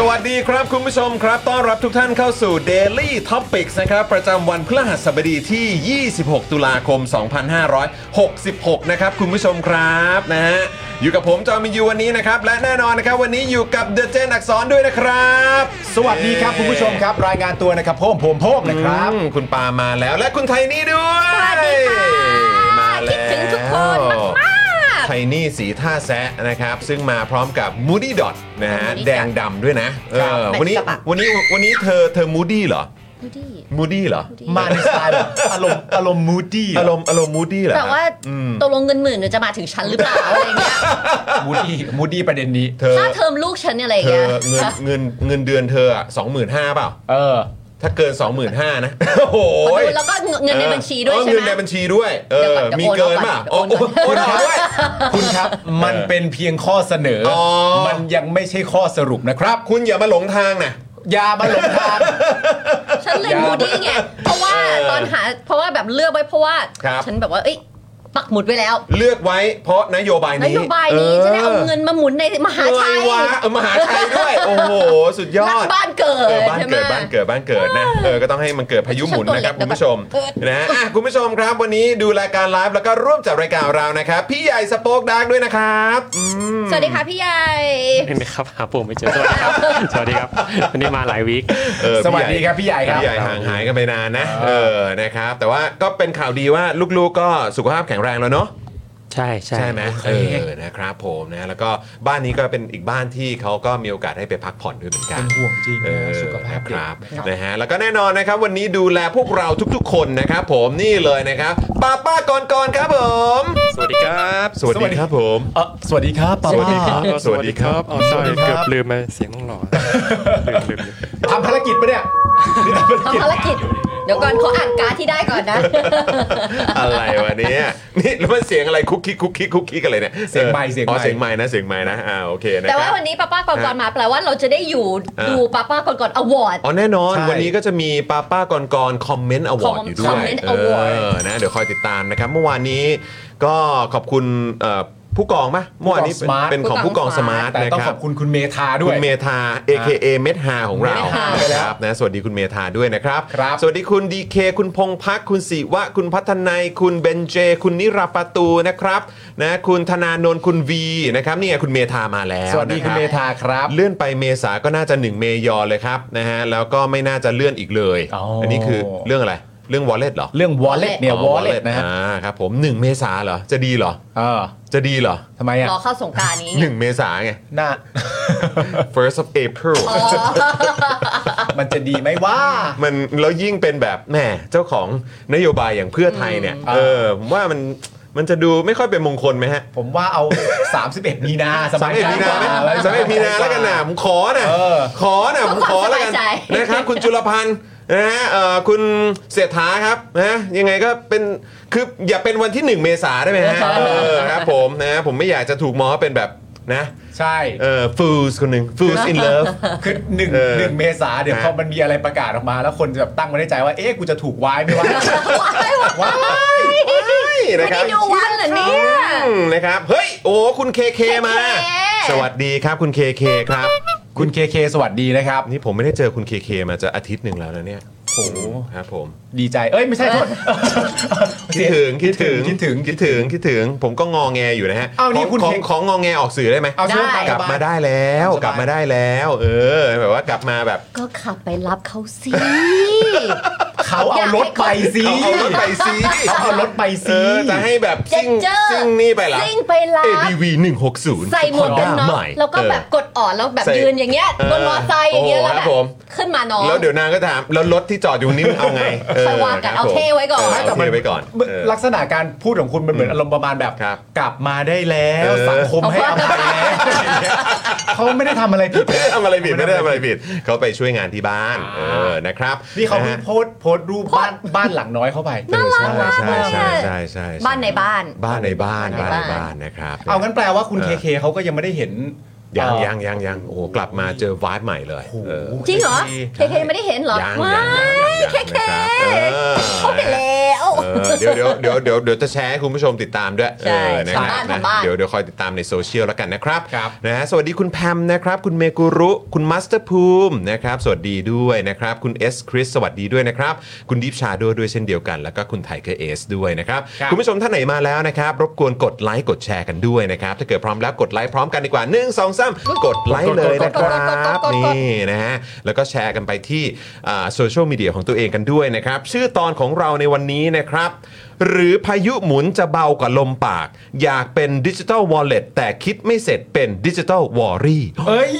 สวัสดีครับคุณผู้ชมครับ ต้อนรับทุกท่านเข้าสู่ Daily Topics นะครับ ประจำวันพฤหัสบดีที่ 26 ตุลาคม 2566 นะครับ คุณผู้ชมครับนะฮะอยู่กับผมจอมินยูวันนี้นะครับ และแน่นอนนะครับ วันนี้อยู่กับเดอะเจนอักษรด้วยนะครับ สวัสดีครับ คุณผู้ชมครับ รายงานตัวนะครับโพมโพมโพมนะครับ อืมคุณปามาแล้วและคุณไทนี่ด้วยสวัสดีค่ะมาแล้วคิดถึงทุกคนมากไทนี่สีท่าแซะนะครับ ซึ่งมาพร้อมกับมูดี้ดอทนะฮะ Moody Dot แดงดำด้วยนะเออวันนี้วันนี้วันนี้เธอเธอมูดี้เหรอ ดูดิ มูดี้เหรอ Moody มาในสไตล์ แบบอารมณ์อารมณ์มูดี้ อารมณ์อารมณ์มูดี้เหรอ แต่ว่าตกลงเงินหมื่นมันจะมาถึงฉันหรือเปล่าอะไรเงี้ย มูดี้มูดี้ประเด็นนี้ เธอ ค่าเทอมลูกฉันเนี่ยอะไร เธ เงี้ อย เงินเงินเงินเดือนเธอสองหมื่นห้าเปล่า เออ ถ้าเกิน 25,000 นะ โอ้โห ขอดูแล้วก็เงินในบัญชีด้วย เออ ใช่ เงิน ไห ใน ม บัญชีด้วย เอ เดี๋ยว อ ก่อนเดี๋ยว มี โอน เกิน ก่อน ป่ะ เดี๋ โอ้ ยวโอนก่โอนอออนกด้วย คุณครับ มันเป็นเพียงข้อเสนออ อ มันยังไม่ใช่ข้อสรุปนะครับ คุณอย่ามาหลงทางนะ อย่ามาหลงทาง ฉันเลยมูดี้ไง เพราะว่าตอนหา เพราะว่าแบบเลือกไว้เพราะว่า ครับ ฉันแบบว่า เอ้ย ปักหมุดไว้แล้ว เลือกไว้เพราะนโยบาย น นี้ โยบายนี้จะได้เอาเงินมาหมุนในมหาชัย เออวะเออมหาชัย ด้วย โอ้โห สุดยอ รั ด กบ้านเกิ เอ ด อบ้าน ใช่ไหม เกิดบ้านเกิดบ้านเกิดนะ เออ ก็ต้องให้มันเกิดพายุหมุนนะครับ ฉันคุณตัวเล็กผู้ชม เออ นะฮะอ่ะคุณผู้ชมครับวันนี้ดูรายการไลฟ์แล้วก็ร่วมจัดรายการเรานะครับ พี่ใหญ่สป็อกดาร์กด้วยนะครับอืม สวัสดีค่ะพี่ใหญ่ เห็นไหมครับหาปุ่มไม่เจอสวัสดีครับ สวัสดีครับวันนี้มาหลายวีค เออ สวัสดีครับพี่ใหญ่ครับ พี่ใหญ่ห่างหายกันไปนานนะ เออนะครับ แต่ว่าก็เป็นข่าวดีว่าลูกๆก็สุขภาพแข็งแรงแล้วเนาะ ใช่ใช่ ใช่ไหมเออนะครับผมนะแล้วก็บ้านนี้ก็เป็นอีกบ้านที่เขาก็มีโอกาสให้ไปพักผ่อนด้วยเหมือนกัน เป็นห่วงจริงนะ เออ สุขภาพเด็ก นะครับนะฮะแล้วก็แน่นอนนะครับ วันนี้ดูแลพวกเราทุกๆ คนนะครับ ผมนี่เลยนะครับป้าป้าก่อนก่อนๆครับผม สวัสดีครับ สวัสดีครับผม เออสวัสดีครับป้าป้า สวัสดีครับ อ๋อใช่เกือบลืมไปเสียงต้องหล่อลืมลืมลืม ทำภารกิจปะเนี่ยนี่ทำภารกิจ ทำภารกิจ เดี๋ยวก่อนขออ่านการ์ดที่ได้ก่อนนะ อะไรวะเนี่ยนี่แล้วมันเสียงอะไรคุกคิกคุกคิกคุกคิกอะไรเนี่ย เสียงไมค์เสียงไมค์ อ๋อเสียงไม้นะเสียงไม้นะอ่าโอเคนะครับ แต่ว่าวันนี้ป้าป้าก่อนก่อนๆมาแปลว่าเราจะได้อยู่ อ่า ดูป้าป้าก่อนก่อนอวอร์ด อ๋อแน่นอน ใช่ วันนี้ก็จะมีป้าป้าก่อนก่อนคอมเมนต์อวอร์ด Com- อยู่ด้วย Comment เอ Award อนะเดี๋ยวคอยติดตามนะครับ เมื่อวานนี้ก็ขอบคุณเอ่อผู้กองปะเมื่อวานนี้เป็นเป็นของผู้กองสมาร์ท แต่ นะ ต้อง ค ข รั อ บบ คุณคุณเมธาด้ว คุ ย ณเมธา AKA เมธาของเรา เมธา นะครับนะสวัสดีคุณเมธาด้วยนะครับ ครับ สวัสดีคุณดีเคคุณพงพัก คุณศิวะ คุณพัฒนัยคุณเบนเจ คุณนิราปาตูนะครับนะคุณธนานนท์คุณวีนะครับนี่ไงคุณเมธามาแล้ว สวัสดีคุณ นะรับ เมธาครับ เลื่อนไปเมษาก็น่าจะ 1 เมยอเลยครับนะฮะแล้วก็ไม่น่าจะเลื่อนอีกเลย อ๋ออั นนี้คือเรื่องอะไรเรื่อง wallet เหรอ เรื่อง wallet เนี่ย อ๋อ wallet นะฮะ อ่าครับผม 1 เมษาเหรอ จะดีเหรอ เออ จะดีเหรอ ทำไมอ่ะ รอเข้าสงกรารนี้ 1 เมษาไง ห น้า first of April มันจะดีไหมว่า มันแล้วยิ่งเป็นแบบแหมเจ้าของนโยบายอย่างเพื่อไทยเนี่ย อืม เออผมว่ามันมันจะดูไม่ค่อยเป็นมงคลไหมฮะ ผมว่าเอา 31 มีนาส สา บาม ย เอ็ด ใจ มีนาไหม กว่ สามเอ็ดมีนาแล้วกันนะผมขอนะ เออ ขอนะผมขอแล้วกัน เพื่อความสบายใจ นะครับ คุณจุลพันธ์นะฮะเอ่อคุณเศรษฐาครับนะยังไงก็เป็นคืออย่าเป็นวันที่ 1 เมษาได้ไหมฮะเออครับผมนะผมไม่อยากจะถูกมองว่าเป็นแบบ นะ ใช่ เออฟูสคนหนึ่งฟูสอินเลิฟ คือหนึ่ง เออ หนึ่งเมษาเดี๋ยว ฮะ พอมันมีอะไรประกาศออกมา แล้วคนจะแบบตั้งไว้ในใจว่า เอ๊ะ กูจะถูกวาย ไหมวะ วาย ไม่ นะค ได้ รับ ดูวันเหรอเนี่ย อืมนะครับเฮ้ย โอ้คุณเคเคมา เคเค สวัสดีครับคุณเคเคครับ คุณเคเคสวัสดีนะครับ นี่ผมไม่ได้เจอคุณเคเคมาจะอาทิตย์หนึ่งแล้วนะเนี่ย โอ้โห ครับผม ดีใจ เอ้ย ไม่ใช่โทษ คิดถึงคิดถึง คิดถึง คิดถึงคิดถึง ผมก็งอแงอยู่นะฮะ เอานี่ ของ คุณ ของ เห็น ของงอแงออกสื่อได้ไหม เอาช่วง ได้ ตาม กลับบสาย มาได้แล้ว สบาย กลับมาได้แล้ว เออแบบว่ากลับมาแบบ ก็ขับไปรับเขาสิ เขาเอารถไปสิ เอาเอารถไปซิ เขาเอารถไป เอ สิ อจะให้แบบ จะ ซิ่ง เจอ ซิ่งนี่ไปเหรอ ซิ่งไปรับ ABV 160 ใส่หมวกกันน็อกแล้วก็แบบกดอ่อนแล้วแบบ ใส่ ยืนอย่างเงี้ย เออบ นมอไซค์อย่างเงี้ย โอ้ แล้ว ค แบ รับบ ผม ขึ้นมาน้อง แล้วเดี๋ยวนางก็ถามแล้วรถที่จอดอยู่นี่มึงเอาไง ค่อยว่ากัรันบ เอาเท่ไว้ก่อน เเอาเท่ไว้ก่อน มัน เออ ลักษณะการพูดของคุณมันเหมือนอารมณ์ประมาณแบบ ครับ กลับมาได้แล้ว เออ สังคมให้อภั ยแล้วเขาไม่ได้ทำอะไรผิด ไม่ได้ทำอะไรผิดไม่ได้ทำอะไรผิดเขาไปช่วยงานที่บ้านเออนะครับ นี่เขาเพิ่ง ะฮะ โพสต์โพสต์รูปบ้านบ้านหลังน้อยเข้าไป น่ารักมาก ใช่ เลย ใช่ อะ ใช่ใช่ช่ บ้านในบ้าน บ้านในบ้านบ้า บ้านในนในบ้าน บ้านนะครับ เอางั้นแปลว่าคุณเคเคเขาก็ยังไม่ได้เห็น ยัง เอ่อ ยังยังยังโอ้โหกลับมาเจอวายใหม่เลย โอ้โห เออ จริงเหรอเค ใช่ เคไม่ได้เห็นเหรอ ยัง ว้า ยังยัง ย ยัง เคเค นะครับเออ เขาไปแล้ว เออเดี๋ยวเดี๋ยวเดี๋ยวเดี๋ยวเดี๋ยวจะแชร์ให้คุณผู้ชมติดตามด้วย ใช่ เออนะครั ทำบ้าน นะ ทำบ้าน เดี๋ยวเดี๋ยวคอยติดตามในโซเชียลแล้วกันนะครับ ครับ นะฮะสวัสดีคุณแพมนะครับ คุณเมกุรุคุณมัสเตอร์ภูมินะครับสวัสดีด้วยนะครับ คุณเอสคริสสวัสดีด้วยนะครับ คุณดิฟชาโดด้วยเช่นเดียวกันแล้วก็คุณไทเกอร์เอสด้วยนะครับ ครับ คุณผู้ชมท่านไหนมาแล้วนะครับ รบกวนกดไลค์กดแชร์กันด้วยนะครับ ถ้าเกิดพร้อมแล้วกดไลค์พร้อมกันดีกว่า 1 2 3 กดไลค์เลยนะครับ กดๆๆๆๆๆ นี่นะฮะแล้วก็แชร์กันไปที่โซเชียลมีเดียของตัวเองกันด้วยนะครับ ชื่อตอนของเราในวันนี้นะครับ หรือพายุหมุนจะเบากว่าลมปาก อยากเป็นดิจิ t a ลวอลเล็ตแต่คิดไม่เสร็จเป็นดิจิ t a ลวอรี่ เอ้ย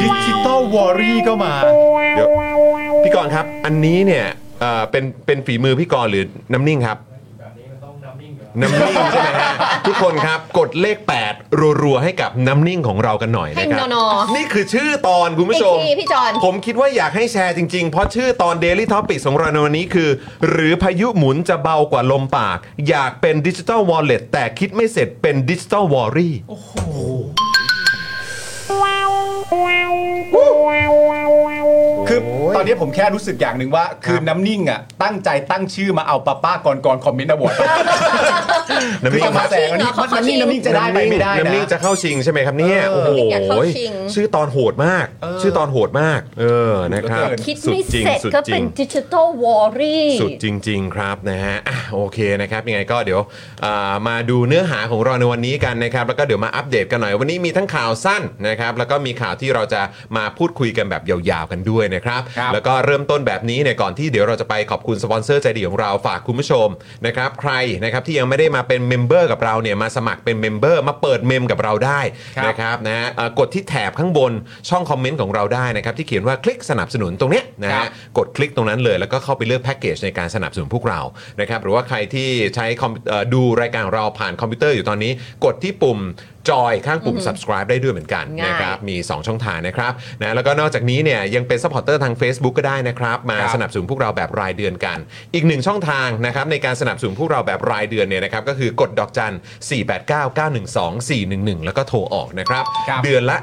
ดิจิตอลวอรี่ก็มา เดี๋ยวพี่กรณ์ครับ อันนี้เนี่ยเอ่อเป็นเป็นฝีมือพี่กรณ์หรือน้ำนิ่งครับ น้ำนิ่งใช่ไหมฮะทุกคนครับกดเลข 8 รัวๆ ให้กับน้ำนิ่งของเรากันหน่อยนะครั ให้ บ นอน นี่คือชื่อตอนคุณผู้ พี่ ชม ทีพี่จอน ผมคิดว่าอยากให้แชร์จริง ๆ เพราะชื่อตอน Daily Topic ของเราในวันนี้คือ หรือพายุหมุนจะเบากว่าลมปาก อยากเป็นดิจิ t a ลวอลเล็ตแต่คิดไม่เสร็จเป็นดิจิ t a ลวอรี่ คือตอนนี้ผมแค่รู้สึกอย่างหนึ่งว่า คือน้ำนิ่งอ่ะ ตั้งใจตั้งชื่อมาเอาป้าป้ากรกรคอมเมนต์อวอร์ด น้ำ คือ นิ่ง จะมาแสงอันนี้ เขาขอ น้ำ ชิ นิ่ง ง น้ำนิ่งจะได้ไปไม่ได้ น้ำนิ่ง นะ จะเข้าชิงใช่ไหมครับเนี่ย เออ โอ้โห น้ำนิ่งอยากเข้าชิง ชื่อตอนโหดมาก เออ ชื่อตอนโหดมาก เออนะครับ เกิน คิดไม่ สุจริง เสร็จ สุด ก็ จ เป็ ริ น ง ดิจิ t a ลวอรี่ สุดจริง ๆ ครับนะฮะอ่ะโอเคนะครับ ยังไงก็เดี๋ยวอ่ามาดูเนื้อหาของเราในวันนี้กันนะครับ แล้วก็เดี๋ยวมาอัปเดตกันหน่อย วันนี้มีทั้งข่าวสั้นนะครับ แล้วก็มีข่าวที่เราจะมาพูดคุยกันแบบยาวๆกันด้วยนะครับ ครับ แล้วก็เริ่มต้นแบบนี้เนี่ยก่อนที่เดี๋ยวเราจะไปขอบคุณสปอนเซอร์ใจดีของเราฝากคุณผู้ชมนะครับ ใครนะครับที่ยังไม่ได้มาเป็นเมมเบอร์กับเราเนี่ยมาสมัครเป็นเมมเบอร์มาเปิดเมมกับเราได้ ครับ นะครับนะฮะเอ่อกดที่แถบข้างบนช่องคอมเมนต์ของเราได้นะครับ ที่เขียนว่าคลิกสนับสนุนตรงเนี้ยนะ ครั ฮะ บ กดคลิกตรงนั้นเลยแล้วก็เข้าไปเลือกแพ็กเกจในการสนับสนุนพวกเรานะครับหรือว่าใครที่ใช้คอมเอ่อดูรายการของเราผ่านคอมพิวเตอร์อยู่ตอนนี้ กดที่ปุ่มจอยข้างปุ่ม subscribe ได้ด้วยเหมือนกัน ง่าย นะครับมี 2 ช่องทางนะครับนะแล้วก็นอกจากนี้เนี่ยยังเป็นซัพพอร์ตเตอร์ทาง Facebook ก็ได้นะครับมา ครับ สนับสนุนพวกเราแบบรายเดือนกัน อีกหนึ่งช่องทางนะครับในการสนับสนุนพวกเราแบบรายเดือนเนี่ยนะครับก็คือกดดอกจัน 4 8 9 9 1 2 4 1 1 แล้วก็โทรออกนะครับ ครับ เดือนละ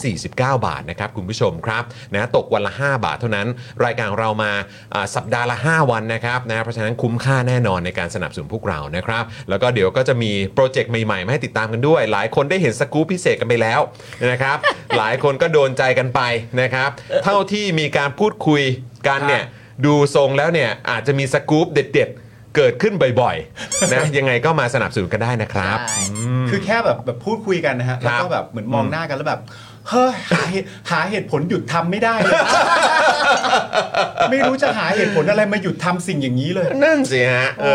149 บาทนะครับคุณผู้ชมครับนะตกวันละ 5 บาทเท่านั้น รายการของเรามาอ่าสัปดาห์ละ 5 วันนะครับนะเพราะฉะนั้นคุ้มค่าแน่นอนในการสนับสนุนพวกเรานะครับ แล้วก็เดี๋ยวก็จะมีโปรเจกต์ใหม่ๆมาให้ติดตามกันด้วย หลายคนได้เห็นสกู๊ปพิเศษกันไปแล้วนะครับ หลายคนก็โดนใจกันไปนะครับ เท่าที่มีการพูดคุยกันเนี่ยดูทรงแล้วเนี่ยอาจจะมีสกู๊ปเด็ด ๆ เกิดขึ้นบ่อยๆ นะยังไงก็มาสนับสนุนกันได้นะครับ ใช่ คือแค่แบบแบบพูดคุยกันนะฮะ แล้วก็แบบเหมือนมองหน้ากันแล้วแบบ เฮ้ยหาเหตุหาเหตุผลหยุดทำไม่ได้เลย ไม่รู้จะหาเหตุผลอะไรมาหยุดทำสิ่งอย่างนี้เลย นั่นสิฮะ เอ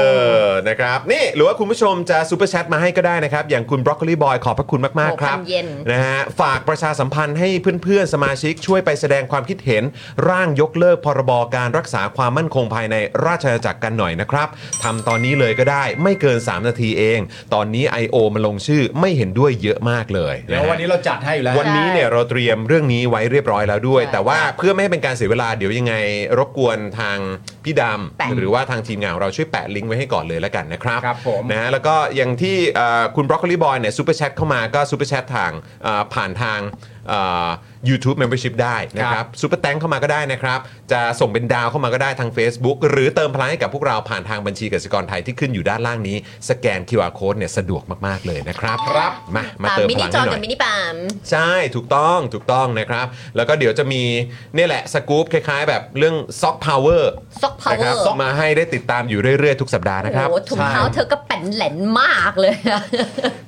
อ นะครับ นี่ หรือว่าคุณผู้ชมจะซูเปอร์แชทมาให้ก็ได้นะครับ อย่างคุณบรอกโคลีบอยขอบพระคุณมาก ๆ ครับ โอ้ความเย็น นะฮะ ฝากประชาสัมพันธ์ให้เพื่อน ๆ สมาชิกช่วยไปแสดงความคิดเห็น ร่างยกเลิกพรบการรักษาความมั่นคงภายในราชอาณาจักรกันหน่อยนะครับทำตอนนี้เลยก็ได้ไม่เกิน 3 นาทีเอง ตอนนี้ I.O. มาลงชื่อไม่เห็นด้วยเยอะมากเลย เดี๋ยว ะฮะ วันนี้เราจัดให้อยู่แล้ว วันนี้เนี่ยเราเตรียมเรื่องนี้ไว้เรียบร้อยแล้วด้วย ใช่ แต่ว่าเพื่อไม่ให้เป็นการเสียเวลาเดี๋ยวยังไงรบกวนทาง พี่ด แปะ ำหรือว่าทางทีมงานของเราช่วยแปะลิงก์ไว้ให้ก่อนเลยแล้วกันนะครับ ครับผม นะฮะแล้วก็อย่างที่เอ่อคุณบรอกโคลีบอยเนี่ยซูเปอร์แชทเข้ามาก็ซูเปอร์แชททางเอ่อผ่านทางเอ่อ YouTube Membership ได้นะครับซูเปอร์แตงเข้ามาก็ได้นะครับ จะส่งเป็นดาวเข้ามาก็ได้ทาง Facebook หรือเติมพลังให้กับพวกเราผ่านทางบัญชีกสิกรไทยที่ขึ้นอยู่ด้านล่างนี้ สแกน QR Code เนี่ยสะดวกมากๆเลยนะครับครับมามา ปาม เติม มิ พ นิ ลัง จอ ให้หน่ กั อบ ย มินิปาม ใช่ถูกต้องถูกต้องนะครับ แล้วก็เดี๋ยวจะมีเนี่ยแหละสกู๊ปคล้ายๆ แบบเรื่องซ็อกพาวเวอร์ Sock Power มาให้ได้ติดตามอยู่เรื่อยๆ ทุกสัปดาห์นะครับ โอ้โหถุงเท้าเธอก็แป่นแหลนมากเลยอะ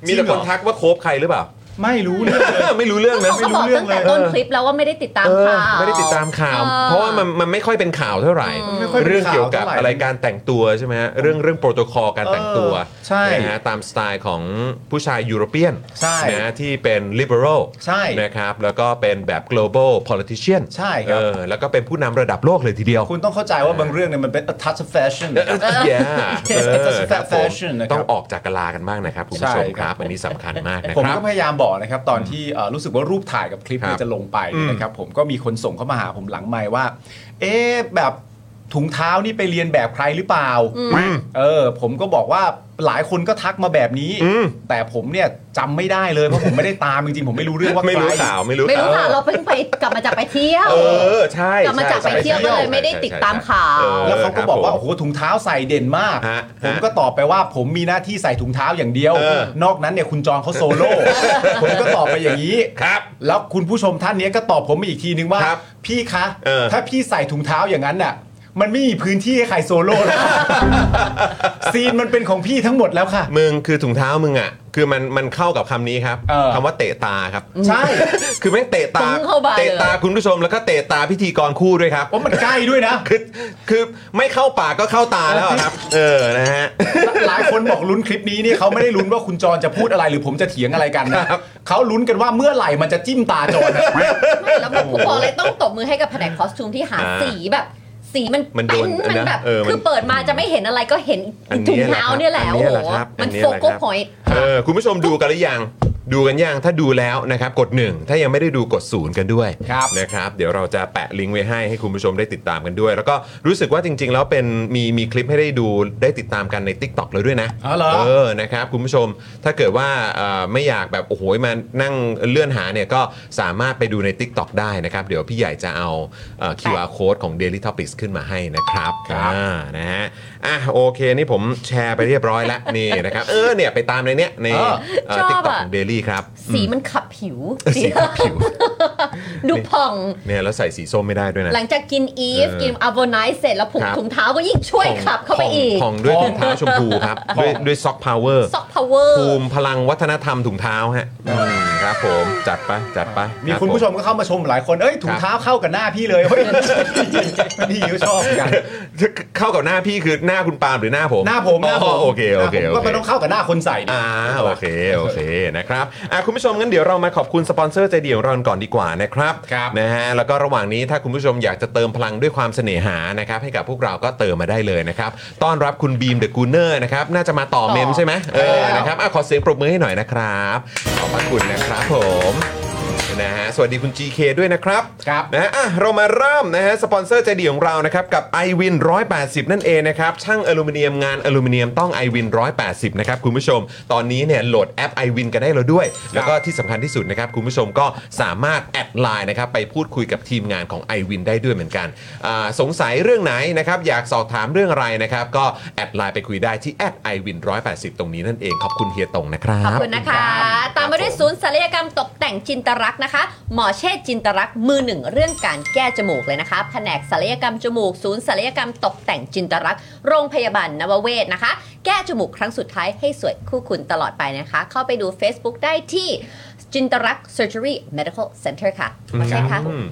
มีแต่คนทักว่าโคบใครหรือเปล่า ไม่รู้เรื่องเลย ไม่รู้เรื่องนะ เขาบอกตั้งแต่ต้นคลิปแล้วว่าไม่ได้ติดตาม เออ ข่าว ไม่ได้ติดตามข่าว เออ เพราะว่ามันมันไม่ค่อยเป็นข่าวเท่าไหร่ ไม่ค่อยเป็นข่าว เรื่องเกี่ยวกับ เท่าไหร่ อะไรการแต่งตัวใช่ไหมฮะเรื่องเรื่องโปรโตคอลการแต่งตัว เออใช่ นะฮะตามสไตล์ของผู้ชายยุโรเปียน ใช่ นะฮะที่เป็น liberal ใช่ นะครับแล้วก็เป็นแบบ global politician ใช่ครับ เออแล้วก็เป็นผู้นำระดับโลกเลยทีเดียว คุณต้องเข้าใจว่าบางเรื่องเนี่ยมันเป็น a touch of fashion นะ Yeah เออ That's ครับผม fashion นะครับ ต้องออกจากกะลากันบ้างนะครับ คุณผู้ชม ใช่ ค ครั รับ บ อันนี้สำคัญมากนะ ผม ครับ ก็พยายามบอกนะครับ ตอนที่เอ่อรู้สึกว่ารูปถ่ายกับคลิป ครับ เนี่ยจะลงไปเนี่ยนะครับ ผมก็มีคนส่งเข้ามาหาผมหลังไม่ว่า เอ๊ะแบบถุงเท้านี่ไปเรียนแบบใครหรือเปล่าเออ ผมก็บอกว่าหลายคนก็ทักมาแบบนี้ อืม แต่ผมเนี่ยจำไม่ได้เลยเพราะผมไม่ได้ตามจริงๆผมไม่รู้เรื่องว่า ไม่รู้ ใค ข่าวไม่รู้ ไม่รู้ ข่าว ค่ะเราเพิ่งไป กลับมาจากไปเที่ยว เออใช่ กลับมาจาก ใช่ ไปเที่ยว ใช่ ก็เลยไม่ได้ ใช่ ติดตามข่าว เออ แล้วเขาก็บอกว่า ครั โอ้ ผม โหถุงเท้าใส่เด่นมาก ฮะ ผม ฮะ ก็ตอบไปว่าผมมีหน้าที่ใส่ถุงเท้าอย่างเดียว เออน อกนั้นเนี่ยคุณจองเขาโซ โล่ ผมก็ตอบไปอย่างนี้ ครับ แล้วคุณผู้ชมท่านเนี้ยก็ตอบผมมาอีกทีนึงว่า ครับ พี่คะ เออ ถ้าพี่ใส่ถุงเท้าอย่างนั้นน่ะ มันไม่มีพื้นที่ให้ใครโซโล่แล้ว ซีนมันเป็นของพี่ทั้งหมดแล้วค่ะ มึงคือถุงเท้ามึงอ่ะ คือมันมันเข้ากับคำนี้ครับ เออ คำว่าเตะตาครับ ใช่ คือแม่งเตะตา ฟุ้งเข้าไปเลย เตะตาคุณผู้ชมแล้วก็เตะตาพิธีกรคู่ด้วยครับ ว่ามันใกล้ด้วยนะ คือคือไม่เข้าปากก็เข้าตาแล้วอะครับ เออนะฮะ หลายคนบอกลุ้นคลิปนี้นี่เขาไม่ได้ลุ้นว่าคุณจรจะพูดอะไรหรือผมจะเถียงอะไรกันนะครับ เขาลุ้นกันว่าเมื่อไหร่มันจะจิ้มตาจรนะ ไม่แล้วแบบผมบอกเลยต้องตบมือให้กับแผนกคอสตูมที่หา อ่า สีแบบ สีมัน มันโดอันเป็น นมั นั้น น แบบ เออมัน คือเปิดมาจะไม่เห็นอะไรก็เห็น อันนี้ ถุงเท้าเนี่ยแหละ อัน โอ้ นี้ โห แหละครับอั มัน น นี้ โฟ แหละ กั ค ส รับ พอย เออคุณผู้ชมดูกันหรือยังดูกันยังถ้าดูแล้วนะครับกด 1 ถ้ายังไม่ได้ดูกดศูนย์กันด้วย ครับ นะครับเดี๋ยวเราจะแปะลิงก์ไว้ให้ให้คุณผู้ชมได้ติดตามกันด้วย แล้วก็รู้สึกว่าจริง ๆ แล้วเป็นมีมีคลิปให้ได้ดูได้ติดตามกันใน Tik t o อกแล้วด้วยนะ อ๋อเหรอ เออนะครับคุณผู้ชมถ้าเกิดว่าเอ่อไม่อยากแบบโอ้โหมานั่งเลื่อนหาเนี่ยก็สามารถไปดูใน Tik t o อกได้นะครับเดี๋ยวพี่ใหญ่จะเอาเอ่อ QR code ของ Daily Topics ขึ้นมาให้นะครับ ครับ อ่านะฮะอ่ะโอเคนี่ผมแชร์ไปเรียบร้อยแล้วนี่นะครับเออเนี่ยไปตามในเนี้ยใน เออ ชอบ ติ๊กต็อก อะ ของเดลี่ครับ สีมันขับผิว สีขับผิว ดูผ่อง เนี่ยแล้วใส่สีส้มไม่ได้ด้วยนะ หลังจากกินอีฟ เออ กินอ v โวไนเสร็จแล้วผง ครับ ถุงเท้าก็ยิ่งช่วยขับเข้าไปอีก ผ่องด้วยถุงเท้าชมพูครับ ด้วยด้วยซ็อกพาวเวอร์ ซอกพาวเวอร์ ภูมิพลังวัฒนธรรมถุงเท้าฮะอืมครับผมจัดไปจัดไป มี รับ คุณผู้ชมก็เข้ามาชมหลายคน เอ้ยถุงเท้าเข้ากับหน้าพี่เลยเฮ้ย นี่ก็ชอบเหมือนกัน เข้ากับหน้าพี่คือหน้าคุณปาล์มหรือหน้าผม หน้าผมหน้าผม อ๋อโอเคโอเค หน้าผม โอ ก็ เค มันต้องเข้ากับหน้าคนใส่ดิ อ่าโอเค โอเค นะครับอ่ะคุณผู้ชมงั้นเดี๋ยวเรามาขอบคุณสปอนเซอร์ใจดีของเราก่อนดีกว่านะครับ ครับ นะฮะแล้วก็ระหว่างนี้ถ้าคุณผู้ชมอยากจะเติมพลังด้วยความเสน่หานะครับให้กับพวกเราก็เติมมาได้เลยนะครับต้อนรับคุณบีมเดอะกูเนอร์นะครับน่าจะมาต่อ ต่อ เมมใช่ไหมเออ ครับ นะครับอ่ะขอเสียงปรบมือให้หน่อยนะครับขอบพระคุณนะครับผมนะฮะสวัสดีคุณ GK ด้วยนะครับ ครับ นะฮะอ่ะเรามาเริ่มนะฮะสปอนเซอร์ใจดีของเรานะครับกับ i w วิน180 นั่นเองนะครับช่างอลูมิเนียมงานอลูมิเนียมต้อง i w วิน180 นะครับคุณผู้ชม ตอนนี้เนี่ยโหลดแอป i w วินกันได้แล้วด้วย แล้วก็ที่สำคัญที่สุดนะครับคุณผู้ชมก็สามารถแอดไลน์นะครับไปพูดคุยกับทีมงานของ i w วินได้ด้วยเหมือนกันอ่าสงสัยเรื่องไหนนะครับอยากสอบถามเรื่องอะไรนะครับก็แอดไลน์ไปคุยได้ที่แอด i w วิน180 ตรงนี้นั่นเองขอบคุณเฮียตงนะครับ ขอบคุณนะคะ ตามมาด้วยศูนย์ศัลยกรรมตกแต่งจินตรักษณ์นะคะ หมอเชษจินตรักษณ์มือหนึ่งเรื่องการแก้จมูกเลยนะคะ แผนกศัลยกรรมจมูก ศูนย์ศัลยกรรมตกแต่งจินตรักษณ์โรงพยาบาลนวเวศนะคะ แก้จมูกครั้งสุดท้ายให้สวยคู่คุณตลอดไปนะคะ เข้าไปดู Facebook ได้ที่จินตรักษณ์ Surgery Medical Center ค่ะหมอเชษคะ อืม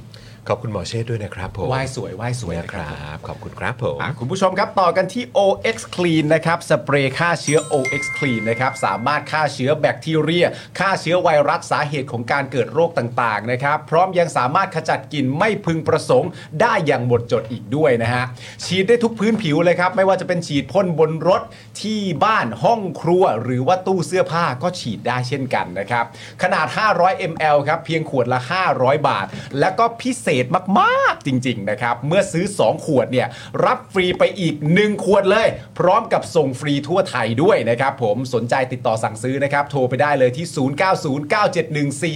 ขอบคุณหมอเชษฐ์ด้วยนะครับผม ไหว้สวยไหว้สวย นะ นะ ค ครั รับ บ ขอบคุณครับผม อ่ะคุณผู้ชมครับ ต่อกันที่ OX Clean นะครับ สเปรย์ฆ่าเชื้อ OX Clean นะครับ สามารถฆ่าเชื้อแบคทีเรีย ฆ่าเชื้อไวรัสสาเหตุของการเกิดโรคต่างๆ นะครับ พร้อมยังสามารถขจัดกลิ่นไม่พึงประสงค์ ได้อย่างหมดจดอีกด้วยนะฮะ ฉีดได้ทุกพื้นผิวเลยครับ ไม่ว่าจะเป็นฉีดพ่นบนรถที่บ้านห้องครัว หรือว่าตู้เสื้อผ้าก็ฉีดได้เช่นกันนะครับ ขนาด 500 ml ครับ เพียงขวดละ 500 บาท แล้วก็พิเศษ ษมากๆจริง ๆ นะครับ เมื่อซื้อ 2 ขวดเนี่ยรับฟรีไปอีก 1 ขวดเลย พร้อมกับส่งฟรีทั่วไทยด้วยนะครับผมสนใจติดต่อสั่งซื้อนะครับ โทรไปได้เลยที่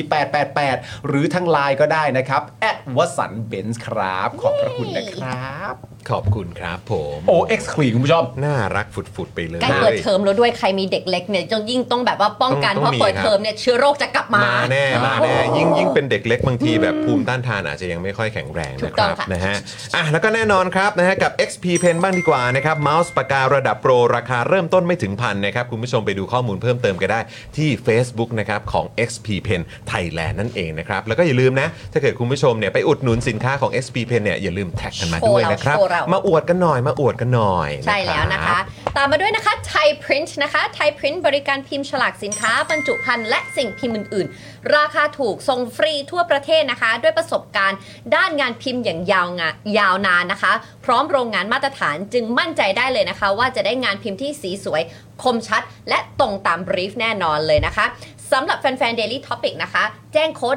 0909714888 หรือทางไลน์ก็ได้นะครับแอดวสันเบนซ์ครับ ขอบพระคุณนะครับ ขอบคุณครับผม OX Clean คุณผู้ชม น่ารักฝุดๆไปเลย ใกล้เปิดเทอมแล้วด้วยใครมีเด็กเล็กเนี่ยจะยิ่งต้องแบบว่าป้องกัน ต้อง เพราะ มี เปิด ครับ เทอมเนี่ยเชื้อโรคจะกลับมา มาแน่มาแน่ โอ้ ยิ่งยิ่งเป็นเด็กเล็กบางทีแบบภูมิต้านทานอาจจะยังไม่ค่อยแข็งแรง ถู นะ ก ค ต้ รั อง บ ค่ะ นะฮะอ่ะแล้วก็แน่นอนครับนะฮะกับ XP Pen บ้างดีกว่านะครับเมาส์ปากการะดับโปร ราคาเริ่มต้นไม่ถึงพันนะครับ คุณผู้ชมไปดูข้อมูลเพิ่มเติมกันได้ที่ Facebook นะครับของ XP Pen Thailand นั่นเองนะครับ แล้วก็อย่าลืมนะ ถ้าเกิดคุณผู้ชมเนี่ยไปอุดหนุนสินค้าของ XP Pen เนี่ยอย่าลืมแท็กกันมาด้วยนะครับ โชว์เรา มาอวดกันหน่อยมาอวดกันหน่อย ใช่แล้วนะ ครั คะ บ ตามมาด้วยนะคะ Thai Print นะคะ Thai Print บริการพิมพ์ฉลากสินค้าบรรจุภัณฑ์และสิ่งพิมพ์อื่น ๆ ราคาถูกส่งฟรีทั่วประเทศนะคะ ด้วยประสบการณ์ด้านงานพิมพ์อย่างยาวงายาวนานนะคะ พร้อมโรงงานมาตรฐานจึงมั่นใจได้เลยนะคะ ว่าจะได้งานพิมพ์ที่สีสวย คมชัด และตรงตามบรีฟแน่นอนเลยนะคะสำหรับแฟน ๆ Daily Topic นะคะ แจ้งโค้ด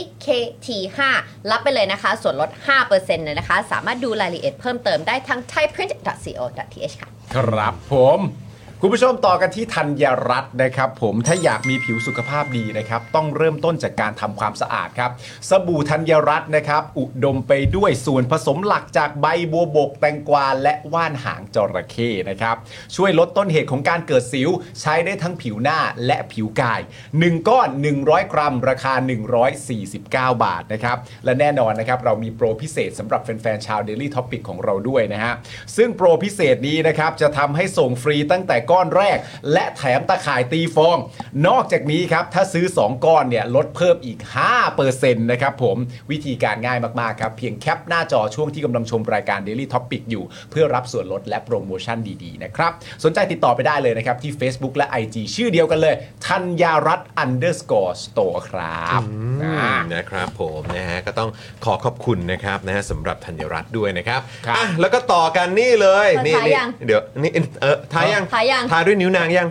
JKT5 รับไปเลยนะคะ ส่วนลด 5%เลยนะคะ สามารถดูรายละเอียดเพิ่มเติมได้ทั้ง thaiprint.co.th ค่ะ ครับผม คุณผู้ชมต่อกันที่ธัญรัตน์นะครับผมถ้าอยากมีผิวสุขภาพดีนะครับ ต้องเริ่มต้นจากการทำความสะอาดครับ สบู่ธัญรัตน์นะครับ อุดมไปด้วยส่วนผสมหลักจากใบบัวบก แตงกวาและว่านหางจระเข้นะครับ ช่วยลดต้นเหตุของการเกิดสิว ใช้ได้ทั้งผิวหน้าและผิวกาย 1 ก้อน 100 กรัม ราคา 149 บาทนะครับ และแน่นอนนะครับเรามีโปรพิเศษสำหรับแฟนๆชาว Daily Topic ของเราด้วยนะฮะ ซึ่งโปรพิเศษนี้นะครับ จะทำให้ส่งฟรีตั้งแต่ก้อนแรก และแถมตะข่ายตีฟอง นอกจากนี้ครับ ถ้าซื้อ 2 ก้อนเนี่ย ลดเพิ่มอีก 5%นะครับผมวิธีการง่ายมาก ๆ ครับ เพียงแคปหน้าจอช่วงที่กำลังชมรายการ Daily Topic อยู่ เพื่อรับส่วนลดและโปรโมชั่นดี ๆ นะครับ สนใจติดต่อไปได้เลยนะครับ ที่ Facebook และ IG ชื่อเดียวกันเลยธัญญารัตน์ underscore store ครับ อืม อ่า นะครับผมนะฮะก็ต้องขอขอบคุณนะครับนะฮะสำหรับธัญรัตน์ด้วยนะครับ ครับ อ่ะแล้วก็ต่อกันนี่เลย เออ นี่ ทา นี่ ยัง เดี๋ยวนี่เออทายัง ทายัง ทาด้วยนิ้วนางยัง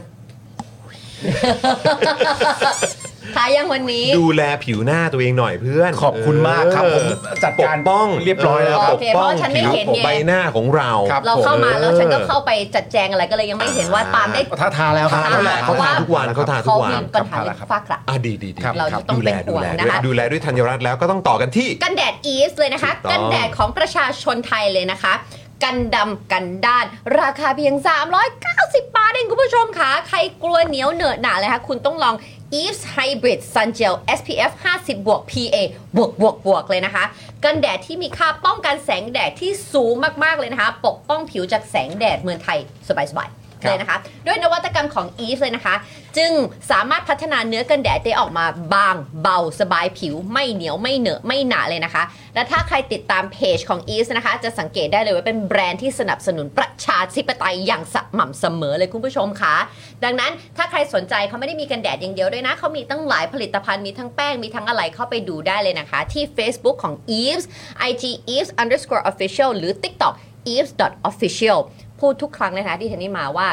ทายยังวันนี้ ดูแลผิวหน้าตัวเองหน่อยเพื่อน ขอบคุณมากครับ เออ ผมจัดการ ปกป้อง เรียบร้อยแล้ว ครับ ปกป้อง โอเคเพราะฉันไม่เห็นไง ใบหน้าของเรา ครับ เราเข้ามา เออ แล้วฉันก็เข้าไปจัดแจงอะไรก็เลยยังไม่เห็นว่าปาล์มได้ ถ้าทาแล้ว ทาแล้วแหละ ทา เขาทาทุกวันเขาทาทุ เขา กวัน มีปัญหาเรื่องฝ้ากระ อ่ะดีดีดี ครับ เราจะต้อง ดูแล เป็ดูนห่วง แล นะ ด้วย คะ ดูแลด้วยธัญรัตน์แล้วก็ต้องต่อกันที่ กันแดดอีสเลยนะคะ ถูกต้อง กันแดดของประชาชนไทยเลยนะคะ กันดำกันด้าน ราคาเพียง 390 บาทเองคุณผู้ชมค่ะ ใครกลัวเหนียวเหนอะหนาเลยคะคุณต้องลอง Eves Hybrid Sun Gel SPF 50บวก PA บวกบวกบวกเลยนะคะ กันแดดที่มีค่าป้องกันแสงแดดที่สูงมากๆเลยนะคะ ปกป้องผิวจากแสงแดดเมืองไทยสบายๆเลยนะคะ ด้วยนวัตกรรมของ Eve เลยนะคะ จึงสามารถพัฒนาเนื้อกันแดดได้ออกมาบางเบาสบายผิวไม่เหนียวไม่เหนอะไม่หนาเลยนะคะ และถ้าใครติดตามเพจของ e ีสนะคะ จะสังเกตได้เลยว่าเป็นแบรนด์ที่สนับสนุนประชาธิปไตยอย่างสม่ำเสมอเลยคุณผู้ชมค่ะ ดังนั้นถ้าใครสนใจเขาไม่ได้มีกันแดดอย่างเดียวด้วยนะ เขามีตั้งหลายผลิตภัณฑ์มีทั้งแป้ง มีทั้งอะไรเข้าไปดูได้เลยนะคะ ที่ Facebook ของ e v e s IG e v e s underscore official หรือ TikTok e v e s official พูดทุกครั้งนะคะที่เทนนี่มาว่า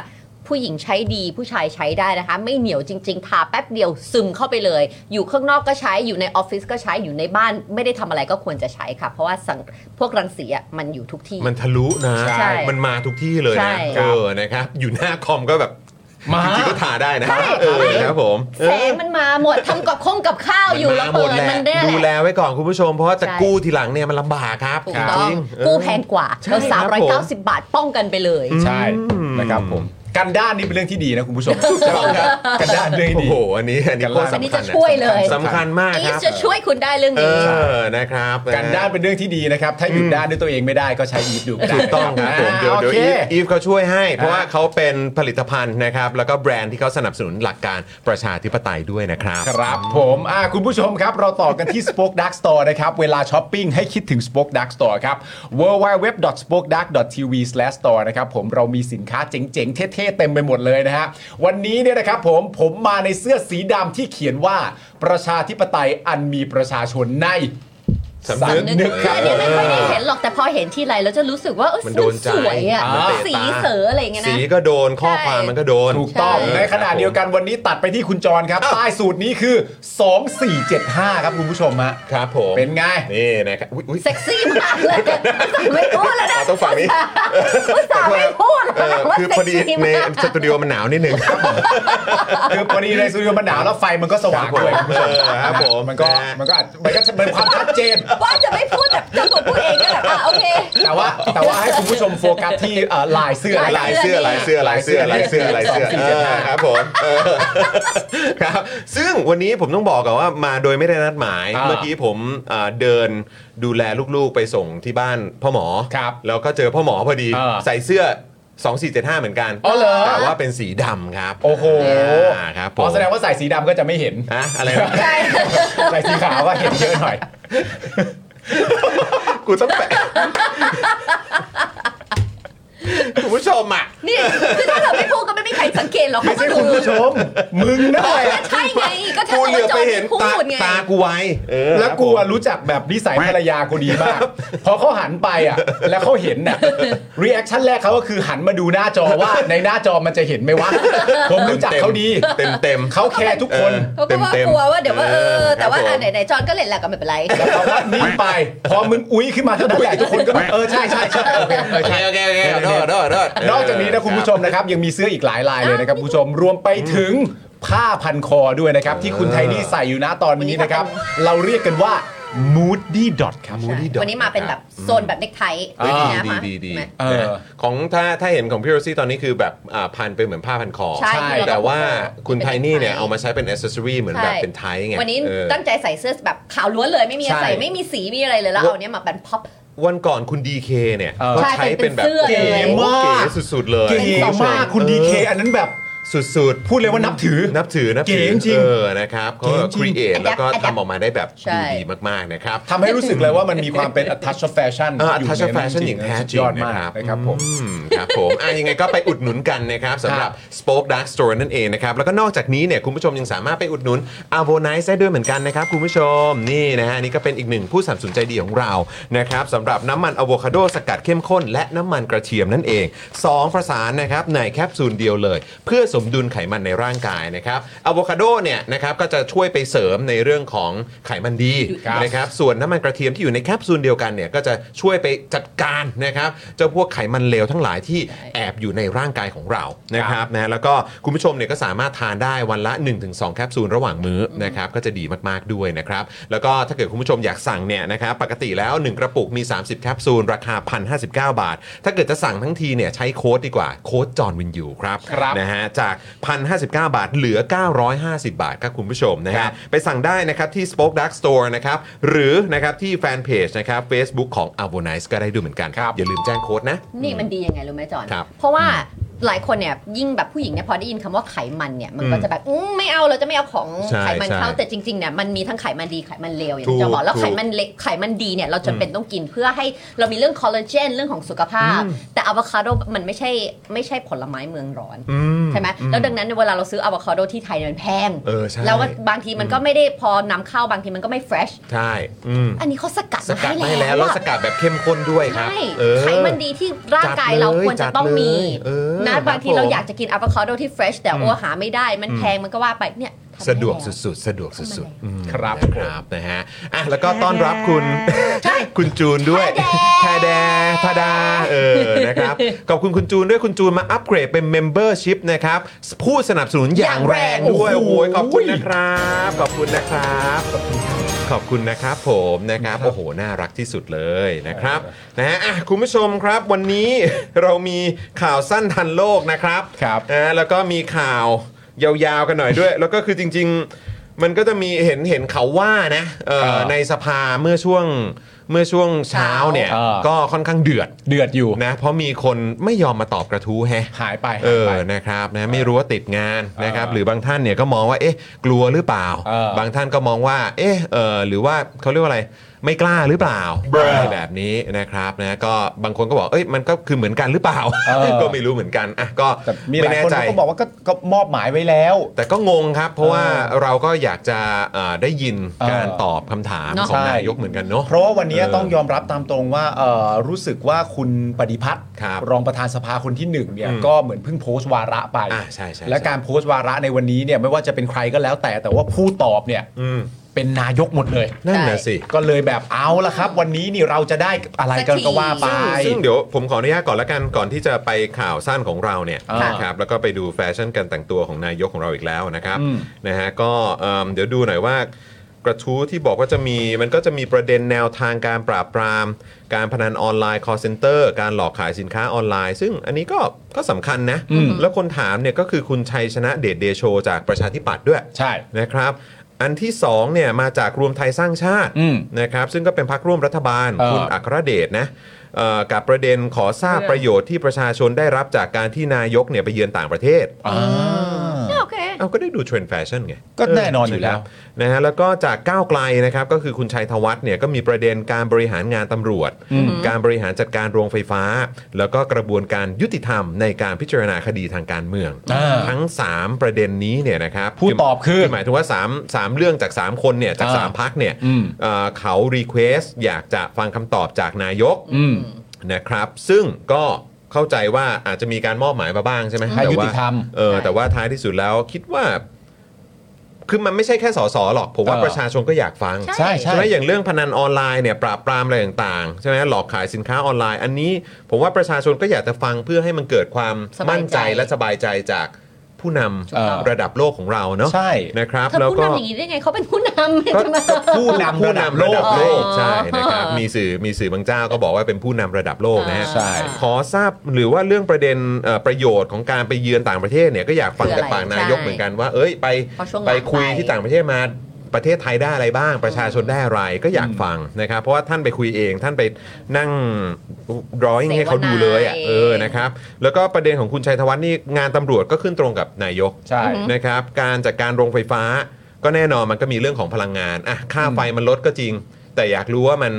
ผู้หญิงใช้ดีผู้ชายใช้ได้นะคะ ไม่เหนียวจริง ๆ ทาแป๊บเดียวซึมเข้าไปเลย อยู่ข้างนอกก็ใช้อยู่ในออฟฟิศก็ใช้อยู่ในบ้าน ไม่ได้ทำอะไรก็ควรจะใช้ค่ะ เพราะว่าสังพวกรังสีอะมันอยู่ทุกที่ มันทะลุนะ ใช่ มันมาทุกที่เลย ใช่ นะเออนะครับอยู่หน้าคอมก็แบบ มา จริงๆก็ทาได้นะ ใช่ เออครับผม แสงมันมาหมดทำกับข้องกับข้าวอยู่แล้ว หม เปิ ด ด แหละ มันได้ ดู แห แล ละ ไว้ก่อนคุณผู้ชม เพราะว่าจะ ใช่ กู้ทีหลังเนี่ยมันลำบากครับ ถูกต้อง จริๆเออ กู้แพงกว่า ใช่คเรารับผม 390 บาทป้องกันไปเลย ใช่ อืม นะครับผมกันด้านนี่เป็นเรื่องที่ดีนะคุณผู้ชมใช่ไหมครับกันด้านเรื่องโอ้ที่ดี โห อันนี้อันนี้โคตร อันนี้ สำคั จะ ญ ช่วยเลย สำคัญมาก อี ค ฟ รับ จะช่วยคุณได้เรื่อง เอ นี้ อนะครับ กันด้านเป็นเรื่องที่ดีนะครับ ถ้าหยุดด้านด้วยตัวเองไม่ได้ก็ใช้อีฟดูก็ได้ ถูกต้องครับผมเดี๋ยว อ่า เดี๋ยวโอเค อีฟอีฟเขาช่วยให้ เพราะว่าเขาเป็นผลิตภัณฑ์นะครับ แล้วก็แบรนด์ที่เขาสนับสนุนหลักการประชาธิปไตยด้วยนะครับ ครับผมอ่าคุณผู้ชมครับ เราต่อกันที่ Spoke Dark Store นะครับ เวลาช้อปปิ้งให้คิดถึง Spoke Dark Store ครับ www.spokedark.tv/store นะครับผมเรามีสินค้าเจ๋งๆ เท่ๆ เต็มไปหมดเลยนะฮะ วันนี้เนี่ยนะครับผมผมมาในเสื้อสีดำที่เขียนว่าประชาธิปไตยอันมีประชาชนใน สำนึก สำนึกคืออันเนี้ยไม่ค่อยได้เห็นหรอกแต่พอเห็นทีไรแล้วจะรู้สึกว่าเออ มันโดนใจ สวยอ่ะ มันเตะตา สีเสออะไรอย่างเงี้ย สี นะ ก็โดนข้อ ใช่ ความมันก็โดน ถูกต้อง ออ ในขณะเดียวกันวันนี้ตัดไปที่คุณจรครับใต้สูตรนี้คือ 2475 ครับคุณผู้ชมฮะ ครับผม เป็นไง นี่นะครับอุ๊ยอุ๊ย เซ็กซี่มากเลยไม่พูดแล้วนะ อ๋อต้องฝั่งนี้ อุตส่าห์ไม่พูด เออแล้วนะว่า คือพ เซ็ อก ดี ซี่ ใน มาก สตูดิโอมันหนาวนิดนึง คือพอดีในสตูดิโอมันหนาวแล้วไฟมันก็สว่างด้วย ครับผม คุณเออผู้ชครับผม มันก็ นะ มันก็อาจมันก็จะเป็นความชัดเจน ว่าจะไม่พูดแบบเจะตัวพูดเองก็แบบอ่ะโอเค แต่ว่าแต่ว่าให้คุณผู้ชมโฟกัสที่เอ่อลายเสื้อ ลาย ลายเสื้อลายเสื้อลายเสื้อลายเสื้อลายเสื้อเออครับผมเออครับ ซึ่งวันนี้ผมต้องบอกก่อนว่ามาโดยไม่ได้นัดหมาย อ่า เมื่อกี้ผมอ่าเดินดูแลลูกๆไปส่งที่บ้านพ่อหมอ ครับ แล้วก็เจอพ่อหมอพอดี อ่า ใส่เสื้อ 2475 เหมือนกัน อ๋อเหรอ แต่ว่าเป็นสีดำครับ โอ้โห อ่าครับผ อ๋ ม อแสดงว่าใส่สีดำก็จะไม่เห็น อะอะไรนะ ใช่ ใส่สีขาวก็เห็นเยอะหน่อย กูต้องแปะ คุณผู้ชมอ่ะ นี่คือถ้าเราไม่พูดก็ไม่มีใครสังเกตหรอก ไม่ เขา ใช่ ดู คุณผู้ชม มึงนั่นแหละ ใช่ไงก็ถ้า กูเหลือไป จอ เห็น พู ตา ดไง ตากูไวเออ แล้วกู ครับ อะรู้จักแบบนิสัยภรรยากูดีมาก พอเขาหันไปอ่ะ แล้วเขาเห็นน่ะรีแอคชั่นแรกเขาก็คือหันมาดูหน้าจอว่าในหน้าจอมันจะเห็นไหมวะ ผม ผม รู้จักเขาดี เต็มเต็มๆ เขาแคร์ทุกคน เขาก็ว่ากลัวว่าเดี๋ยวว่าเออ แต่ว่าอ่ะไหนๆจอนก็เล่นแหละก็ไม่เป็นไร แล้วเขาก็นิ่งไป พอมึงอุ้ยขึ้นมาเท่านั้นแห ละทุกคนก็แบบเออใช่ใช่ใช่โอเคเออ โอเค ใช่ โอเคโอเค โอเค โดดโดดโดด นอกจากนี้นะคุณผู้ชมนะครับยังมีเสื้ออีกหลายลายเลยนะครับคุณผู้ชมรวมไปถึงผ้าพันคอด้วยนะครับ ที่คุณไทนี่ใส่อยู่นะตอนนี้นะครับ เราเรียกกันว่า moody dot ครับ วันนี้มาเป็นแบบโซนแบบเน็กไท เฮ้ยดี นะคะ ดีดี นะ เออ ของถ้าถ้าเห็นของพี่โรซี่ตอนนี้คือแบบอ่าพันเป็นเหมือนผ้าพันคอ ใช่คือเราก็ แต่ว่าคุณไทนี่เนี่ยเอาเป็นไทยมาใช้เป็นอ c เซ s ซอรีเหมือนแบบเป็นไทยไง วันนี้ เออ ตั้งใจใส่เสื้อแบบขาวล้วนเลยไม่มีอะไรใส่ ใช่ ไม่มีสีไม่มีอะไรเลยแล้วเอาเนี้ยมาเป็นพ็อป วันก่อนคุณดีเคเนี่ย เออ ก็ใช้เป็นแบบ ใช่เป็นเสื้อเลย โอ้โหเก๋สุดๆเลย เก๋มากคุณดีเคอันนั้นแบบ สุดๆ พูดเลยว่านับถือ นับถือนับถื เก๋จริง เออนะครับเขา เก๋จริง ครีเอท Adapt แล้วก็ Adapt ทำออกมาได้แบบ ใช่ ดูดีมากๆนะครับ ทำให้รู้สึกเลยว่ามันมีความเป็น a touch of fashion เออ อยู่ ทัช ใน แฟ นั้น ชั่น จ อ ริ ย่าง ง ๆ แท้ สุด จริ ย ง อด นะ มาก ครับ นะครับผม อืครับผมอ่ะยังไงก็ไปอุดหนุนกันนะครับสำหรับ Spoke Dark Store นั่นเองนะครับ แล้วก็นอกจากนี้เนี่ยคุณผู้ชมยังสามารถไปอุดหนุน a v o n i c e ได้ด้วยเหมือนกันนะครับ คุณผู้ชมนี่นะฮะนี่ก็เป็นอีกหนึ่งผู้สนับสนุนใจดีของเรานะครับสำหรับน้ำมันอะโวคาโดสกัดเข้มข้น และน้ำมันกระเทียมนั่นเอง 2 ประสานนะครับในแคปซูลเดียวเลย เพื่อสมดุลไขมันในร่างกายนะครับอะโวคาโดเนี่ยนะครับก็จะช่วยไปเสริมในเรื่องของไขมันดี ครับ นะครับ นะครับส่วนน้ำมันกระเทียมที่อยู่ในแคปซูลเดียวกันเนี่ยก็จะช่วยไปจัดการนะครับเจ้าพวกไขมันเลวทั้งหลายที่แอบอยู่ในร่างกายของเรานะครับนะแล้วก็คุณผู้ชมเนี่ยก็สามารถทานได้วันละ 1-2 แคปซูลระหว่างมื้อนะครับก็จะดีมากๆด้วยนะครับแล้วก็ถ้าเกิดคุณผู้ชมอยากสั่งเนี่ยนะครับปกติแล้ว 1 กระปุกมี 30 แคปซูลราคา 1,059 บาท ถ้าเกิดจะสั่งทั้งทีเนี่ยใช้โค้ดดีกว่าโค้ดจอห์นวินยูครับ ครับ นะฮะจาก 1,059 บาทเหลือ 950 บาทครับคุณผู้ชมนะ ครั ฮะ บ ไปสั่งได้นะครับที่ Spoke Dark Store นะครับหรือนะครับที่แฟนเพจนะครับ Facebook ของ a v o n i c e ก็ได้ดูเหมือนกัน ครับ อย่าลืมแจ้งโค้ดนะ นี่มันดียังไงรู้ไหมจอน ครับ เพราะว่าหลายคนเนี่ยยิ่งแบบผู้หญิงเนี่ยพอได้ยินคำว่าไขมันเนี่ยมันก็จะแบบอืมไม่เอาเราจะไม่เอาของ ใช่ ไขมันเข้า ใช่ แต่จริงๆเนี่ยมันมีทั้งไขมันดีไขมันเลวอย่า ถู ง ก ที่จอนบอกแล้ว ถูก ไขมันเลวไขมันดีเนี่ยเราจำเป็นต้องกินเพื่อให้เรามีเรื่องคอลลาเจนเรื่องของสุขภาพ แต่อะโวคาโดมันไม่ใช่ไม่ใช่ผลไม้เมืองร้อนใช่ไหมแล้วดังนั้นเวลาเราซื้ออะโวคาโดที่ไทยเนี่ยมันแพง เออใช่ แล้วก็บางทีมันก็ไม่ได้พอนำเข้าบางทีมันก็ไม่ fresh ใช่อืม อันนี้เขาสกัด สกัด มา ให้ ให้ แล้วแล้ว อะ สกัดแบบเข้มข้นด้วยครับ ใช่ เออ ไขมันดีที่ร่างกาย จัดเลย เราควรจะต้องมี จัดเลยเออ นะบางที ครับผม เราอยากจะกินอะโวคาโดที่ fresh แต่ว่าหาไม่ได้มันแพงมันก็ว่าไปเนี่ยทำให้ สะดวก แล้ สุดๆ สะดวกสุดๆอืม ครับ นะค ผม รับนะฮะอ่ะแล้วก็ต้อนรับคุณ คุณจูนด้วยทาแดทาดาเออ นะครับขอบคุณคุณจูนด้วยคุณจูนมาอัปเกรดเป็นเมมเบอร์ชิพนะครับผู้สนับสนุนอย่างแรงด้วย โอ้ โอ้ โห โหขอบคุณนะครับ ขอบคุณนะครับขอบคุณครับขอบคุณนะครับผมนะครับโอ้โหน่ารักที่สุดเลยนะครับนะฮะอ่ะคุณผู้ชมครับวันนี้ เรามีข่าวสั้นทันโลกนะครับ ครับ นะแล้วก็มีข่าวยาวๆกันหน่อยด้วย แล้วก็คือจริง ๆ มันก็จะมีเห็นเห็นเขาว่านะเอ่อ เออ ในสภาเมื่อช่วงเมื่อช่วงเช้าเนี่ย เออ ก็ค่อนข้างเดือด เดือดอยู่ นะเพราะมีคนไม่ยอมมาตอบกระทู้แฮะ หายไป เอ หาย อ ไป นะครับ นะ ไม่รู้ว่าติดงานนะครับ เออ หรือบางท่านเนี่ยก็มองว่า เอ๊ะ กลัวหรือเปล่า เออบ างท่านก็มองว่า เอ๊ะ เออหรือว่าเขาเรียกว่าอะไร ไม่กล้าหรือเปล่าอะไรแบบนี้นะครับนะก็บางคนก็บอกเอ้ยมันก็คือเหมือนกันหรือเปล่า เออ ก็ไม่รู้เหมือนกันอ่ะก็ แต่มีห ไม่ ลาย แน่ คน ใจ เขาก็บอกว่าก็ก็มอบหมายไว้แล้ว แต่ก็งงครับ เพราะว่าเราก็อยากจะเอ่อได้ยินการ เออ ตอบคำถาม เนอะ ของนายกเหมือนกันเนาะ เพราะว่าวันนี้ เออ ต้องยอมรับตามตรงว่าเอ่อรู้สึกว่าคุณปฏิพัฒน์ ครับ รองประธานสภาคนที่หนึ่งเนี่ย อืม ก็เหมือนเพิ่งโพสต์วาระไป อ่าใช่ใช่ใช่ และการโพสต์วาระในวันนี้เนี่ยไม่ว่าจะเป็นใครก็แล้วแต่แต่ว่าผู้ตอบเนี่ย อืม เป็นนายกหมดเลย นั่นน่ะสิ ก็เลยแบบเอาละครับ วันนี้นี่เราจะได้อะไรกันก็ว่าไป ซึ่งซึ่งเดี๋ยวผมขออนุญาตก่อนละกันก่อนที่จะไปข่าวสั้นของเราเนี่ย อ่า นะครับแล้วก็ไปดูแฟชั่นการแต่งตัวของนายกของเราอีกแล้วนะครับ อืม นะฮะก็เอิ่มเดี๋ยวดูหน่อยว่ากระทู้ที่บอกว่าจะมีมันก็จะมีประเด็นแนวทางการปราบปราม การพนันออนไลน์ call center การหลอกขายสินค้าออนไลน์ ซึ่งอันนี้ก็ก็สำคัญนะแล้วคนถามเนี่ยก็คือคุณชัยชนะเดชเดโชจากประชาธิปัตย์ด้วย ใช่ นะครับ อันที่2เนี่ยมาจากรวมไทยสร้างชาติ อืม นะครับ ซึ่งก็เป็นพักร่วมรัฐบาล เออ คุณอัครเดชนะเอ่อกับประเด็นขอทราบประโยชน์ที่ประชาชนได้รับจากการที่นายกเนี่ยไปเยือนต่างประเทศ า โอเค เอาก็ได้ดูเทรนด์แฟชั่นไง ก็แน่นอนอยู่แล้ว นะครับนะฮะแล้วก็จากก้าวไกลนะครับก็คือคุณชัยธวัฒน์เนี่ยก็มีประเด็นการบริหารงานตำรวจ การบริหารจัดการโรงไฟฟ้า แล้วก็กระบวนการยุติธรรมในการพิจารณาคดีทางการเมือง อ่า ทั้ง 3 ประเด็นนี้เนี่ยนะครับ ผู้ตอบคือ หมายถึงว่า3 3เรื่องจาก 3 คนเนี่ยจาก อ่า 3พักเนี่ย อืม เอ่อเขารีเควสอยากจะฟังคำตอบจากนายก อืม นะครับซึ่งก็เข้าใจว่าอาจจะมีการมอบหมายมาบ้างใช่ไหม ให้ แต่ว่า ยุติธรรม เออแต่ว่าท้ายที่สุดแล้วคิดว่า คือมันไม่ใช่แค่สสหรอก ผมว่า เออ ประชาชนก็อยากฟัง ใช่ ใช่ใช่ ไหมอย่างเรื่องพนันออนไลน์เนี่ยปราบปรามอะไรต่างๆใช่ไหมหลอกขายสินค้าออนไลน์ อันนี้ผมว่าประชาชนก็อยากจะฟังเพื่อให้มันเกิดความ สบายใจ มั่นใจและสบายใจจากผู้น เออ ำระดับโลกของเราเนาะ ใช่ นะครับ เธอ แล้ว พูด ก็ นำอย่างนี้ได้ไงเขาเป็นผู้น ำ ก็ ใช่ไหม ผู้นำระ ผู้ ดับ นำ โล ระดั ก บโลก อ๋อ ใช่นะครับมีสื่อมีสื่อบางเจ้าก็บอกว่าเป็นผู้นำระดับโลกนะฮะ ใช่ ขอทราบหรือว่าเรื่องประเด็นเอ่อประโยชน์ของการไปเยือนต่างประเทศเนี่ยก็อยากฟังจากปากนายก ใช่ เหมือนกันว่า เอ้ยไป เพราะช่วงหลัง ไปคุย ไป ที่ต่างประเทศมาประเทศไทยได้อะไรบ้าง ประชาชนได้อะไรก็อยากฟังนะครับ เพราะว่าท่านไปคุยเองท่านไปนั่งร้อยให้เขาดูเลยอ่ะเออนะครับ แล้วก็ประเด็นของคุณชัยธวัฒน์นี่งานตำรวจก็ขึ้นตรงกับนายก ใช่ นะครับการจัดการโรงไฟฟ้าก็แน่นอนมันก็มีเรื่องของพลังงานอ่ะค่าไฟมันลดก็จริง แต่อยากรู้ว่ามัน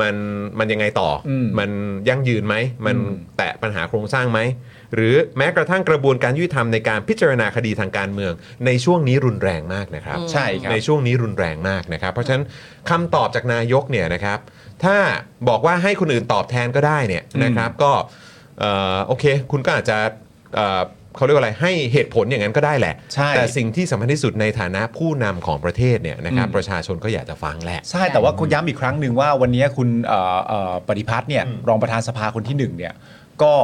มันมันยังไงต่ออ ม มันยั่งยืนไหม มัน อืม แตะปัญหาโครงสร้างไหม หรือแม้กระทั่งกระบวนการยุติธรรมในการพิจารณาคดีทางการเมือง ในช่วงนี้รุนแรงมากนะครับ ใช่ครับ ในช่วงนี้รุนแรงมากนะครับ เพราะฉะนั้นคำตอบจากนายกเนี่ยนะครับ ถ้าบอกว่าให้คนอื่นตอบแทนก็ได้เนี่ยนะครับ ก็เอ่อโอเค คุณก็อาจจะเอ่อเขาเรียกว่าอะไรให้เหตุผลอย่างนั้นก็ได้แหละ ใช่ แต่สิ่งที่สำคัญที่สุดในฐานะผู้นำของประเทศเนี่ยนะครับประชาชนก็อยากจะฟังแหละ ใช่ แต่ว่าคุณย้ำอีกครั้งหนึ่งว่าวันนี้คุณเอ่อเอ่อปฏิพัฒน์เนี่ย อืม รองประธานสภาคนที่หนึ่งเนี่ยก็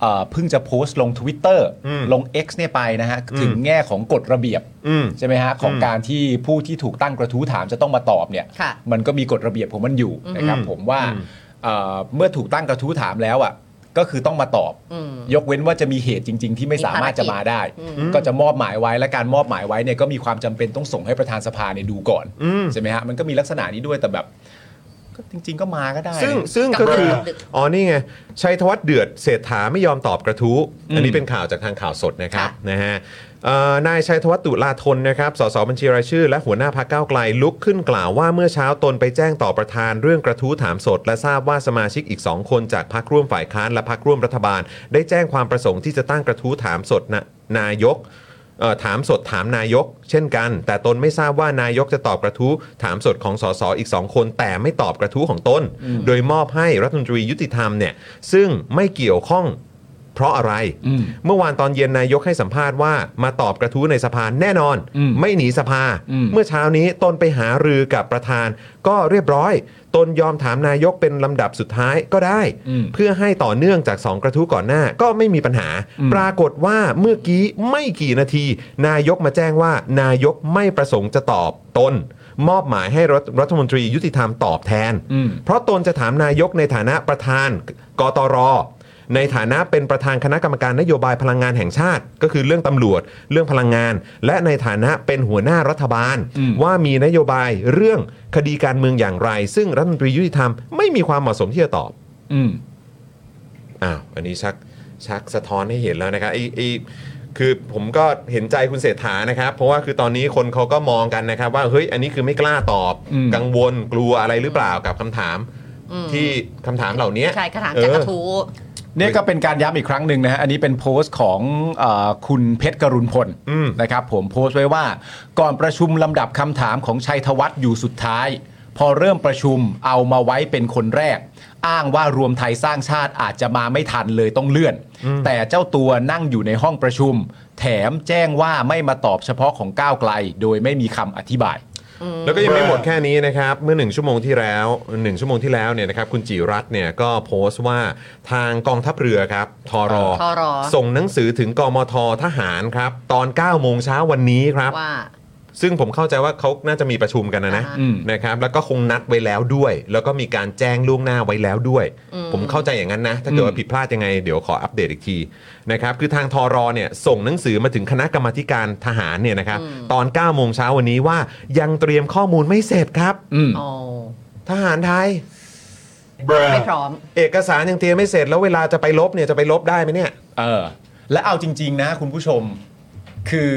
เอ่อเพิ่งจะโพสต์ลง Twitter อืม ลง X เนี่ยไปนะฮะ อืม ถึงแง่ของกฎระเบียบ อืม ใช่ไหมฮะ ของ อืม การที่ผู้ที่ถูกตั้งกระทู้ถามจะต้องมาตอบเนี่ย ค่ะ มันก็มีกฎระเบียบของมันอยู่นะครับ อืม ผมว่า อืม เอ่อเมื่อถูกตั้งกระทู้ถามแล้วอ่ะก็คือต้องมาตอบ อืม ยกเว้นว่าจะมีเหตุจริง ๆ ที่ไม่ มี สามารถจะมาได้ อืม ก็จะมอบหมายไว้และการมอบหมายไว้เนี่ยก็มีความจำเป็นต้องส่งให้ประธานสภาเนี่ยดูก่อน อืม ใช่ไหมฮะ มันก็มีลักษณะนี้ด้วยแต่แบบก็จริง ๆ ก็มาก็ได้ ซึ่งซึ่ง กลับ ก็คือ มาดึก อ๋อ นี่ไง ชัยธวัฒน์เดือดเศรษฐาไม่ยอมตอบกระทู้ อืม อันนี้เป็นข่าวจากทางข่าวสดนะครับ ค่ะ นะฮะเอ่อนายชัยธวัฒน์ตุลาธนนะครับ สสบัญชีรายชื่อ และหัวหน้าพักเก้าวไกลลุกขึ้นกล่าวว่าเมื่อเช้าตนไปแจ้งต่อประธานเรื่องกระทู้ถามสด และทราบว่าสมาชิกอีก 2 คนจากพักร่วมฝ่ายค้านและพักร่วมรัฐบาล ได้แจ้งความประสงค์ที่จะตั้งกระทู้ถามสดนะนายก เอ่อถามสดถามนายก เช่นกัน แต่ตนไม่ทราบว่านายกจะตอบกระทู้ถามสดของสสอีก 2 คน แต่ไม่ตอบกระทู้ของตน โดยมอบให้รัฐมนตรียุติธรรมเนี่ยซึ่งไม่เกี่ยวข้องเพราะอะไร อืม เมื่อวานตอนเย็นนายกให้สัมภาษณ์ว่ามาตอบกระทู้ในสภาแน่นอน อืม ไม่หนีสภา อืม เมื่อเช้านี้ตนไปหารือกับประธาน ก็เรียบร้อย ตนยอมถามนายกเป็นลำดับสุดท้ายก็ได้ อืม เพื่อให้ต่อเนื่องจาก 2 กระทู้ก่อนหน้าก็ไม่มีปัญหา อืม ปรากฏว่าเมื่อกี้ไม่กี่นาที นายกมาแจ้งว่า นายกไม่ประสงค์จะตอบตน มอบหมายให้รัฐรัฐมนตรียุติธรรมตอบแทน อืม เพราะตนจะถามนายกในฐานะประธานกตร ในฐานะเป็นประธานคณะกรรมการนโยบายพลังงานแห่งชาติ ก็คือเรื่องตำรวจ เรื่องพลังงาน และในฐานะเป็นหัวหน้ารัฐบาล อืม ว่ามีนโยบายเรื่องคดีการเมืองอย่างไร ซึ่งรัฐมนตรียุติธรรมไม่มีความเหมาะสมที่จะตอบ อืม อ้าว อันนี้ชักชักสะท้อนให้เห็นแล้วนะครับไอ้ไอ้ คือผมก็เห็นใจคุณเศรษฐานะครับ เพราะว่าคือตอนนี้คนเขาก็มองกันนะครับ ว่าเฮ้ยอันนี้คือไม่กล้าตอบ อืม กังวลกลัวอะไรหรือเปล่ากับคำถาม อืม ที่คำถามเหล่านี้ ใช่คำถามจากกระทู้ เนี่ยก็เป็นการย้ำอีกครั้งหนึ่งนะฮะ อันนี้เป็นโพสต์ของเออคุณเพชรกรุณพลนะครับผมโพสต์ไว้ว่า ก่อนประชุมลำดับคำถามของชัยธวัฒน์อยู่สุดท้าย พอเริ่มประชุมเอามาไว้เป็นคนแรก อ้างว่ารวมไทยสร้างชาติอาจจะมาไม่ทันเลยต้องเลื่อน แต่เจ้าตัวนั่งอยู่ในห้องประชุม แถมแจ้งว่าไม่มาตอบเฉพาะของก้าวไกล โดยไม่มีคำอธิบาย แล้วก็ยังไม่หมดแค่นี้นะครับ เมื่อหนึ่งชั่วโมงที่แล้วหนึ่งชั่วโมงที่แล้วเนี่ยนะครับคุณจิรัตน์เนี่ยก็โพสต์ว่าทางกองทัพเรือครับทอรอ ทร ส่งหนังสือถึงกมททหารครับตอน9โมงเช้าวันนี้ครับ ว่า ซึ่งผมเข้าใจว่าเขาน่าจะมีประชุมกันนะนะ อ่า อืม นะครับ แล้วก็คงนัดไว้แล้วด้วย แล้วก็มีการแจ้งล่วงหน้าไว้แล้วด้วย ผมเข้าใจอย่างนั้นนะ ถ้าเกิดว่าผิดพลาดยังไงเดี๋ยวขออัปเดตอีกทีนะครับ คือทางทอรอเนี่ยส่งหนังสือมาถึงคณะกรรมาธิการทหารเนี่ยนะครับ ตอน9โมงเช้าวันนี้ว่ายังเตรียมข้อมูลไม่เสร็จครับ อืม อ๋อ ทหารไทย ไม่พร้อม เอกสารยังเตรียมไม่เสร็จ แล้วเวลาจะไปลบเนี่ยจะไปลบได้ไหมเนี่ย เออและเอาจริง ๆ นะคุณผู้ชม คือ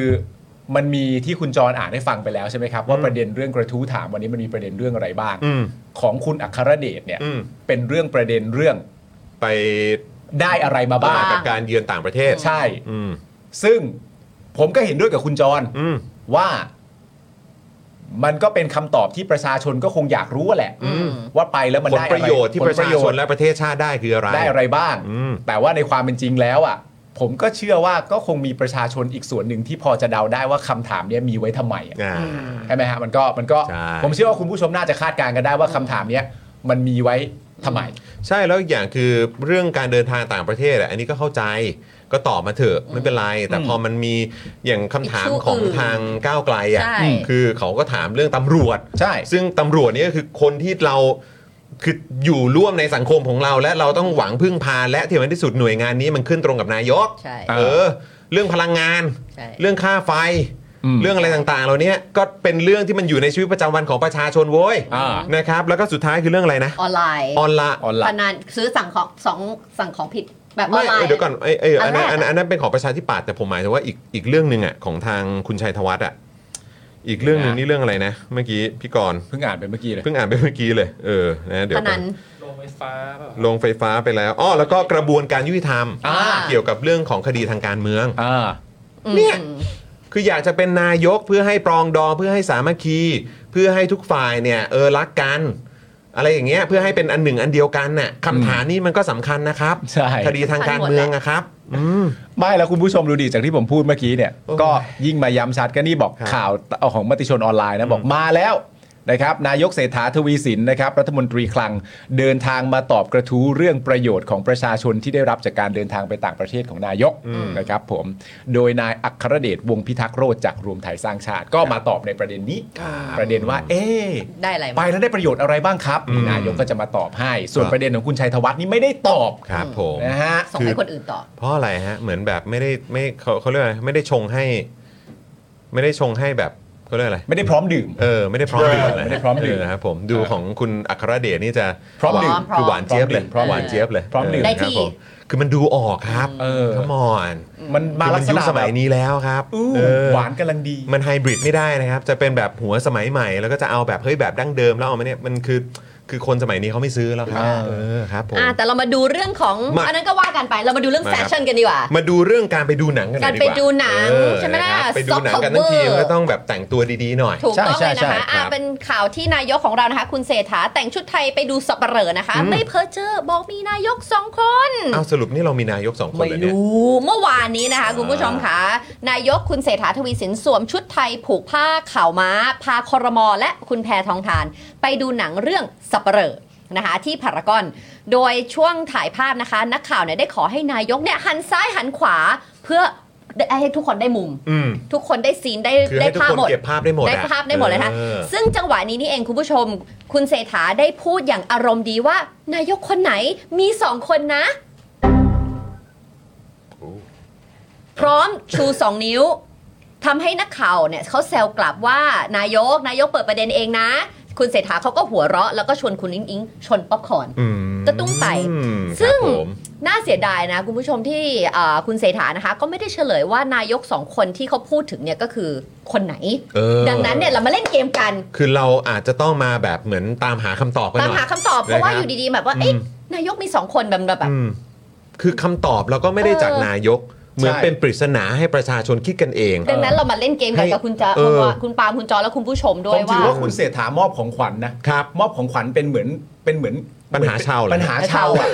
มันมีที่คุณจรอ่านให้ฟังไปแล้วใช่ไหมครับ ว่าประเด็นเรื่องกระทู้ถามวันนี้มันมีประเด็นเรื่องอะไรบ้าง อืม ของคุณอัครเดชเนี่ย อืม เป็นเรื่องประเด็นเรื่อง ไป ได้อะไรมาบ้าง กับการเยือนต่างประเทศ ใช่ อืม ซึ่งผมก็เห็นด้วยกับคุณจร อืม ว่า มันก็เป็นคำตอบที่ประชาชนก็คงอยากรู้แหละ อืม ว่าไปแล้วมัน ผล ได้อ ประโยชน์ที่ ผ ป ล ระชา โย ช ช น น์ และประเทศชาติได้คืออะไร ได้อะไรบ้าง อืม แต่ว่าในความเป็นจริงแล้วอ่ะ ผมก็เชื่อว่าก็คงมีประชาชนอีกส่วนหนึ่งที่พอจะเดาได้ว่าคำถามเนี้ยมีไว้ทำไมอะ อ่า ใช่ไหมฮะมันก็มันก็ ใช่ ผมเชื่อว่าคุณผู้ชมน่าจะคาดการณ์กันได้ว่าคำถามเนี้ยมันมีไว้ทำไม ใช่แล้วอีกอย่างคือเรื่องการเดินทางต่างประเทศอะอันนี้ก็เข้าใจก็ตอบมาเถอะไม่เป็นไร แต่ อืม พอมันมีอย่างคำถาม อีกช่วง ของ อื่น ทางก้าวไกลอ่ะ ใช่ คือเขาก็ถามเรื่องตำรวจ ใช่ ซึ่งตำรวจนี่ก็คือคนที่เราคืออยู่ร่วมในสังคมของเรา และเราต้องหวังพึ่งพาและที่สำคัญที่สุดหน่วยงานนี้มันขึ้นตรงกับนายก ใช่ อ่ะ เออ เรื่องพลังงาน ใช่ เรื่องค่าไฟ อืม เรื่องอะไรต่างๆเหล่านี้ก็เป็นเรื่องที่มันอยู่ในชีวิตประจำวันของประชาชนโว้ย อ่า นะครับ แล้วก็สุดท้ายคือเรื่องอะไรนะ ออนไลน์ ออนละ ออนไล พ น์ นันซื้อสั่งของสองสั่งของผิดแบบออ ไม่ นไลน์ เดี๋ยวก่อนไอ้ไอ้อันนั้นอัอัน นแรกอะ นั้นอันนั้นเป็นของประชาธิปัตย์แต่ผมหมายถึงว่าอีกอีกเรื่องหนึ่งอ่ะของทางคุณชัยธวัฒน์อ่ะอีกเรื่องหนึ่ง นะ นี่เรื่องอะไรนะ เมื่อกี้พี่กรณ์ เพิ่งอ่านไปเมื่อกี้เลย เพิ่งอ่านไปเมื่อกี้เลย เออนะเดี๋ย พ ว นัน ลงไฟฟ้าเปล่า ลงไฟฟ้าไปแล้วอ้อแล้วก็กระบวนการยุติธรรม อ่า เกี่ยวกับเรื่องของคดีทางการเมือง อ่า เนี่ย คืออยากจะเป็นนายกเพื่อให้ปรองดองเพื่อให้สามัคคี เพื่อให้ทุกฝ่ายเนี่ยเออรักกัน อะไรอย่างเงี้ยเพื่อให้เป็นอันหนึ่งอันเดียวกันน่ะคำถามนี้มันก็สำคัญนะครับ ใช่ คดีทางการเมืองนะครับ อืม ไม่แล้วคุณผู้ชมดูดิจากที่ผมพูดเมื่อกี้เนี่ย โอ้ย ก็ยิ่งมาย้ำชัดก็นี่บอก ครับ ข่าวเอาของมติชนออนไลน์นะบอกมาแล้วนะครับนายกเศรษฐาทวีสินนะครับรัฐมนตรีคลังเดินทางมาตอบกระทู้เรื่องประโยชน์ของประชาชนที่ได้รับจากการเดินทางไปต่างประเทศของนายกนะครับผมโดยนายอัครเดชวงศ์พิทักษ์โรจน์จากรวมไทยสร้างชาติ ก็มาตอบในประเด็นนี้ ประเด็นว่า เอ๊ะ ได้อะไรมา ปแล้วได้ประโยชน์อะไรบ้างครับ อืม นายกก็จะมาตอบให้ ส่วนประเด็นของคุณชัยธวัฒน์นี่ไม่ได้ตอบ ครับผม นะฮะ ส่งให้คนอื่นต่อ เพราะอะไรฮะ เหมือนแบบไม่ได้ไม่เขาเขาเรียกอะไรไม่ได้ชงให้ ไม่ได้ชงให้แบบเขาเรียกอะไร ไม่ได้พร้อมดื่ม เออไม่ได้พร้อมดื่มนะ ไม่ได้พร้อมดื่ม เนะครับผมดูของคุณอัครเดชนี่จะ พร้อมดื่หมวานคือหวานเจี๊ยบเลย พร้อมดื่ม หวานเจี๊ยบเลย พร้อมดื่ม เ ได้ที่ ครับผคือมันดูออกครับ เออ ขมอน มันมาลักษ คือนณะยุคสมัยนี้แล้วครับ อู้ เออ หวานกำลังดี มันไฮบริดไม่ได้นะครับ จะเป็นแบบหัวสมัยใหม่ แล้วก็จะเอาแบบเฮ้ยแบบดั้งเดิมแล้วเอามาเนี่ยมันคือคือคนสมัยนี้เขาไม่ซื้อแล้วครับเออครับผม อ่าแต่เรามาดูเรื่องของ มา อันนั้นก็ว่ากันไปเรามาดูเรื่องแฟชั่นกันดีกว่า มาดูเรื่องการไปดูหนังกันหน่อยดีกว่า การไปดูหนัง เออ ใช่ไหมล่ะ นะครับไปดูหนัง soft กันทั้งที cover ก็ต้องแบบแต่งตัวดีๆหน่อย ถูกต้อง ใช่ เลย ใช่ นะคะ ใช่คอ่ารับ เป็นข่าวที่นายกของเรานะคะ คุณเศรษฐาแต่งชุดไทยไปดูสับเปเหร่อนะคะ อืม ไม่เพ้อเจอบอกมีนายกสองคน อ้าวสรุปนี่เรามีนายกสองคน ไม่ เลยเนี่ย รู้เมื่อวานนี้นะคะ อ่า คุณผู้ชมค่ะนายกคุณเศรษฐาทวีสินสวมชุดไทยผูกผ้าข่าวม้า พาคอรมอและคุณแพทองทาน ไปดูหนังเรื่องสับเปเหร่อนะคะที่พารากอน โดยช่วงถ่ายภาพนะคะ นักข่าวเนี่ยได้ขอให้นายกเนี่ยหันซ้ายหันขวา เพื่อให้ทุกคนได้มุม ืม ทุกคนได้ซีนได้ คือ ได้ ให้ทุก ภาพ คน หมด เก็บภาพได้หมด ได้ อะ ภาพได้หมดเลยนะคะ ออ ซึ่งจังหวะนี้นี่เองคุณผู้ชม คุณเศรษฐาได้พูดอย่างอารมณ์ดีว่า นายกคนไหนมีสองคนนะ พร้อมชูสองนิ้วทำให้นักข่าวเนี่ยเขาแซวกลับว่านายกนายกเปิดประเด็นเองนะ คุณเศรษฐาเขาก็หัวเราะแล้วก็ชวนคุณอิงอิงชนป๊อปคอร์น อืม กระตุ้งไต่ อืม ซึ่ง ครับผม น่าเสียดายนะ คุณผู้ชมที่เอ่อคุณเศรษฐานะคะ ก็ไม่ได้เฉลยว่านายกสองคนที่เขาพูดถึงเนี่ยก็คือคนไหน เออ ดังนั้นเนี่ยเรามาเล่นเกมกัน คือเราอาจจะต้องมาแบบเหมือนตามหาคำตอบกันห ตาม น่อย หาคำตอบเพราะว่า นะครับ อยู่ดีๆ แบบว่าเอ๊ะนายกมีสองคนแบบแบบ อืมคือคำตอบเราก็ไม่ได้จาก เออ นายก เหมือน ใช่ เป็นปริศนาให้ประชาชนคิดกันเอง ดังนั้นเรามาเล่นเกมกัน ให้ กับคุณจะ เออ คุณวะคุณปาล์มคุณจอและคุณผู้ชมด้ ผ วย มถื ว่า อว่าคุณเศรษฐามอบของขวัญนะครับมอบของขวัญเป็นเหมือนเป็นเหมือน ปัญหาชาวเหรอ ปัญหาชาวอ่ะ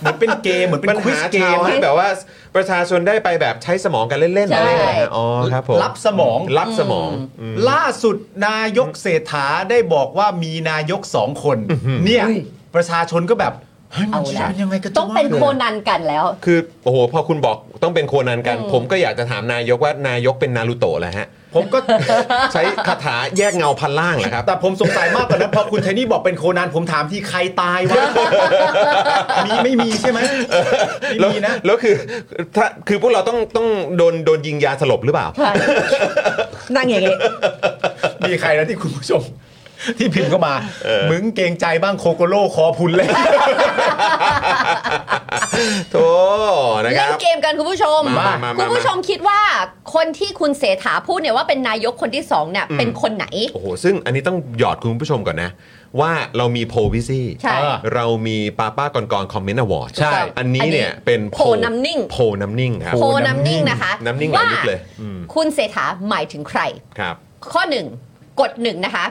เหมือนเป็นเกมเหมือนเป็ ปั น ญ ควิ หา สเก ชาว ม ให้ อะ แบบว่าประชาชนได้ไปแบบใช้สมองกันเล่นๆ ใช่ อะไรอย่างเงี้ยอ๋อครับผม รับสมอง รับสมองอืม ล่าสุดนายกเศรษฐาได้บอกว่ามีนายกสองคน เนี่ย ประชาชนก็แบบเฮ้ยมั เอา น ละ จะยังไงกัน ต้องเป็นโคนันกันแล้ว คือโอ้โหพอคุณบอกต้องเป็นโคนันกัน อืม ผมก็อยากจะถามนายกว่านายกเป็นนารูโตะแหละฮะ ผมก็ ใช้คาถาแยกเงาพันล่างเหรอครับ แต่ผมสงสัยมากกว่านั้นพอคุณไทนี่บอกเป็นโคนันผมถามที่ใครตายวะ มีไม่มีใช่ไหมไม่ แล้ว มีนะ แล้วคือถ้าคือพวกเราต้องต้องโดนโดนยิงยาสลบหรือเปล่า ใช่นั่งอย่างนี้ มีใครนะที่คุณผู้ชม ที่พิมพ์เข้ามา มึงเกรงใจบ้างโคโกโลคอพุนเลย โธ่นะค เล่ รั น บ เกมกันคุณผู้ชม มามามามา คุณผู้ชมคิดว่าคนที่คุณเสถาพูดเนี่ยว่าเป็นนายกคนที่สองเนี่ย อืม เป็นคนไหน โอ้โห ซึ่งอันนี้ต้องหยอดคุณผู้ชมก่อนนะ ว่าเรามีโพลวิซี่ ใช่ เรามีป้าป้าก่อนก่อนคอมเมนต์อวอร์ด ใช่ อันนี้เนี่ยเป็น โพลนำนิ่ง โพลน้ำนิ่งครับ โพลน้ำนิ่งนะคะ น้ำนิ่งหลา ว่าย ยุคเลยอืม คุณเสถาหมายถึงใคร ครับ ข้อหนึ่งกดหนึ่งนะคะ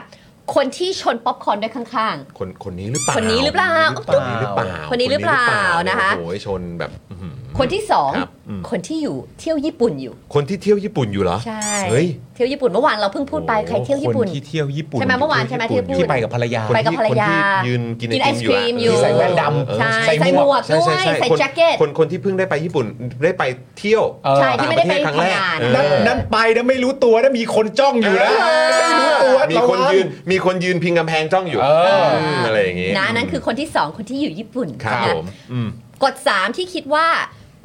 คนที่ชนป๊อปคอร์นด้วยข้าง คนคนนี้หรือเปล่า คนนี้หรือเปล่า คนนี้หรือเปล่า คนนี้หรือเปล่านะคะ โอ้โหชนแบบอื้อหือ ๆ คนที่สอง ครับอืม คนที่อยู่เที่ยวญี่ปุ่นอยู่ คนที่เที่ยวญี่ปุ่นอยู่เหรอ ใช่ เฮ้ย เที่ยวญี่ปุ่นเมื่อวานเราเพิ่งพูดไปใครเที่ยวญี่ปุ่น คนที่เที่ยวญี่ปุ่น ใช่ไหมเมื่อวานใช่ไหมที่พูด ที่ไปกับภรรยา คน ไปกับ ที่ ภรรคนยาที่ยืนกิน กินไอศครีม ะ อยู่ ที่ใส่แว่นดำ เออ ใช่ ใส่ ใส่ หมวก หมวกด้ว ใช่ ย ใช่ ใส่ คน แจ็คเก็ต คนคนที่เพิ่งได้ไปญี่ปุ่นได้ไปเที่ยว เออ ใช่ที่ไม่ได้ไป ต่างประเทศครั้งแรก ทำงาน เอ นั่น อ นั่นไปนะไม่รู้ตัวนะมีคนจ้องอยู่นะไม่รู้ตัว มีคน ระวัง ยืนมีคนยืนพิงกำแพงจ้องอยู่ เอออื มอะไรอย่างงี้ นะนั่นคือคนที่สองคนที่อยู่ญี่ปุ่น ครับ นะ ผมอืม กฎ3ที่คิดว่า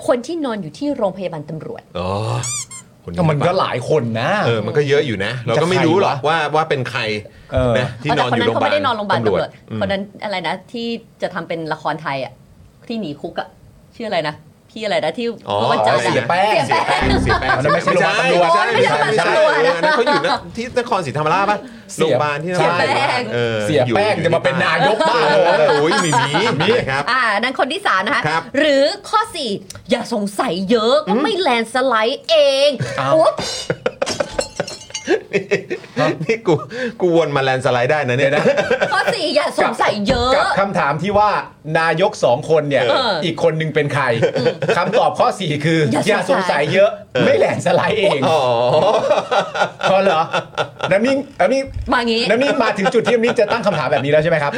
คนที่นอนอยู่ที่โรงพยาบาลตำรวจ อ๋อคน ก็มันก็หลายคนนะ เออมันก็เยอะอยู่นะ เราก็ไม่รู้หรอกว่าว่าเป็นใคร เออ นะที่น แต่ อน ค อนยู่ นั้น โรงพยาบาลเขาไม่ได้นอนโรงพยาบาลตำรวจ อืม คนนั้นอะไรนะที่จะทำเป็นละครไทยอ่ะที่หนีคุกอ่ะชื่ออะไรนะ พี่อะไรนะที่ อ๋อ เมื่อวันจันทร์ เสีย อะ แป้ง เสียแป้ง เสียแป้ง อันนั้นไม่ใช่โรงพยาบาลตำรวจ ไม่ใช่ไม่ใช่ไม่ใช่ โอ้ยเอออันไม่ใช่โรงพยาบาลตำรวจนั้นเขาอยู่นะที่นครศรีธรรมราชป่ะโรงพยาบาลที่นครศรีธรรมราชออ เสียแป้ง อ จะมาเป็นนายกบ้า เอ เหรอ อโอ้ยมีมีมีครับ อ่านั่นคนที่สามนะคะ ครับ หรือข้อ 4 อย่าสงสัยเยอะก็ไม่แลนด์สไลด์เอง อ้าว อุ๊บ นี่กูกูวนมาแลนด์สไลด์ได้นะเนี่ยนะ ข้อ 4 อย่าสงสัยเยอะ กับคำถามที่ว่านายกสองคนเนี่ย เอออี กคนหนึงเป็นใครคำตอบข้อสี่คืออย่อา ย่า ส ส ง งสั สัย ย เยอะไม่แหลนสไลด์เอง อ๋อ พอเหรอน้ำนิ่งน้ำนิ่ง มางี้ น้ำนิ่งมาถึงจุดที่น้ำนิ่งจะตั้งคำถามแบบนี้แล้วใช่ไหมครับ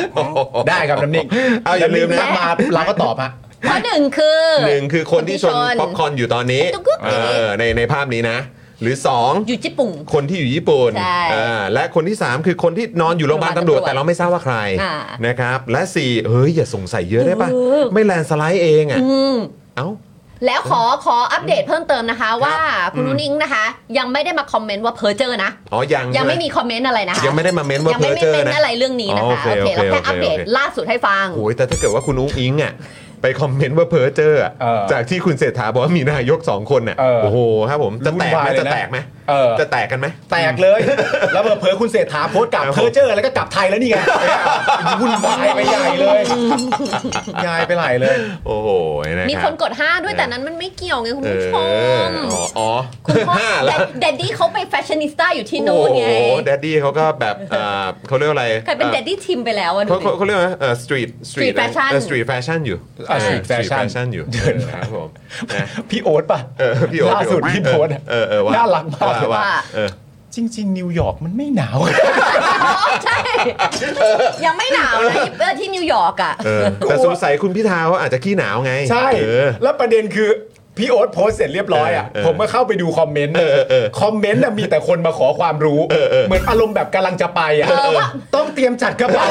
ได้ครับน้ำนิ่ง เอาอย่าลืมนะ ำงมาเราก็ตอบฮะ ข้อหนึ่งคือ หนึ่งคือคนที่ชนป๊อปคอร์นอยู่ตอนนี้ ตุ๊กตุ๊ก เออในในภาพนี้นะ หรือสอง อยู่ญี่ปุ่น คนที่อยู่ญี่ปุ่น ใช่ อ่าและคนที่ 3 คือคนที่นอนอยู่โรงพยาบาลตำรวจ โรงพยาบาลตำรวจ แต่เราไม่ทราบว่าใคร อ่า นะครับ และ 4 เฮ้ย อย่าสงสัยเยอะได้ปะ เออ ไม่แลนด์สไลด์เองอ่ะ อืม เอ้า แล้วขอขออัปเดตเพิ่มเติมนะคะ ว่าคุณนุ้งนิ้งนะคะ ยังไม่ได้มาคอมเมนต์ว่าเพอเจอร์นะ อ๋อ ยัง ยังไม่มีคอมเมนต์อะไรนะคะ ยังไม่ได้มาเม้นว่า ยัง เพอไม่ได้ เจอ เป็น นะ อะไรเรื่องนี้นะ อ๋อ คะ โอเค โอโอเคเคเราแค่อัปเดต โอเค ล่าสุดให้ฟัง โอ้ยแต่ถ้าเกิดว่าคุณอุ้งอิงอ่ะไปคอมเมนต์ว่าเพอเจอร์อะ เออ จากที่คุณเศรษฐาบอกว่ามีนายก 2 คนอ่ะ เออ โอ้โหครับผมจะแตกไหม วุ่นวายเลย จะ นะ แตกไหม เออ จะแตกกันไหม แตกเลย แล้วเผลอๆคุณเศรษฐาโพสต์กลับ ครับผม เพอเจอร์แล้วก็กลับไทยแล้วนี่ไงวุ่นวายไปใหญ่เลยยายไปใหญ่เลย โอ้โหนะ มี ค ครับ นกด 5 ด้วยแต่นั้นมันไม่เกี่ยวไงคุณ เอ ผู้ช อ ม อ๋ออ๋อ คุณพ่อ ห้าละ แดดดี้เขาไปแฟชั่นนิสต้าอยู่ที่นู่นไง โอ้โหแดดดี้เขาก็แบบเอ่อเขาเรียกว่าอะไร กลายเป็นแดดดี้ทิมไปแล้วอะดู เขา ดิ เขาเขาเรียกว่าเอ่อสตรีท Street fashion สตรีทแฟชั่นอยู่ อ่ะ street street fashion fashion อยู่ครับผมนะ พี่โอ๊ตป่ะ เออพี่โอ๊ต ล่าสุด พี่ พี่ โอ๊ โอ๊ ต ตอะ เออเออว่า น่ารักมาก ว่ว่า ว่า เออ จริง ๆ นิวยอร์กมันไม่หนาว ใช่ ยังไม่หนาวนะที่เออที่นิวยอร์กอะ เออแต่สงสัยคุณพิธาเขาอาจจะขี้หนาวไง ใช่ เออ แล้วประเด็นคือ พี่โอ๊ตโพสต์เสร็จเรียบร้อยอ่ะ เออเออ ผมก็เข้าไปดูคอมเมนต์คอมเมนต์น่ะมีแต่คนมาขอความรู้ เหมือนอารมณ์แบบกำลังจะไปอ่ะ ต้องเตรียมจัดกระ เป๋า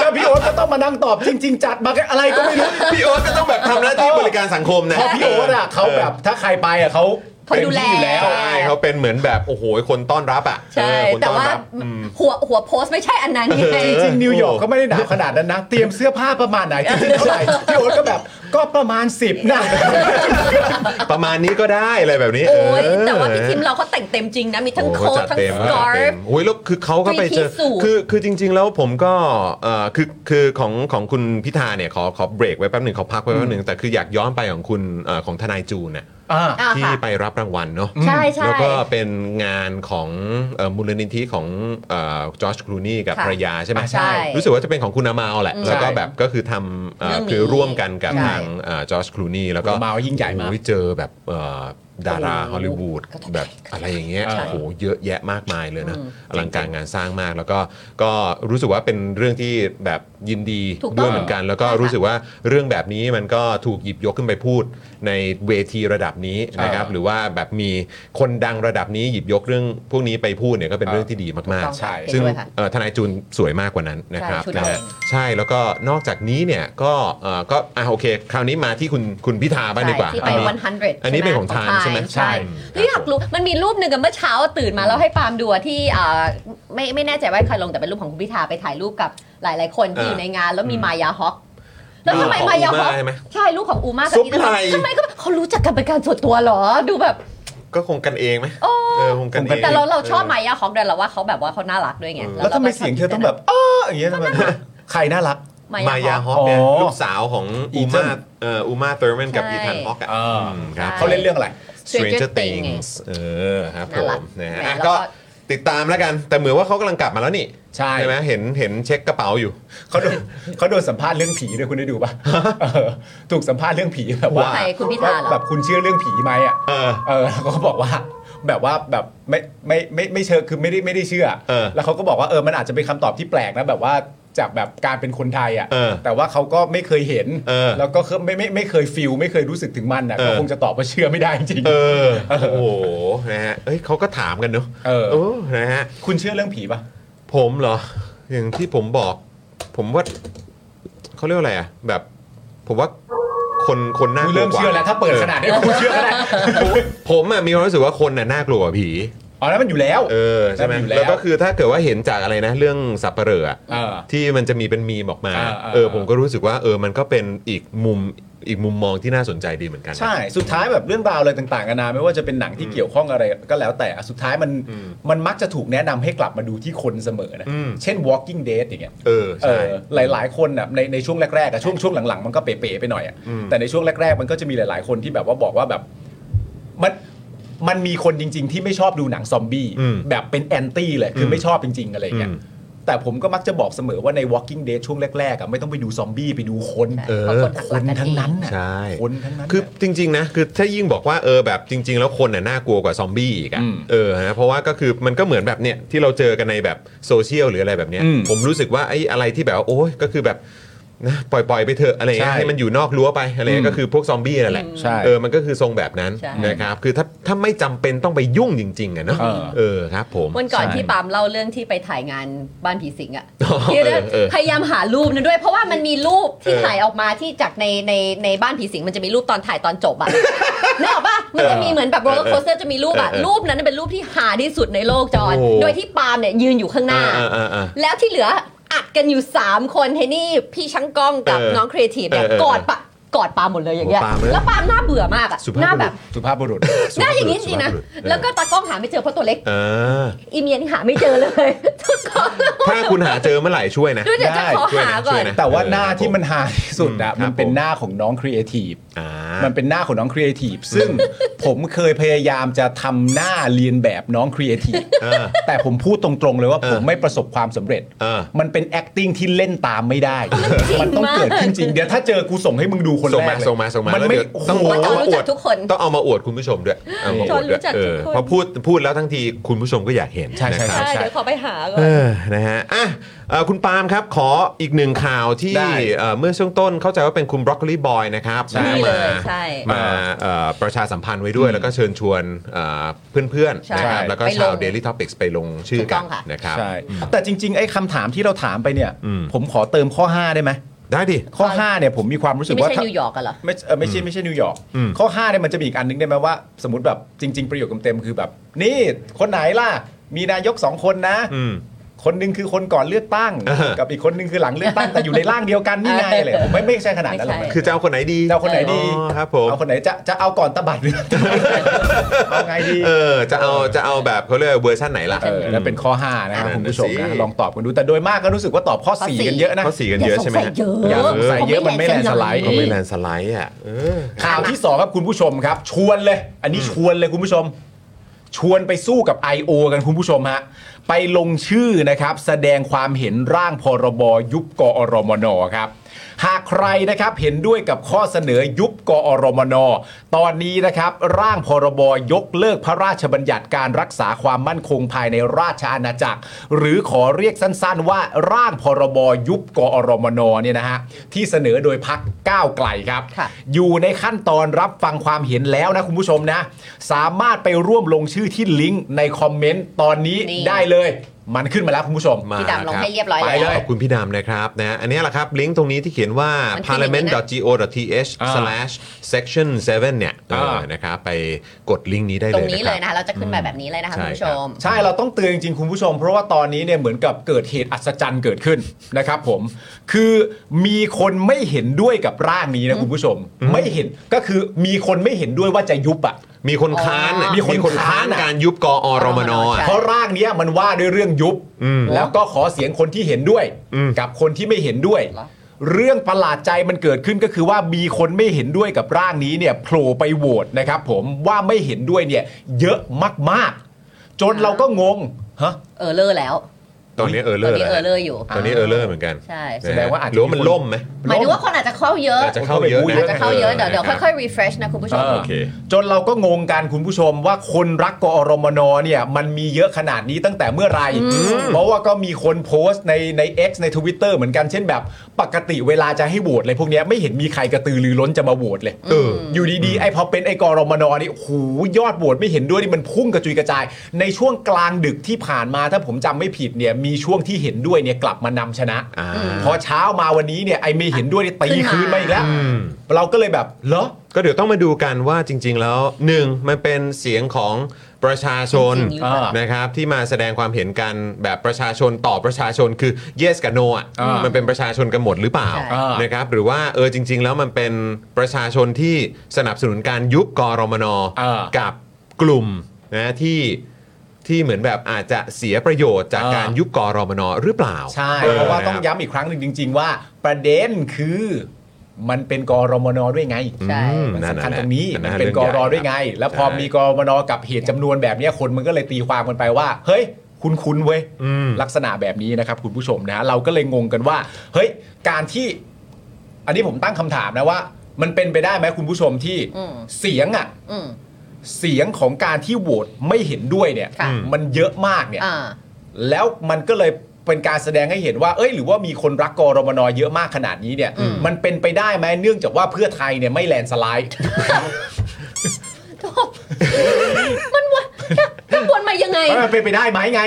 แล้วพี่โอ๊ตก็ต้องมานั่งตอบจริง ๆ จัดมาอะไรก็ไม่รู้ พี่โอ๊ตก็ต้องแบบทำหน้าที่บริการสังคมนะ พอพี่โอ๊ตอ่ะเขาแบบถ้าใครไปอ่ะเขา คนดูแล เต็มที่อยู่แล้วใช่เขาเป็นเหมือนแบบโอ้โหคนต้อนรับอ่ะ ใช่ เออคน แต่ อน ว่า รับอืม หัวหัวโพสต์ไม่ใช่อันนั้นไง จริงๆนิวยอร์กก็ไม่ได้หนาวขนาดนั้นนะ เตรียมเสื้อผ้าประมาณไหนจริงๆเท่าไหร่พี่โอ๊ตก็แบบก็ประมาณ 10นะ ประมาณนี้ก็ได้อะไรแบบนี้ โอ้ย เออ แต่ว่าพี่ทิมเราก็แต่งเต็มจริงนะ มีทั้ง โอ้ โค้ท จัด ทั้ง เต็ม สกอ จัด ร์ เต็ ฟ มโอ้ยแล้วคือเขาก็ไปเจอ มีที่สูบ คือคือจริง ๆ แล้วผมก็เอ่อคือคือของของคุณพิธาเนี่ยขอขอเบรกไว้แป๊บหนึ่งขอพักไว้แป๊บหนึ่งแต่คืออยากย้อนไปของคุณเอ่อของทนายจูนน่ะ อ่า อ่า ที่ ค่ะ ไปรับรางวัลเนาะ ใช่ใช่ แล้วก็เป็นงานของเอ่อมูลนิธิของจอร์จครูนี่อ George Clooney กับ ค่ะ ภรรยาใช่ไหม ใช่ รู้สึกว่าจะเป็นของคุณอามาลแหละ อืม แล้วก็แบบก็คือทำเอ่อ เรื่องนี้ คือร่วมกันกับ ใช่ ทางจอร์จครูนี่แล้วก็ มายิ่งใหญ่มาก โอ้ยเจอแบบเอ่อดารา โอ้โห ฮอลลีวูด กระทบ แบบอะไรอย่างเงี้ย ใช่ โอ้โหเยอะแยะมากมายเลยนะ อืม อลังการงานสร้างมากแล้วก็ก็รู้สึกว่าเป็นเรื่องที่แบบยินดี ถูกต้อง ด้วยเหมือนกัน แล้วก็ ใช่ค่ะ รู้สึกว่าเรื่องแบบนี้มันก็ถูกหยิบยกขึ้นไปพูดในเวทีระดับนี้นะครับหรือว่าแบบมีคนดังระดับนี้หยิบยกเรื่องพวกนี้ไปพูดเนี่ยก็เป็นเรื่องที่ดีมาก ถูกต้อง ๆ ใช่ ซึ่ง เห็นด้วยค่ะ เอ่อทนายจูนสวยมากกว่านั้นนะครับ ใช่ชุด นะฮะ แดง ใช่แล้วก็นอกจากนี้เนี่ยก็เอ่อก็อ่ะโอเค คราวนี้มาที่คุณคุณพิธาบ้างดีกว่า ที่ไป อันนี้ 100 อันนี้เป็นของทานใช่ไหม ใช่ ใช่ เฮ้ยอยากรู้มันมีรูปหนึ่งอะเมื่อเช้าตื่นมาแล้วให้ปาล์มดูอะที่อ่าไม่ไม่แน่ใจว่าใครลงแต่เป็นรูปของคุณพิธาไปถ่ายรูปกับหลาย ๆ คนที่อยู่ในงาน แล้วมีมายาฮอกแล้วทำไม ของ มายาฮอก อูมาใช่ไหม ใช่รูปของอูมากับ ซุป อีทำ ไหล่ ไมทำไมก็เขารู้จักกันเป็นการส่วนตัวเหรอดูแบบ ก็คงกันเองไหม โอ้ เออคงกันเอง แต่เราเราชอบมายาฮอกด้วยเราว่าเขาแบบว่าเขาน่ารักด้วยไง เออ แล้วทำไม ราก็ชบ เสียงเธอต้องแบบอ้ออย่างเงี้ยทำไมใครน่ารัก มาม ายาย า ฮ ฮ อ อก กเนี่ย อ๋อ ลูกสาวของ อี อู เจิ้ มา ล เอ่ออูมาเทอร์แมนกับ ใช่ อีธานฮอกอ่ะ อ่า อืมครับ ใช่ เขาเล่นเรื่องอะไร Stranger Stranger Things Things เออครับผ น่ารัก มนะฮะ แหม อ่ะ แล้วก็ ก็ติดตามแล้วกัน แต่เหมือนว่าเขากำลังกลับมาแล้วนี่ ใช่ ไหมเห็นเห็นเช็คกระเป๋าอยู่ เขาโดน เขาโดนสัมภาษณ์เรื่องผีด้วยคุณได้ดูป่ะเออถูกสัมภาษณ์เรื่องผีแบบว่า ใครคุณพิธาเหรอ แบบคุณเชื่อเรื่องผีไหมอ่ะ เออ เออแล้วเขาก็บอกว่า แบบว่าแบบไม่ไม่ไม่ไม่เชิงคือไม่ได้ไม่ได้เชื่อ เออ แล้วเขาก็บอกว่าเออมันอาจจะเป็นคำตอบที่แปลกนะแบบว่าจากแบบการเป็นคนไทย เออ อะ่ะแต่ว่าเขาก็ไม่เคยเห็น เออ แล้วก็ไม่ไม่ไม่เคยฟิลไม่เคยรู้สึกถึงมันอ่ะ เออ ก็คงจะตอบว่าเชื่อไม่ได้จริง เออโอ้โหนะฮะเอ้ยเขาก็ถามกันเนอะ เออ โนะฮะ คุณเชื่อเรื่องผีปะ ผมเหรอ อย่างที่ผมบอก ผมว่าเขาเรียกว่าอะไรอ่ะแบบ ผมว่าคนคนน่า คุกลัวณเริ่ม กว่า เชื่อแล้วถ้าเปิดขนาดนี้คุณเชื่อก็ได้ ผมอ่ะมีความรู้สึกว่าคนน่ะน่ากลัวกว่าผี อ๋อแล้วมันอยู่แล้ว เออใช่ไหม แล้วมันอยู่แล้ว แล้วก็คือถ้าเกิดว่าเห็นจากอะไรนะ เรื่องสับเปลออะ เออ ที่มันจะมีเป็นมีมออกมา เออเออ เออ ผมก็รู้สึกว่า เออมันก็เป็นอีกมุมอีกมุมมองที่น่าสนใจดีเหมือนกันนะ ใช่ สุดท้ายแบบเรื่องราวอะไรต่างๆกันานาไม่ว่าจะเป็นหนังที่เกี่ยวข้องอะไรก็แล้วแต่อะสุดท้ายมัน อืม มันมักจะถูกแนะนำให้กลับมาดูที่คนเสมอนะ อืม เช่น Walking Dead อย่างเงี้ย เออ เอ ใช่ อหลาย ๆ คนน่ะในในช่วงแรกๆอะช่วงช่วงหลังๆ มันก็เป๋ๆไปหน่อยอะ อืม แต่ในช่วงแรก ๆ มันก็จะมีหลายๆ คนที่แบบว่าบอกว่าแบบมันมันมีคนจริง ๆ ที่ไม่ชอบดูหนังซอมบี้ อืม แบบเป็นแอนตี้เลยคืออ ม ไม่ชอบจริง ๆ อะไรเงี้ย อืม แต่ผมก็มักจะบอกเสมอว่าใน Walking Dead ช่วงแรกๆอะไม่ต้องไปดูซอมบี้ไปดูคน ใช่ เออ เพราะคน คน รักกั ทั้งนั้นน่ะ ใช่ คนทั้งนั้นน่ะ คือจริงๆนะคือถ้ายิ่งบอกว่าเออแบบจริง ๆ แล้วคนน่ะน่ากลัวกว่าซอมบี้อีกอะ อืม เออนะเพราะว่าก็คือมันก็เหมือนแบบเนี่ยที่เราเจอกันในแบบโซเชียลหรืออะไรแบบเนี้ย อืม ผมรู้สึกว่าไอ้อะไรที่แบบว่าโอ้ยก็คือแบบนะปล่อยๆไปเถอะอะไรเงี้ย ใช่ ให้มันอยู่นอกรั้วไปอะไรเงี้ย อืม ก็คือพวกซอมบี้นั่นแหละ ใช่ เออมันก็คือทรงแบบนั้น ใช่ นะครับคือถ้าถ้าไม่จำเป็นต้องไปยุ่งจริงๆอะเนาะ เออ เออครับผม วันก่อน ใช่ ที่ปาล์มเล่าเรื่องที่ไปถ่ายงานบ้านผีสิงอะ อ๋อ ที่เรื่อง เออเออ พยายามหารูปนั้นด้วย เพราะว่ามันมีรูปที่ เออ ถ่ายออกมาที่จากในในในบ้านผีสิงมันจะมีรูปตอนถ่ายตอนจบอะ นึกออกปะมันจะมีเหมือนแบบโรลเลอร์โคสเตอร์จะมีรูปอะ เออเออ รูปนั้นเป็นรูปที่หาที่สุดในโลกจอน โอ้ โดยที่ปาล์มเนี่ยยืนอยู่ข้างห เอ น้า อเออเออเออ แล้วที่เหลืออัดกันอยู่ 3 คนเฮนี่พี่ช่างกล้องกับ เออ น้องครีเอทีฟเนี่ย เออเออก อดปะกอดปาล์มหมดเลยอย่างเงี้ย โอ้ปาล์มเลย แล้วปาล์มหน้าเบื่อมากอะ สุภาพ หน้า บุรุษ แบบ สุภาพบุรุษ หน้าอย่างนี้จริงๆนะ สุภาพบุรุษเออ แล้วก็ตากล้องหาไม่เจอเพราะตัวเล็ก เออ อีเมียนี่หาไม่เจอเลย ทุกคน ถ้าคุณหาเจอเมื่อไหร่ช่วยนะ ด้วยเดี๋ยวจะขอ ช่วย หา นะ ก่ ช่ อ วย น นะ แต่ว่าหน้าที่มันหาที่สุดอะ อืมครับ มันเป็นหน้าของน้องครีเอทีฟ อ่า มันเป็นหน้าของน้องครีเอทีฟซึ่ง ผมเคยพยายามจะทำหน้าเรียนแบบน้องครีเอทีฟ เออ แต่ผมพูดตรงๆเลยว่า เออ ผมไม่ประสบความสำเร็จ เออ มันเป็น acting ที่เล่นตามไม่ ได้ จริง มันต้อง มาก เกิดขึ้นจริง เดี๋ยวถ้าเจอกูส่งให้มึงดูคน ส่ง แร มาก เลย ส่งมาส่งมาน แล้ว ไม่ เดี๋ยว โอ้โห ต้อง ว่าเอามาอจะรู้จั วด กทุกคน ต้องเอามาอวดคุณผู้ชมด้วยเอามาอวดด้ว จอห์นรู้ ย จัก เออทุก คน เพราะพูดพูดแล้วทั้งทีคุณผู้ชมก็อยากเห็น ใช่ใช่ นะครับใช่เดี๋ยวขอไปหาก่อน เออนะฮะอ่ะเอ่อคุณปาล์มครับขออีกหนึ่งข่าวที่ ได้ เอ่อเมื่อช่วงต้นเข้าใจว่าเป็นคุณบรอกโคลีบอยนะครับ ใช่ นะ นี่เล มาย ใช่ มาเอ่อประชาสัมพันธ์ไว้ด้วย แล้วก็เชิญชวนเอ่อเพื่อน ใช่ ๆนะครับแล้วก็ ไปลง ชาว Daily Topics ไปลงชื่อ ถูก กั ต้ น องค่ะ นะครับ ใช่ แต่จริง ๆ ไอ้คำถามที่เราถามไปเนี่ย อืม ผมขอเติมข้อ 5 ได้ไหม ได้ดิ ข้อ5เนี่ยผมมีความรู้สึก ไม่ ว่า ใช่ ถ้า นิวยอร์กกันเหรอ ไม่เอ่อไม่ใช่ไม่ใช่นิวยอร์ก อืม ข้อ5เนี่ยมันจะมีอีกอันนึงได้ไหมว่า สมมติแบบจริง ๆ ประโยคเต็มๆคือแบบ นี่คนไหนล่ะ มีนายกสองคนนะ อืม คนหนึงคือคนก่อนเลือก ตั้ง เออ กับอีกคนหนึงคือหลังเลือกตั้งแต่อยู่ในร่างเดียวกันนี่ ไงอะไรผมไม่ไม่ใช่ขนาดนั้นหรอก ไม่ใช่ คือจะเอาคนไหนดี จะเอาคนไหนดี อ๋อครับผม เอาคนไหนจะจะเอาก่อนตะบัดหรือเอาไงดี เออจะเอาจะเอาแบบเขาเรียกว่าเวอร์ชันไหนล่ะ เออนั่นเป็นข้อ5นะครับคุณผู้ชม นั่น นะ น่ะสิ ลองตอบกันดูแต่โดยมากก็รู้สึกว่าตอบข้อสี่กันเยอะนะ ข้อสี่กันเยอะใช่ไหม สงสัยเยอะ อย่าสงสัยเยอะมันไม่แลนด์สไลด์ ผ ก็ ม ไม่ ไม่ แล แลนด์สไลด์ นด์สไลด์อ่ะเออ ข่าวที่สองครับคุณผู้ชมครับ ชวนเลย อันนี้ชวนเลยคุณผู้ชม ชวนไปสู้กับ I.O. กันคุณผู้ชมฮะไปลงชื่อนะครับ แสดงความเห็นร่างพรบยุบกอรมนครับ หากใครนะครับเห็นด้วยกับข้อเสนอยุบกอรมน ตอนนี้นะครับ ร่างพรบยกเลิกพระราชบัญญัติการรักษาความมั่นคงภายในราชอาณาจักร หรือขอเรียกสั้นๆ ว่าร่างพรบยุบกอรมนเนี่ยนะฮะที่เสนอโดยพักก้าวไกลครับ ค่ะ อยู่ในขั้นตอนรับฟังความเห็นแล้วนะคุณผู้ชมนะ สามารถไปร่วมลงชื่อที่ลิงก์ในคอมเมนต์ตอนนี้ นี่ ได้เลย มันขึ้นมาแล้วคุณผู้ชม มา พี่ดำลงให้เรียบร้อย ไป แล้ว ขอบคุณพี่ดำนะครับนะอันนี้แหละครับ ลิงก์ตรงนี้ที่เขียนว่า มันขึ้นอย่างนี้นะ parliament.go.th อ่า slash section 7เนี่ยเออ อ่า นะครับไปกดลิงก์นี้ได้ ต เล รง ยนะนี้ค เล รับ ยนะคะเราจะขึ้นมาแบบนี้เลยนะคะคุณผู้ชม ใช่เราต้องเตือนจริงๆคุณผู้ชม เพราะว่าตอนนี้เนี่ยเหมือนกับเกิดเหตุอัศจรรย์เกิดขึ้นนะครับผมคือมีคนไม่เห็นด้วยกับร่างนี้นะคุณผู้ชม ไม่เห็นก็คือมีคนไม่เห็นด้วยว่าจะยุบอ่ะ มีคนค้านน่ะ อ๋อ มี มี ค คน น ค้า ค้าน น การยุบกอรมนอ่ะ ใช่ เพราะร่างเนี้ยมันว่าด้วยเรื่องยุบ แล้วก็ขอเสียงคนที่เห็นด้วย อืม กับคนที่ไม่เห็นด้วย เหรอ เรื่องประหลาดใจมันเกิดขึ้นก็คือว่ามีคนไม่เห็นด้วยกับร่างนี้เนี่ยโผล่ไปโหวตนะครับผมว่าไม่เห็นด้วยเนี่ยเยอะมากๆ จนเราก็งงฮะ เออเลอร์แล้ว ตอนนี้เออเล ต อ อร์นนี้เออเลอร์อยู่ ตอนนี้เออเลอร์เหมือนกัน ใช่ นะฮะ แสดงว่าอาจจะ หรือว่ามัน มีคน ล่มไหม หมายถึงว่าคนอาจจะเข้าเยอะ อาจจะเข้าเยอะน อาจจะเข้าเยอะเดี๋ยวเดี๋ยว นะรับ ค่อยๆ refresh นะคุณผู้ชม เออ โอเค จนเราก็งงกันคุณผู้ชมว่าคนรักกอรมนเนี่ยมันมีเยอะขนาดนี้ตั้งแต่เมื่อไหรเพราะว่าก็มีคนโพสต์ในใน X ใน Twitter เหมือนกันเช่นแบบปกติเวลาจะให้โหวตอะไรพวกเนี้ยไม่เห็นมีใครกระตือรือร้นจะมาโหวตเลย เออ อยู่ดีๆไอ้พอเป็นไอ้กอรมนนี่หูยอดโหวตไม่เห็นด้วยนี่มันพุ่งกระจุยกระจาย ในช่วงกลางดึกที่ผ่านมาถ้าผมจำไม่ผิดเนี่ยมีช่วงที่เห็นด้วยเนี่ยกลับมานำชนะ อ่า พอเช้ามาวันนี้เนี่ยไอ้ไม่เห็นด้วยนี่ตี ขึ้ คื น น มา มาอีกแล้ว อืม เราก็เลยแบบเหรอ ก็เดี๋ยวต้องมาดูกันว่าจริง ๆ แล้วหนึ่งมันเป็นเสียงของประชาชน จริงๆหรือเปล่า นะครับที่มาแสดงความเห็นกันแบบประชาชนต่อประชาชนคือ yes กับ no อ่ะ อ่ามั มันเป็นประชาชนกันหมดหรือเปล่า ใช่ อ่าน นะครับหรือว่าเออจริง ๆ แล้วมันเป็นประชาชนที่สนับสนุนการยุบกรมน อ่า กับกลุ่มนะที่ที่เหมือนแบบอาจจะเสียประโยชน์จาก อ่า การยุบกรมนหรือเปล่า ใช่ เพราะว่าต้องย้ำอีกครั้งหนึ่งจริง ๆ ว่าประเด็นคือมันเป็นกรมนด้วยไง ใช่ อืม มันสำคัญ แหละ ตรงนี้ แหละ มันเป็นก องให ร ญ่ ด้วยไง แล้วพอมีกรมนกับเหตุจำนวนแบบเนี้ยคนมันก็เลยตีความกันไปว่า เฮ้ย คุณคุณเว้ย อืม ลักษณะแบบนี้นะครับคุณผู้ชมนะฮะเราก็เลยงงกันว่า เฮ้ย การที่ อันนี้ผมตั้งคำถามนะว่า มันเป็นไปได้ไหมคุณผู้ชมที่ อืม เสียงอ่ะ อืม เสียงของการที่โหวตไม่เห็นด้วยเนี่ย ค่ะ มันเยอะมากเนี่ย อ่า แล้วมันก็เลยเป็นการแสดงให้เห็นว่า เอ้ย หรือว่ามีคนรักกอรมนเยอะมากขนาดนี้เนี่ย อืม มันเป็นไปได้ไหมเนื่องจากว่าเพื่อไทยเนี่ยไม่แลนด์สไลด์ โถ่มันวนมันวนมายังไง มันเป็นไปได้ไหมไง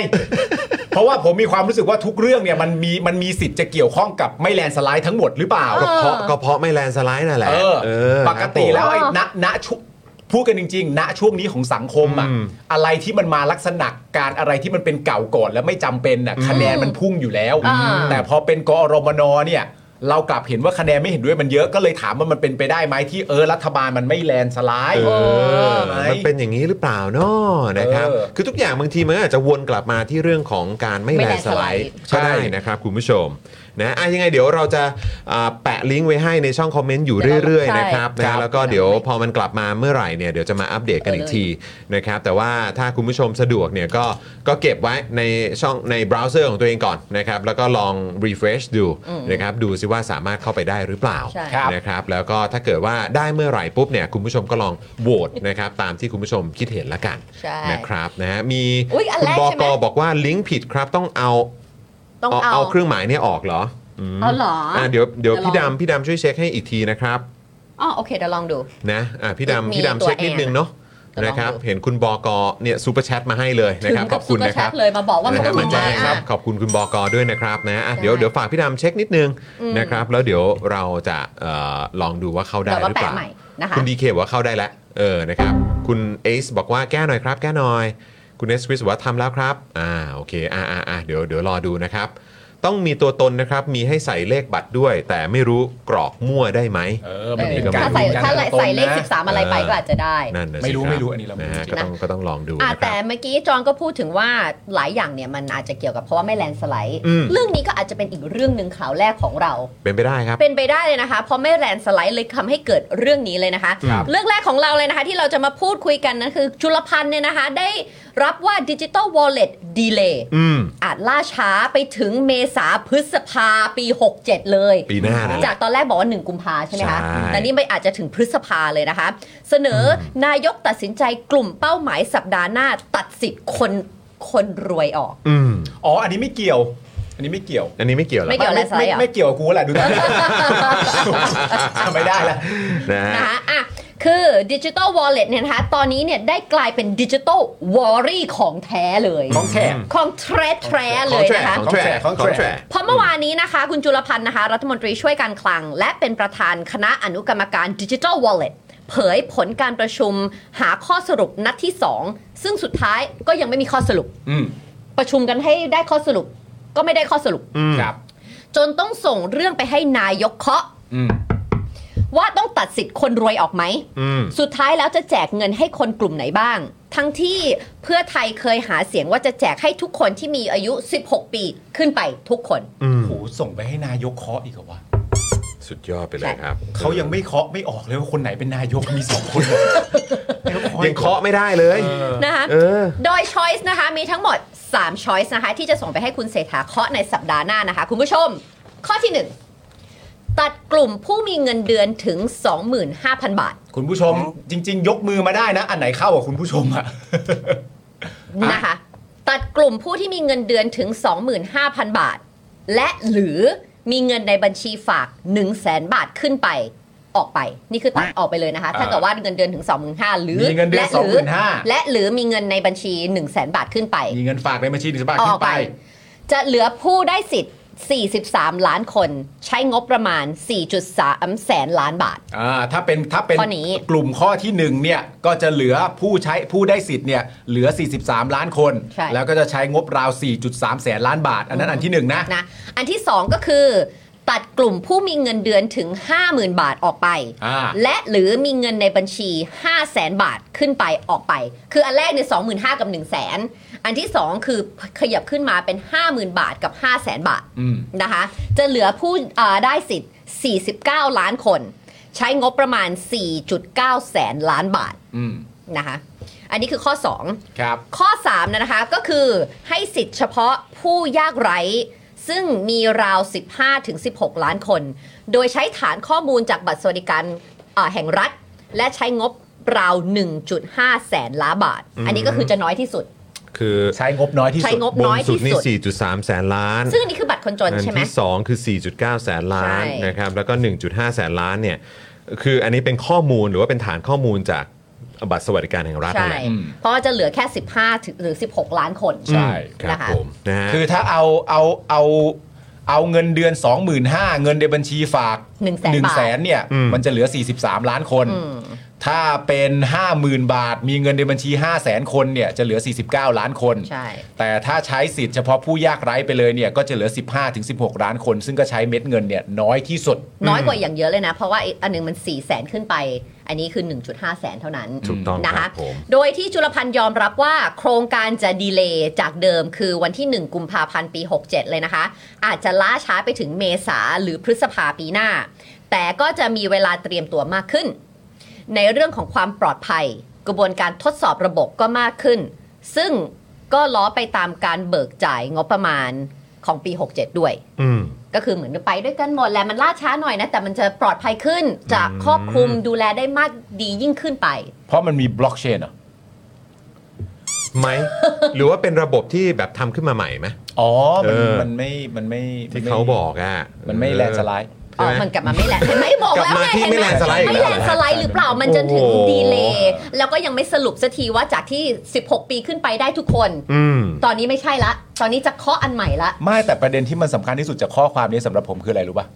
เพราะว่าผมมีความรู้สึกว่าทุกเรื่องเนี่ยมันมีมันมีสิทธิ์จะเกี่ยวข้องกับไม่แลนด์สไลด์ทั้งหมดหรือเปล่า ออ เพราะก็เพราะไม่แลนด์สไลด์นั่นแหละ เออ เออ ปกติ ครับผม แล้วไอ้ณณชุพูดกันจริง ๆ ณช่วงนี้ของสังคมอะ อืม อะไรที่มันมาลักษณะการอะไรที่มันเป็นเก่าก่อนและไม่จำเป็นน่ะคะแนนมันพุ่งอยู่แล้ว อ่า แต่พอเป็นกอรมนเนี่ย เรากลับเห็นว่าคะแนนไม่เห็นด้วยมันเยอะก็เลยถามว่ามันเป็นไปได้ไหมที่เออรัฐบาลมันไม่แลนด์สไลด์ เออ ไหม มันเป็นอย่างนี้หรือเปล่าเนาะนะครับ เออ คือทุกอย่างบางทีมันอาจจะวนกลับมาที่เรื่องของการไม่ ไม่ แล แล น นด์ ด์สไลด์ สก็ไลด์ได้นะครับคุณผู้ชมนะอ่ะยังไงเดี๋ยวเราจะอ่าแปะลิงก์ไว้ให้ในช่องคอมเมนต์อยู่เรื่อยๆ ใช่ นะครับ ครั นะ บ แล้วก็เดี๋ยวพอมันกลับมาเมื่อไหร่เนี่ยเดี๋ยวจะมาอัปเดตกันอีกทีนะครับแต่ว่าถ้าคุณผู้ชมสะดวกเนี่ยก็ก็เก็บไว้ในช่องในเบราว์เซอร์ของตัวเองก่อนนะครับแล้วก็ลอง refresh ดู อืม นะครับดูซิว่าสามารถเข้าไปได้หรือเปล่า ใช่ นะครับแล้วก็ถ้าเกิดว่าได้เมื่อไหร่ปุ๊บเนี่ยคุณผู้ชมก็ลองโหวตนะครับตามที่คุณผู้ชมคิดเห็นละกัน ใช่ นะครับนะฮะมี อุ๊ยอัน คุณ แรบกใช่ไห ก ม บอกว่าลิงก์ผิดครับต้องเอา ต้องเอา เอาเครื่องหมายเนี่ยออกเหรออืม เอาเหรอ อ่ะเดี๋ยวเดี๋ยว ลอง พี่ดำพี่ดำช่วยเช็คให้อีกทีนะครับ อ๋อโอเคเดี๋ยวลองดู นะอ่ะพี่ มี ดำพี่ มี ดำ ตัว เช็คนิด แอน นึงเนาะ จะล นะ อง ครับ ดู เห็นคุณบอกอเนี่ยซูเปอร์แชทมาให้เลยนะครับ ถึง ข กั อบคุณ ซุปเป นะ ร์แช ครับ ทเลยมาบอกว่ามัน นะฮะ ก็ มาแจ้ง มา ครับขอบคุณคุณบอกอด้วยนะครับนะอ่ะ ได้ เดี๋ยวเดี๋ยวฝากพี่ดำเช็คนิดนึง อืม นะครับ แล้วเดี๋ยวเราจะเอ่อลองดูว่าเข้าได้ แต่ ห ว่า รือ แป เป ล ล่า ใหม่นะคะ คุณดีเคบอกว่าเข้าได้แล้วเออนะครับ คุณเอซบอกว่าแก้หน่อยครับ แก้หน่อย คุณเอสวิสบอกว่าทำแล้วครับอ่าโอเคอ่าอ่าอ่าเดี๋ยวเดี๋ยวรอดูนะครับ ต้องมีตัวตนนะครับ มีให้ใส่เลขบัตรด้วย แต่ไม่รู้กรอกมั่วได้ไหม เออมันเป็น เออ การ ถ้าใส่ ยืนยัน ถ้า ตัวตน ใส่เลข นะ 13 อะไรไปก็อาจจะได้ นั่นนะสิ ไม่รู้ คบ ไม่รู้อันนี้เราไม่รู้ ฮะ จริ ก็ ง ต้องก็ต้องลองดู อ่ะ นะค แต่ รับ เมื่อกี้จอนก็พูดถึงว่าหลายอย่างเนี่ยมันอาจจะเกี่ยวกับเพราะว่าไม่แลนด์สไลด์ อืม เรื่องนี้ก็อาจจะเป็นอีกเรื่องหนึ่งข่าวแรกของเรา เป็นไปได้ครับ เป็นไปได้เลยนะคะ เพราะไม่แลนด์สไลด์เลยทำให้เกิดเรื่องนี้เลยนะคะ ครับ เรื่องแรกของเราเลยนะคะ ที่เราจะมาพูดคุยกันนะคือจุลพันธ์เนี่ยนะคะ ได้รับว่าดิจิ t a ลวอลเล็ตดีเลย์ อืม อาจล่าช้าไปถึงเมษาพฤษภาปี 67 เลย ปีหน้านั่นแห จา ละ กตอนแรกบอกว่า 1 กุมภาใช่ไหมคะ ใช่ แต่นี่ไม่อาจจะถึงพฤษภาเลยนะคะ เสนอนายกตัดสินใจกลุ่มเป้าหมายสัปดาห์หน้าตัดสิทธิ์คนคนรวยออก อืม อ๋ออันนี้ไม่เกี่ยว อันนี้ไม่เกี่ยว อันนี้ไม่เกี่ยวหรอ ไม่เกี่ยว อะไรซะอ่ะ ไม่เกี่ยวกับกูแหละดู นะ ไม่ได้ละ นะฮะ นะคะอ่ะคือดิจิ t a ลวอลเล็ตเนี่ยนะคะ ตอนนี้เนี่ยได้กลายเป็นดิจิ t a ลวอรี่ของแท้เลย ของแขก ของแท้แท้ๆเลยนะคะ ของแทรกของแทรกของแทรก เพราะเมื่อวานนี้นะคะ คุณจุลพันธ์นะคะ รัฐมนตรีช่วยการคลัง และเป็นประธานคณะอนุกรรมการดิจิ t a ลวอลเล็ตเผยผลการประชุมหาข้อสรุปนัดที่ 2 ซึ่งสุดท้ายก็ยังไม่มีข้อสรุป อืม ประชุมกันให้ได้ข้อสรุป ก็ไม่ได้ข้อสรุป ครับ จนต้องส่งเรื่องไปให้นายกเคาะ อืม ว่าต้องตัดสิทธิ์คนรวยออกไหม อืม สุดท้ายแล้วจะแจกเงินให้คนกลุ่มไหนบ้าง ทั้งที่เพื่อไทยเคยหาเสียงว่าจะแจกให้ทุกคนที่มีอายุ 16 ปีขึ้นไปทุกคน โอ้โหส่งไปให้นายกเคาะอีกเหรอวะ สุดยอดไปเลยครับ เขายังไม่เคาะไม่ออกเลยว่าคนไหนเป็นนายกมีสองคนเลย ยังเคาะไม่ได้เลย นะคะ เออ โดย Choice นะคะ มีทั้งหมด 3 Choice นะคะ ที่จะส่งไปให้คุณเศรษฐาเคาะในสัปดาห์หน้านะคะ คุณผู้ชม ข้อที่ 1 ตัดกลุ่มผู้มีเงินเดือนถึง 25,000 บาท คุณผู้ชมจริง ๆ ยกมือมาได้นะ อันไหนเข้ากับคุณผู้ชมอ่ะ นะคะ ตัดกลุ่มผู้ที่มีเงินเดือนถึง 25,000 บาท และหรือมีเงินในบัญชีฝาก 1 0 0 0 0 0 บาทขึ้นไปออกไป นี่คือตัดออกไปเลยนะคะ ถ้าเกิดว่าเงินเดือนถึง 25,000หรือ มีเงินเดือน และหรือ 25,000 และหรือมีเงินในบัญชี 1 0 0 0 0 0 บาทขึ้นไป มีเงินฝากในบัญชีหนึ่งสบาท อ ขึ้ อก น ไป ไป จะเหลือผู้ได้สิทธิ์ 43 ล้านคน ใช้งบประมาณ 4.3 แสนล้านบาท อ่าถ้าเป็นถ้าเป็น ข้อนี้ กลุ่มข้อที่หนึ่งเนี่ยก็จะเหลือผู้ใช้ผู้ได้สิทธิ์เนี่ยเหลือ 43 ล้านคน ใช่ แล้วก็จะใช้งบราว 4.3 แสนล้านบาท อันนั้นอันที่หนึ่งนะ นะ อันที่ 2 ก็คือ ตัดกลุ่มผู้มีเงินเดือนถึง 50,000 บาทออกไป อ่า และหรือมีเงินในบัญชี 5 0 0แสนบาทขึ้นไปออกไป คืออันแรกเนี่ย25,000 กับ 1 0 0 0 0แสนอันที่ 2 คือขยับขึ้นมาเป็น 50,000 บาทกับ 5 0 0แสนบาท อืม นะคะ จะเหลือผู้เอ่อได้สิทธิ์ 49 ล้านคน ใช้งบประมาณ 4.9 แสนล้านบาท อืม นะคะ อันนี้คือข้อ 2 ครับ ข้อ3นะคะก็คือให้สิทธิ์เฉพาะผู้ยากไร้ ซึ่งมีราว 15-16 ล้านคน โดยใช้ฐานข้อมูลจากบัตรสวัสดิการเอ่อแห่งรัฐ และใช้งบราว 1.5 แสนล้านบาท อันนี้ก็คือจะน้อยที่สุด คือ ใช้งบน้อยที่ ใช้ สุด งบ ว น้ ง อย สุด ที่ นี่ สุด 4.3 แสนล้าน ซึ่งอันนี้คือบัตรคนจน อั ใช่ไหม ที่ 2 คือ 4.9 แสนล้าน ใช่ นะครับ แล้วก็ 1.5 แสนล้านเนี่ย คืออันนี้เป็นข้อมูลหรือว่าเป็นฐานข้อมูลจากบัตรสวัสดิการแห่งรัฐนั่น ใช่ แหละ อืม เพราะว่าจะเหลือแค่ 15ถึงหรือ 16 ล้านคน ใช่ ครับ นะคะ ผมนะฮะ คือถ้าเอาเอาเอาเอาเงินเดือน 25,000เงินในบัญชีฝาก หนึ่งแสน 1 บา แสน ท เนี่ย อืม มันจะเหลือ 43 ล้านคน อืม ถ้าเป็น 50,000 บาท มีเงินในบัญชี 5 0 0แสนคนเนี่ยจะเหลือ 49 ล้านคน ใช่ แต่ถ้าใช้สิทธิ์เฉพาะผู้ยากไร้ไปเลยเนี่ยก็จะเหลือ 15ถึง16 ล้านคน ซึ่งก็ใช้เม็ดเงินเนี่ยน้อยที่สุด น้อยกว่าอย่างเยอะเลยนะ เพราะว่าอีกอันหนึงมัน 4 0 0แสนขึ้นไป อันนี้คือ 1.5 แสนเท่านั้น ถูกต้อง นะครับ คะ ผม โดยที่จุลพันธ์ยอมรับว่าโครงการจะดีเลย์จากเดิมคือวันที่ 1 กุมภาพันธ์ปี 67 เลยนะคะ อาจจะล้าช้าไปถึงเมษาหรือพฤษภาปีหน้า แต่ก็จะมีเวลาเตรียมตัวมากขึ้น ในเรื่องของความปลอดภัย กระบวนการทดสอบระบบก็มากขึ้น ซึ่งก็ล้อไปตามการเบิกจ่ายงบประมาณของปี 67 ด้วย อืม ก็คือเหมือนไปด้วยกันหมดแหละมันล่าช้าหน่อยนะ แต่มันจะปลอดภัยขึ้นจะครอบคลุมดูแลได้มากดียิ่งขึ้นไป เพราะมันมีบล็อกเชนเหรอ ไหม หรือว่าเป็นระบบที่แบบทำขึ้นมาใหม่ไหม อ๋อ มัน เออ มันไม่มันไม่ ที่เขาบอกอ่ะ มันไม่แลนสไลด์ ออ ใช่ไหม มันกลับมาไม่แลนด์เห็นไหมบอกกแล้วลับ ไง มาที่ เห็น ไม่ ไหม แลนด์สไลด์อีก ไม่ แล้ว แลนด์สไลด์หรือเปล่ามันจนถึง โอ้โห ดีเลย์แล้วก็ยังไม่สรุปสักทีว่าจากที่ 16 ปีขึ้นไปได้ทุกคน อืม ตอนนี้ไม่ใช่ละ ตอนนี้จะเคาะอันใหม่ละ ไม่แต่ประเด็นที่มันสำคัญที่สุดจากข้อความนี้สำหรับผมคืออะไรรู้ป่ะ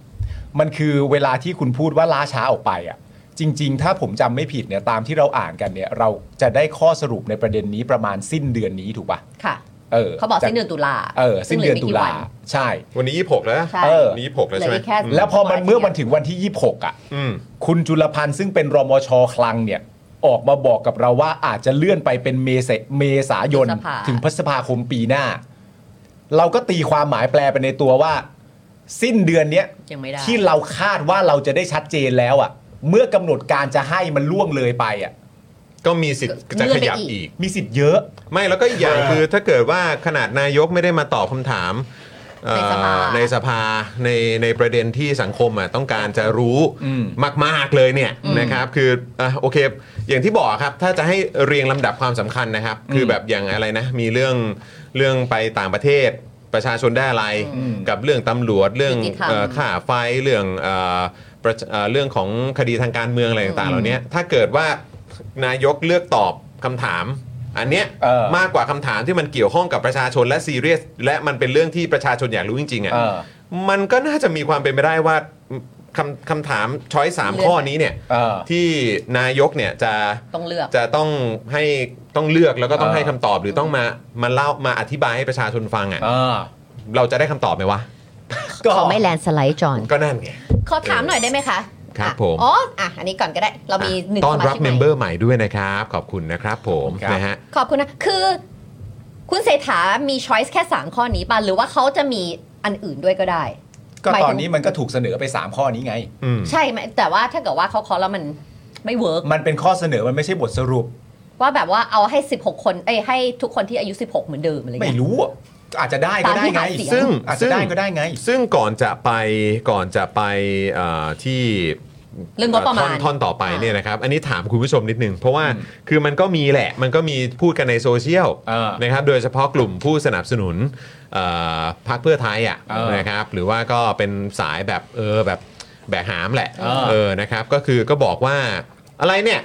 มันคือเวลาที่คุณพูดว่าล้าช้าออกไปอ่ะ จริง ๆ ถ้าผมจำไม่ผิดเนี่ยตามที่เราอ่านกันเนี่ย เราจะได้ข้อสรุปในประเด็นนี้ประมาณสิ้นเดือนนี้ถูกป่ะ ค่ะ เออ เขาบอกสิ้นเดือนตุลา เออสิ้นเดือนตุลา ซึ่งหลืไม่กี่วั ใช่ วันนี้26แล้วนะ ใช่ เออ วันนี้26แล้ว เหลื ใช่ไหม อีกแค่ แล้วพอมันเมื่อมันถึงวันที่ 26 อ่ะ อืม คุณจุลพันธ์ซึ่งเป็นรมชคลังเนี่ย ออกมาบอกกับเราว่าอาจจะเลื่อนไปเป็นเมษเมษายพนฤษภา ถึงพฤษภาคมปีหน้า เราก็ตีความหมายแปลไปในตัวว่า สิ้นเดือนเนี้ย ยังไม่ได้ ที่เราคาดว่าเราจะได้ชัดเจนแล้วอะ่ะ เมื่อกำหนดการจะให้มันล่วงเลยไปอะ่ะ ก็มีสิทธิ์จะ เลื่ ข อนไป ยับ อีก อีก มีสิทธิ์เยอะ ไม่แล้วก็อีกอย่างคือถ้าเกิดว่าขนาดนายกไม่ได้มาตอบคำถามเอ่อ ในสภา ในสภาในในประเด็นที่สังคมอ่ะต้องการจะรู้ อืม มาก ๆ เลยเนี่ยนะครับคืออ่ะโอเค อย่างที่บอกครับถ้าจะให้เรียงลำดับความสำคัญนะครับ คือแบบอย่างอะไรนะ มีเรื่องเรื่องไปต่างประเทศประชาชนได้อะไร กับเรื่องตำรวจเรื่อง ยุติธรรม เอ่อค่าไฟเรื่องเอ่อประเอ่อเรื่องของคดีทางการเมืองอะไรต่างๆเหล่านี้ถ้าเกิดว่านายกเลือกตอบคำถาม อันเนี้ย เออ มากกว่าคำถามที่มันเกี่ยวข้องกับประชาชนและซีเรียสและมันเป็นเรื่องที่ประชาชนอยากรู้จริงๆ เอ อะ่ะ อ มันก็น่าจะมีความเป็นไปได้ว่าคำคำถามช้อยสาม เลือก ข้อนี้เนี่ย เออ ที่นายกเนี่ยจะ ต้องเลือก จะต้องให้ต้องเลือกแล้วก็ต้อง เออ ให้คำตอบหรือต้องมามาเล่ามาอธิบายให้ประชาชนฟัง เอ อะ่ะ อ เราจะได้คำตอบไหมวะ ก็ ขอไม่แลนด์สไลด์จอน ก็นั่นไง ขอถามหน่อยได้ไหมคะ ครับ อ่ะ ผม อ๋ออ่ะอันนี้ก่อนก็ได้ เรามีหนึ่ง ต้อน สมา รับ ชิกให เม ม่ มเบอร์ใหม่ด้วยนะครับ ขอบคุณนะครับผมนะฮะ ขอบคุณนะ คือ คุณเศรษฐามีช้อยส์แค่ 3 ข้อนี้ป่ะ หรือว่าเขาจะมีอันอื่นด้วยก็ได้ ก็ตอนนี้มันก็ถูกเสนอไป 3 ข้อนี้ไง อืม ใช่ไหมแต่ว่าถ้าเกิดว่าเขาเคาะแล้วมันไม่เวิร์ก มันเป็นข้อเสนอมันไม่ใช่บทสรุป ว่าแบบว่าเอาให้ 16 คนเอ้ยให้ทุกคนที่อายุ 16 เหมือนเดิมอะไร ไม่ เงี้ย รู้อะอาจจะได้ก็ได้ตามไงที่หาเสียง ซึ่ง อาจจะได้ก็ได้ไง ซึ่งก่อนจะไปก่อนจะไปเอ่อที่ เรื่องงบประมาท่ณอนท่อนต่อไป อ่า เนี่ยนะครับ อันนี้ถามคุณผู้ชมนิดนึง เพราะว่า อืม คือมันก็มีแหละ มันก็มีพูดกันในโซเชียล เออ นะครับ โดยเฉพาะกลุ่มผู้สนับสนุนเอ่อพรรคเพื่อไทยอ่ะ เออ นะครับ หรือว่าก็เป็นสายแบบเออแบบแบกหามแหละ เออ เออนะครับ ก็คือก็บอกว่าอะไรเนี่ย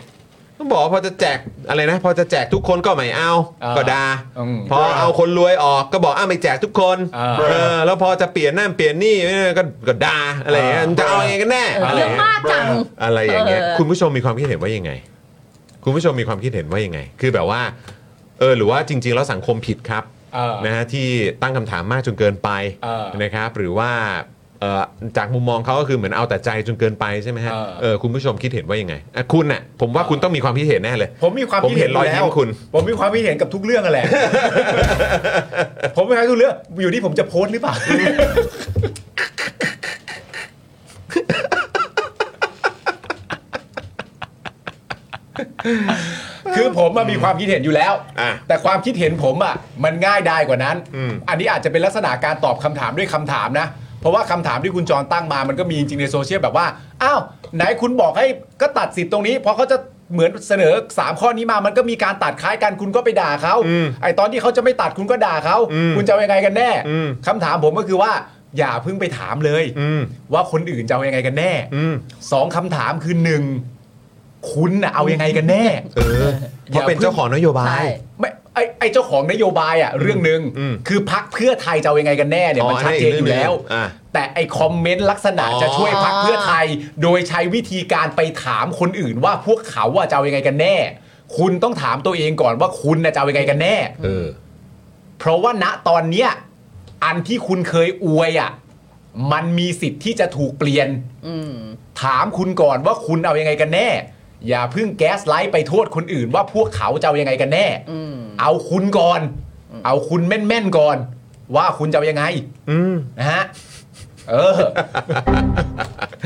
ก็บอกว่าพอจะแจกอะไรนะ พอจะแจกทุกคนก็ไม่เอาก็ด่า อืม พอเอาคนรวยออกก็บอกอ้าวไม่แจกทุกคน อ่า เออแล้วพอจะเปลี่ยนนั่นเปลี่ยนนี่เนี่ยก็ก็ด่าอะไรอย่างเงี้ย อ่า มันจะเอายังไงกันแน่ เออ อะไร เรื่ อ อง ย่างเงี้ย มากจัง อะไรอย่างเงี้ย เออ คุณผู้ชมมีความคิดเห็นว่ายังไง คุณผู้ชมมีความคิดเห็นว่ายังไง คือแบบว่าเออหรือว่าจริง ๆ แล้วสังคมผิดครับ เออ นะฮะที่ตั้งคำถามมากจนเกินไป เออ นะครับ หรือว่าเอ่อจากมุมมองเขาก็คือเหมือนเอาแต่ใจจนเกินไปใช่ไหมฮะ เออ เออคุณผู้ชมคิดเห็นว่ายังไงอ่ะคุณน่ะผมว่าคุณต้องมีความคิดเห็นแน่เลย ผมมีความ ผม คิดเห็น เห็นรอย แล้ ยิ้ ว มคุณ ผมมีความคิดเห็นกับทุกเรื่อง อะแหละ ผมมีความคิดทุกเรื่องอยู่ที่ผมจะโพสต์หรือเปล่า คือผมอะมีความคิดเห็นอยู่แล้ว อ่ะ แต่ความคิดเห็นผมอ่ะมันง่ายได้กว่านั้น อืม อันนี้อาจจะเป็นลักษณะการตอบคำถามด้วยคำถามนะ เพราะว่าคำถามที่คุณจรตั้งมามันก็มีจริงๆในโซเชียลแบบว่า อ้าว ไหนคุณบอกให้ก็ตัดสิทธิ์ตรงนี้เพราะเขาจะเหมือนเสนอ 3 ข้อนี้มามันก็มีการตัดคล้ายกันคุณก็ไปด่าเขา อืม ไอตอนที่เขาจะไม่ตัดคุณก็ด่าเขา อืม คุณจะเอายังไงกันแน่ อืม คำถามผมก็คือว่า อย่าเพิ่งไปถามเลย อืม ว่าคนอื่นจะเอายังไงกันแน่ อืม สองคำถามคือหนึ่งคุณน่ะเอายังไงกันแน่ เออเพราะเป็นเจ้าของนโยบาย ไม่ไอไอเจ้าของนโยบายอ่ะเรื่องหนึ่ง อืม คือพักเพื่อไทยจะเอายังไงกันแน่เนี่ย อ๋อ มันชัดเจนอยู่แล้ว อ่ะ แต่ไอคอมเมนต์ลักษณะ อ๋อ จะช่วยพักเพื่อไทย โดยใช้วิธีการไปถามคนอื่นว่าพวกเขาอ่ะจะเอายังไงกันแน่ คุณต้องถามตัวเองก่อนว่าคุณน่ะจะเอายังไงกันแน่ เออ เพราะว่าณตอนเนี้ยอันที่คุณเคยอวยอ่ะมันมีสิทธิ์ที่จะถูกเปลี่ยน อืม ถามคุณก่อนว่าคุณเอายังไงกันแน่ อย่าเพิ่งแก๊สไลท์ไปโทษคนอื่นว่าพวกเขาจะเอายังไงกันแน่ อืม เอาคุณก่อน เอาคุณแม่นๆก่อน ว่าคุณจะเอายังไง อืม นะฮะ เออ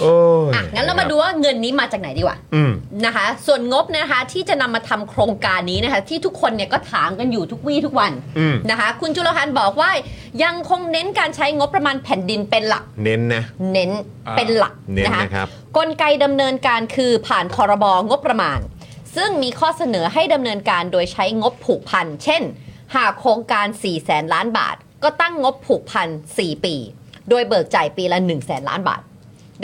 โอ้ย อ่ะ งั้นเรามาดูว่าเงินนี้มาจากไหนดีกว่า อืม นะคะ ส่วนงบนะคะที่จะนำมาทำโครงการนี้นะคะ ที่ทุกคนเนี่ยก็ถามกันอยู่ทุกวี่ทุกวัน อืม นะคะ คุณจุลพันธ์บอกว่ายังคงเน้นการใช้งบประมาณแผ่นดินเป็นหลัก เน้นนะ เน้น อ่า เป็นหลัก เน้น นะคะ นะครับ กลไกดำเนินการคือผ่านพรบงบประมาณ ซึ่งมีข้อเสนอให้ดำเนินการโดยใช้งบผูกพัน เช่น หากโครงการ 4 0 0แสนล้านบาท ก็ตั้งงบผูกพัน 4 ปี โดยเบิกจ่ายปีละ 1 0 0 0 0แล้านบาท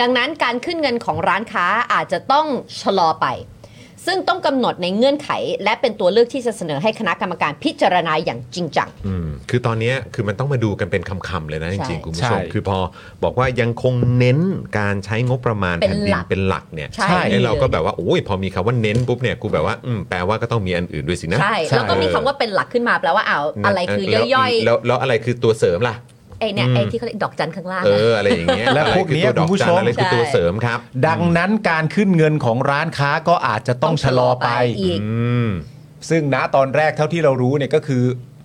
ดังนั้นการขึ้นเงินของร้านค้าอาจจะต้องชะลอไป ซึ่งต้องกำหนดในเงื่อนไข และเป็นตัวเลือกที่จะเสนอให้คณะกรรมการพิจารณาอย่างจริงจัง อืมคือตอนเนี้ยคือมันต้องมาดูกันเป็นคำๆเลยนะจ ใช่ ริงๆคุณผู้ชม ใช่ คือพอบอกว่ายังคงเน้นการใช้งบประมาณ เป็น แผ่นดิ หลั น ก เป็นหลักเนี่ย ใช่ ไอ้เราก็แบบว่าโอ้ยพอมีคำว่าเน้นปุ๊บเนี่ยกูแบบว่าอืมแปลว่าก็ต้องมีอันอื่นด้วยสินะ ใช่ แล้วก็มีคำว่าเป็นหลักขึ้นมาแปลว่าอ้าวอะไรคือย่อย แล้วแล้วแล้วอะไรคือตัวเสริมล่ะ ๆไอเนี่ยไอที่เขาเรียกดอกจันข้างล่าง เอ อะ ออะไรอย่างเงี้ย และพวกเนี้ย อะไรอตัวดอ คุณผู้ชม จันอะไรคือตัวเสริมครับ ดังนั้นการขึ้นเงินของร้านค้าก็อาจจะต้องชะลอไป อีก อืม ซึ่งณตอนแรกเท่าที่เรารู้เนี่ยก็คือ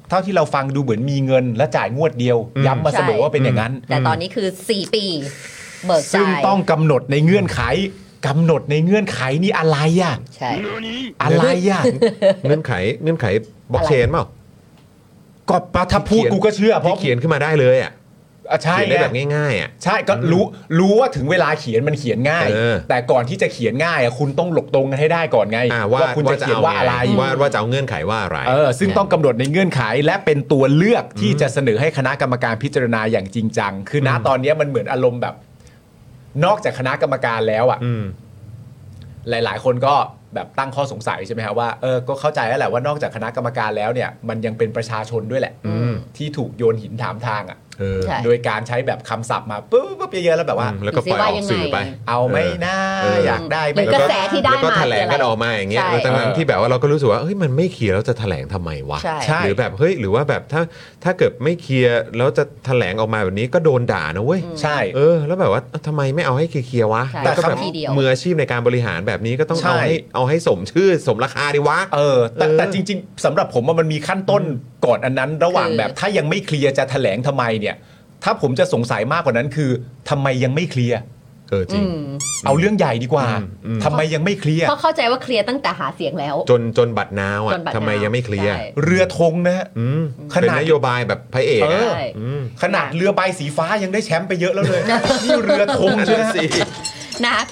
เท่าที่เราฟังดูเหมือนมีเงินและจ่ายงวดเดียว อืม ย้ำมาเสมอว่าเป็นอย่างนั้น แต่ตอนนี้คือ 4 ปี เบิก ซึ่ง จ่าย ต้องกำหนดในเงื่อนไขกำหนดในเงื่อนไขนี่อะไรอ่ะ ใช่ อะไรอ่ะ เงื่อนไขเงื่อนไขบล็อกเชนเปล่า ก็ปะถ้าพูดกูก็เชื่อเพ ที่ ราะ เขียนขึ้นมาได้เลยอ่ะ อ่ะใช่ เขียน ไง ได้แบบง่ายๆอ่ะ ใช่ก็รู้รู้ว่าถึงเวลาเขียนมันเขียนง่าย เออ แต่ก่อนที่จะเขียนง่ายอ่ะคุณต้องหลบตรงกันให้ได้ก่อนไง อ่าว่า คุณจะ จะ เขียน เอา ว่าอะไร งว่าว่าจะเอาเงื่อนไขว่าอะไร เออซึ่งต้องกำหนดในเงื่อนไขและเป็นตัวเลือกที่จะเสนอให้คณะกรรมการพิจารณาอย่างจริงจัง คือณ อืม ตอนเนี้ยมันเหมือนอารมณ์แบบ นอกจากคณะกรรมการแล้วอ่ะ อืม หลายๆ คนก็แบบตั้งข้อสงสัยใช่ไหมครับว่าเออก็เข้าใจแล้วแหละว่านอกจากคณะกรรมการแล้วเนี่ย มันยังเป็นประชาชนด้วยแหละ อืม ที่ถูกโยนหินถามทางอ่ะ เออ ใช่ โดยการใช้แบบคำศัพท์มาปุ๊บปุ๊บเยอะๆแล้วแบบว่า แล้วก็ปล่อยออกสื่อไป เอาไหม่น่า เออ อ อ ยากได้ไห หรื ม่ อ กระแสที่ได้มา แล้วก็แถลงกันออกมาอย่างเงี้ย ใช่ แล้วทั้งนั้นที่แบบว่าเราก็รู้สึกว่าเฮ้ยมันไม่เคลียร์แล้วจะแถลงทำไมวะ ใช่ ใช่ หรือแบบเฮ้ยหรือว่าแบบถ้าถ้าเกิดไม่เคลียร์แล้วจะแถลงออกมาแบบนี้ก็โดนด่านะเว้ย ใช่ เออ แล้วแบบว่าทำไมไม่เอาให้เคลียร์ๆวะ ใช่ แล้วก็แบบ คำทีเดียว มืออาชีพในการบริหารแบบนี้ก็ต้อง ใช่ เอาให้เอาให้สมชื่อสมราคาดิวะ เออแต่ เออ แต่จริง ๆสำหรับผมว่ามันมีขั้นต้นก่อนอันนั้น ระหว่างแบบถ้ายังไม่เคลียร์จะแถลงทำไมเนี่ย ถ้าผมจะสงสัยมากกว่านั้นคือทำไมยังไม่เคลียร์ เออจริง อืม เอาเรื่องใหญ่ดีกว่า อืมอืม ทำไมยังไม่เคลียร์ เพราะเข้าใจว่าเคลียร์ตั้งแต่หาเสียงแล้ว จนจนบัตรนาวอ่ะ จนบัด ทำไมยังไม่เคลียร์ ใช่ เรือธงนะฮะ อืม ขนาด เป็นนโยบายแบบพระเอก เอ อะ อ ใช่ ม ขนาดเรือใบสีฟ้ายังได้แชมป์ไปเยอะแล้ว เลยนี่เรือธงใช่ไหม นั่นสิ นะคะ